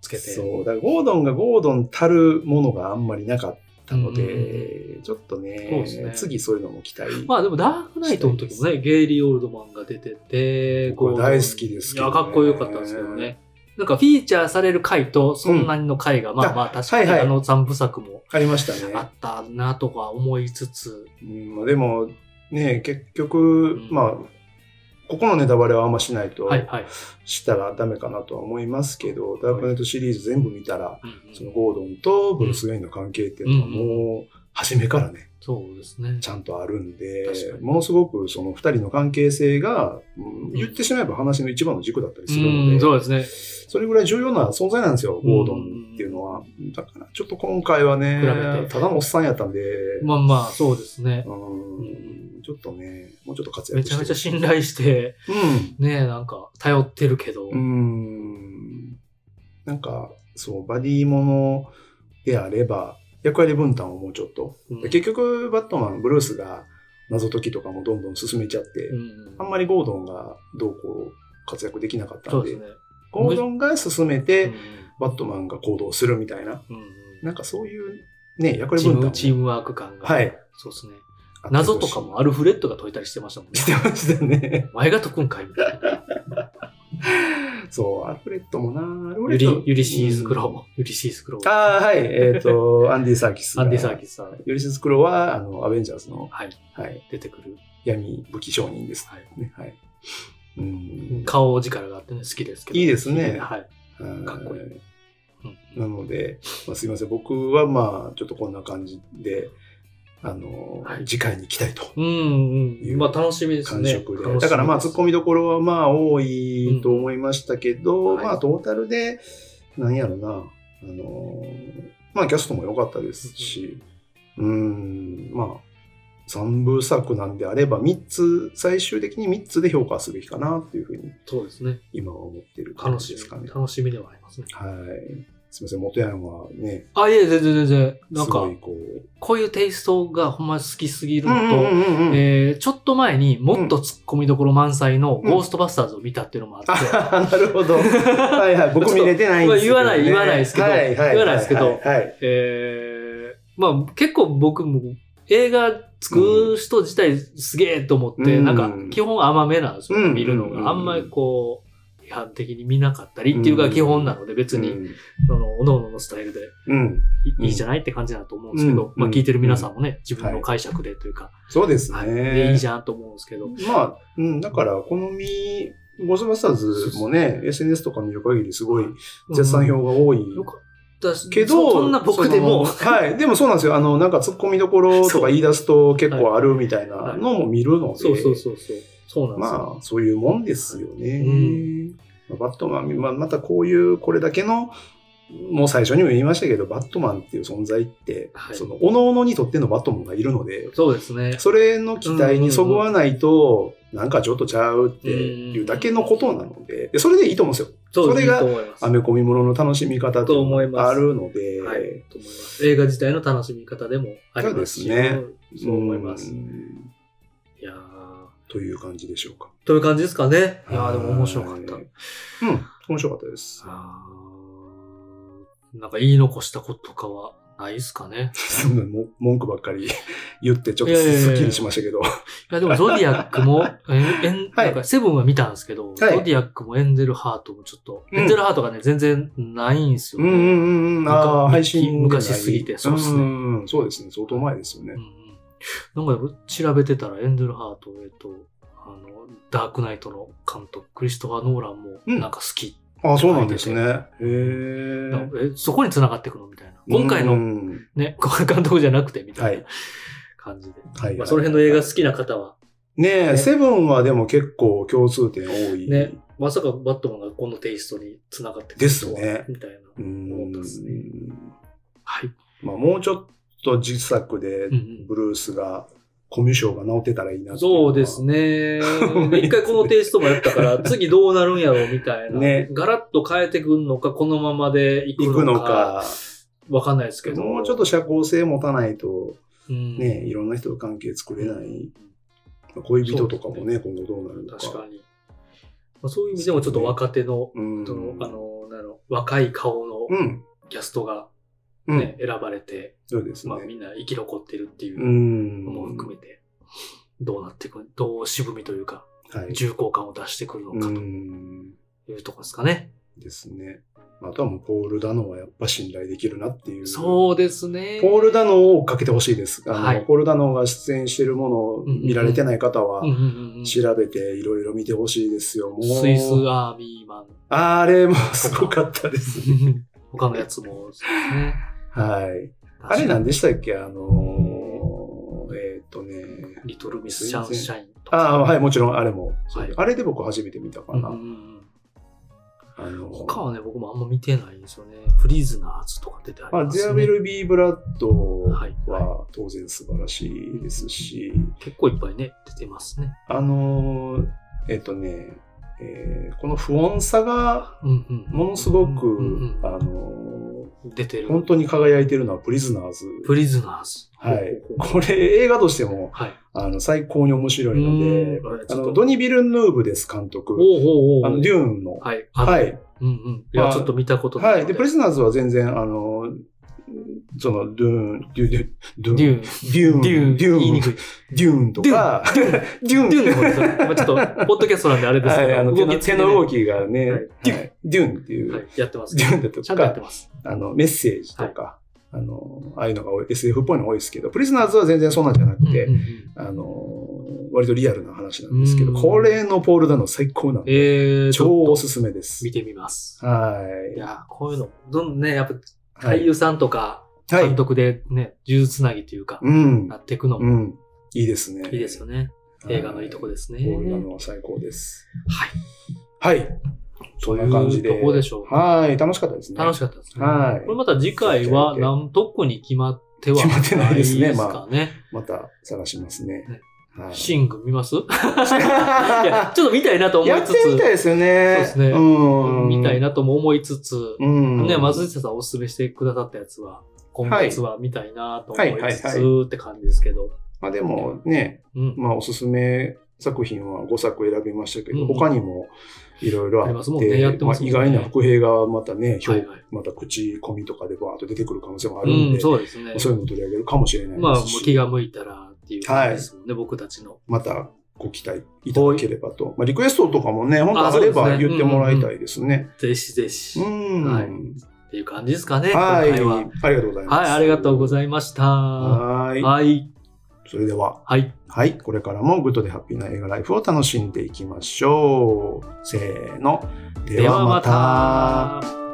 S1: つけて。
S2: そう。だから、ゴードンがゴードンたるものがあんまりなかったの
S1: うんうん
S2: で、ちょっとね
S1: そうですね
S2: 次そういうのも期待。
S1: まあでも、ダークナイトの時もね、ゲイリー・オールドマンが出てて、
S2: 僕は
S1: こう
S2: 大好きですけどね
S1: いや、かっこよかったんですけどね。なんか、フィーチャーされる回と、そんなにの回が、まあまあ、確かに
S2: はいはい
S1: あの3部作も
S2: ありましたね。
S1: あったなとか思いつつ、
S2: うんまあ、でも、ね、結局、
S1: ん
S2: まあ、ここのネタバレはあんましないと
S1: はいはい。
S2: したらダメかなとは思いますけど、ダークナイトシリーズ全部見たら、
S1: うんうん
S2: そのゴードンとブルース・ウェインの関係っていうのはもう、初めからね、
S1: そうですね
S2: ち。ゃんとあるんで
S1: 確か、に
S2: ものすごくその二人の関係性が、うん
S1: ん
S2: 言ってしまえば話の一番の軸だったりする
S1: うん、
S2: の
S1: そ
S2: で、
S1: うですね。
S2: それぐらい重要な存在なんですよ、
S1: うん
S2: ゴードンっていうのは。だから、ちょっと今回はね
S1: 比べ、て
S2: ただのおっさんやったんで、
S1: まあまあ、そうですね。
S2: うんちょっとね、もうちょっと活
S1: め
S2: 躍
S1: ちゃめちゃ
S2: して。
S1: 信頼して、
S2: うん。
S1: ねえ、なんか、頼ってるけど、
S2: うん。なんか、そう、バディものであれば、役割分担をもうちょっと。
S1: うん
S2: 結局、バットマン、ブルースが謎解きとかもどんどん進めちゃって、
S1: うん
S2: あんまりゴードンがどうこう活躍できなかった
S1: そ
S2: ん
S1: うで
S2: で、
S1: すね。
S2: ゴードンが進めて、
S1: うん
S2: バットマンが行動するみたいな、
S1: うん
S2: なんかそういうね、
S1: う
S2: 役
S1: ん
S2: 割
S1: チー
S2: 分担
S1: ム、
S2: も
S1: チームワーク感が。
S2: はい。
S1: そうですね。謎とかもアルフレッドが解いたりしてましたもんね
S2: し。てましたね。
S1: お前が解くんかいみたいな。
S2: そう、アルフレッドもな、アルフレ
S1: ユ
S2: ッド
S1: リ、ユリシーズ・クロー。ユリシーズ・クロ
S2: あ
S1: ー。
S2: あ、はい。えっ、と、アンディ・サーキス。
S1: アンディ・サー
S2: ス。
S1: キスさん、
S2: ユリシス・クロは、あの、アベンジャーズの、
S1: はい、
S2: はい、
S1: 出てくる。
S2: 闇武器商人です。
S1: はい
S2: ね、はい。うん。
S1: 顔力があってね、好きですけど。
S2: いいですね
S1: はい。かっこい
S2: い。
S1: うん
S2: なので、まあ、すいません。僕は、まあ、ちょっとこんな感じで、あの、
S1: はい
S2: 次回に行きたいと。
S1: うんうん。まあ楽しみです
S2: 感
S1: ね。
S2: 触
S1: 楽
S2: で。
S1: しみ
S2: だからまあ、突っ込みどころはまあ、多いと思いましたけど、
S1: うん
S2: まあ、トータルで、なんやろな、あのーまあ、キャストも良かったですし、うん、まあ、三部作なんであれば、三つ、最終的に三つで評価すべきかな、というふうに、
S1: そうですね。
S2: 今は思っている感
S1: 楽
S2: じ
S1: し
S2: ですか
S1: み。
S2: ね。
S1: 楽しみではありますね。
S2: はい。すみません、元ヤンはね、
S1: あ、いえ、全然全然。な
S2: す
S1: んか
S2: ご、いこう、
S1: こういうテイストがほんま好きすぎるのと、
S2: うんうんうんうん
S1: えーちょっと前にもっと突っ込みどころ満載のゴーストバスターズを見たっていうのもあって、
S2: あなるほど。はいはい。僕見れてないんですけど、
S1: まあ言わ
S2: ね。
S1: ない言わないですけど
S2: はいはいは
S1: 言わないですけど
S2: はいはい。
S1: えーまあ結構僕も映画作る人自体すげえと思って、
S2: うん
S1: なんか基本甘めなんですよ、
S2: うん
S1: 見るの
S2: うん
S1: が。あんまりこう、批判的に見なかったりっていうが基本なので別に、その、おのののスタイルで
S2: うん。
S1: いいいじゃないって感じだと思うんですけど、
S2: うん
S1: まあ聞いてる皆さんもね、自分の解釈でというか、
S2: そうです
S1: はいでいい
S2: ね
S1: じ。ゃんと思うんですけど、
S2: まあ、うん、だから、好み、ゴーストバスターズもね、SNS とか見る限りすごい絶賛票が多い。
S1: よかったし
S2: け
S1: そ
S2: ど、
S1: そんな僕でも、
S2: そのはい。でもそうなんですよ。あの、なんか突っ込みどころとか言い出すと結構あるみたいなのも見るので。
S1: そうそうそうそう。そうなんですよ。
S2: まあ、そういうもんですよね。
S1: うん
S2: まあバットマン、まあ、またこういう、これだけの、もう最初にも言いましたけど、バットマンっていう存在って、
S1: はい
S2: その、おののにとってのバットマンがいるので、
S1: そうですね。
S2: それの期待にそぐわないと、なんかちょっとちゃうっていうだけのことなので、でそれでいいと思うんですよ。
S1: そう
S2: それが
S1: いいと思います。
S2: アメコミものの楽しみ方っていう
S1: と
S2: の
S1: 思います
S2: があるので、
S1: はい、と思います。映画自体の楽しみ方でもありますし、
S2: そうですね
S1: うんそう思います。
S2: う
S1: い
S2: ん
S1: やー
S2: という感じでしょうか。
S1: という感じですかね。いやーでも面白かった
S2: は。いうん、面白かったです。
S1: あーなんか言い残したこととかはないですかね。
S2: そんなも文句ばっかり 言って、ちょっ
S1: い
S2: と
S1: やいやいや
S2: すっきりしましたけど。
S1: いや、でも、ゾディアック も、えんえん
S2: はい
S1: なんか、セブンは見たんですけど、ゾディアックもエンゼルハートもちょっと、
S2: うん
S1: エンゼルハートがね、全然ないんですよね。
S2: んうんああ、配信
S1: 昔すぎてそ
S2: そうう
S1: で
S2: ですす
S1: ね
S2: ね。うんそうですね。相当前ですよね
S1: う。んうんなんか調べてたらエンゼルハート、えっと、あの、ダークナイトの監督、クリストファー・ノーランも
S2: うん
S1: なんか好き。
S2: ああ、そうなんですね。へ
S1: なん
S2: え。
S1: かえそこに繋がってくのみたいな。今回
S2: う
S1: の
S2: ん
S1: ね、 この監督じゃなくてみたい
S2: は
S1: ない感じで。
S2: はい
S1: まあ、その辺の映画好
S2: ね
S1: きな方は、
S2: え、
S1: ね
S2: セブンはでも結構共通点多い。
S1: ねまさかバットマンがこのテイストに繋がってくる
S2: です
S1: とは
S2: ね
S1: みたいな
S2: う
S1: 思っ
S2: ん
S1: たですね。はい。
S2: まあ、もうちょっと自作で
S1: うんうん
S2: ブルースが、コミュ障が治ってたらいいなっていのは
S1: そうです。 ね。一回このテイストもやったから、次どうなるんやろうみたいな。
S2: ね
S1: ガラッと変えてくんのか、このままでいく
S2: 行く
S1: の
S2: の
S1: か、
S2: か、
S1: わかんないですけど。
S2: もうちょっと社交性持たないと、
S1: うん、
S2: ね、いろんな人と関係作れな
S1: う
S2: い
S1: ん、
S2: 恋人とかもね、
S1: そ
S2: 今後どうなるのか。
S1: 確かに。まあ、そういう意味でもちょっと若手の、
S2: うん。
S1: そのあの、なの、若い顔の
S2: うん。
S1: キャストが
S2: うん。
S1: ね、選ばれて、
S2: そうですね。。
S1: まあみんな生き残ってるっていううんのも含めて、どうなっていく、どう渋みというか、
S2: はい。
S1: 重厚感を出してくるの
S2: う
S1: か
S2: ん。
S1: というところですかね。
S2: ですね。あとはもう、ポール・ダノはやっぱ信頼できるなっていう。
S1: そうですね。
S2: ポール・ダノを追っかけてほしいです。あの、
S1: はい
S2: ポール・ダノが出演してるものを見られてない方は
S1: うん、うんうんうん
S2: 調べていろいろ見てほしいですよ。もう。
S1: スイスアーミーマン。
S2: あれもすごかったですね。
S1: 他のやつも、そうですね。
S2: はい。 あれ何でしたっけあのーえーっとね。
S1: リトルミス・シャンシャインとか。
S2: ああ、はい、もちろん、あれも。
S1: はい
S2: あれで僕初めて見たか
S1: うんう
S2: な。
S1: んうん
S2: あの
S1: 他はね、僕もあんま見てないんですよね。プリズナーズとか出てあり
S2: まあ、
S1: ます
S2: ゼア
S1: ね
S2: ベ。ル・ビー・ブラッド
S1: はい
S2: は当然素晴らしいですし、
S1: 結構いっぱいね、出てますね。
S2: あのー、えっとね、えーこの不穏さが
S1: うんうん
S2: ものすごく、
S1: うんうん
S2: あの
S1: 出て
S2: ー
S1: る。
S2: 本当に輝いてるのはプリズナーズ。
S1: プリズナーズ。
S2: はい
S1: ほうほうほう
S2: これ映画としても
S1: はい。
S2: あの最高に面白いので
S1: うーんあれ、ちょ
S2: あ
S1: っと
S2: のドニ・ビルヌーブです、監
S1: おう
S2: 督。
S1: おうおう
S2: あのデューンの。
S1: はい。あ
S2: はい。
S1: うんうん。いや、
S2: まあ
S1: ちょっと見たことない
S2: は
S1: の
S2: い。で、プリズナーズは全然、あの、その、ドゥーン、デュデュ、ドゥ
S1: デ
S2: ー
S1: ュ
S2: ン、
S1: ー
S2: デューン、
S1: ン、デューン、
S2: デュ
S1: 言い
S2: ーン
S1: に、くい。
S2: デューンとか、デューン、
S1: デューンの方ですよまあちょっと、ポッドキャストなんであれです
S2: は
S1: け
S2: い、あ
S1: ど、
S2: の手の
S1: 付き
S2: 手
S1: で
S2: の
S1: ね
S2: 動きがね、
S1: はい
S2: デューンデューンっていう、
S1: はいやってます。
S2: デューンだと
S1: ちゃんとやって
S2: か、
S1: ます。
S2: あの、メッセージとか、あの、ああいうのが多い SF っぽいの多いですけど、プリズナーズは全然そんなんじゃなくて、
S1: うんうんうん
S2: あの、割とリアルな話なんですけど、
S1: うん
S2: これのポールダの最高なの
S1: え
S2: で、
S1: ー、
S2: 超お
S1: ちょっ
S2: すすめで
S1: と
S2: す
S1: 見。てみます。い
S2: は
S1: やー、こういうの、どんどんね、やっ
S2: い。
S1: ぱ俳優さんとか、
S2: はい
S1: 監督でね、呪術つなぎというか、
S2: うん
S1: な。っていくの
S2: う
S1: も
S2: ん。いいですね。
S1: いいですよね。映画のいいとこですね。
S2: ポールダの最高です。
S1: はい。
S2: はい。そんな感じで。
S1: というとこでしょう
S2: はい。楽しかったですね。
S1: 楽
S2: し
S1: しかったですね。
S2: はい
S1: これまた次回は、
S2: そう
S1: なん、特に決まっては
S2: 決まってないですね
S1: ないかね。
S2: また探しますね
S1: ね。
S2: はい。
S1: シング見ます いや、ちょっと見たいなと思
S2: や
S1: い
S2: っ
S1: つ
S2: て
S1: つ、
S2: みたいですよね。
S1: そうですね
S2: うん。
S1: 見たい。なとも思いつつ、
S2: うん。
S1: ね、松下さんおすすめしてくださったやつは、今月は見たいなと思いつ
S2: はい
S1: つ
S2: はい
S1: って感じですけど。
S2: まあでもね、
S1: うん。
S2: まあおすすめ作品は5作選びましたけど、
S1: うん
S2: 他にもいろいろ
S1: あり
S2: あ
S1: ま
S2: っ
S1: すもんねやって
S2: て、ま
S1: ま
S2: あ
S1: すもん
S2: 意
S1: ね
S2: 外な伏兵がまたね、評
S1: はいはい
S2: また口コミとかでバーッと出てくる可能性もあるん
S1: う
S2: で、
S1: ん、そうですね。
S2: そういうのを取り上げるかもしれないですし、
S1: まあ、もう気が向いたらっていう感じですもんね、僕たちの。
S2: またご期待いただければと。まあ、リクエストとかもね、本当
S1: あ
S2: あれ
S1: そう
S2: ば
S1: ですね
S2: 言ってもらいたいですね。
S1: ぜひぜひ。
S2: う
S1: っ
S2: ん。
S1: は
S2: はいい。
S1: ていう感じですかね、今回は。はい、
S2: ありがとうございます。
S1: ありがとうご
S2: い
S1: ざいました。
S2: はい。
S1: はい。
S2: それでは、
S1: はい。
S2: はい。これからもグッドでハッピーな映画ライフを楽しんでいきましょう。せーの。ではまた。
S1: た。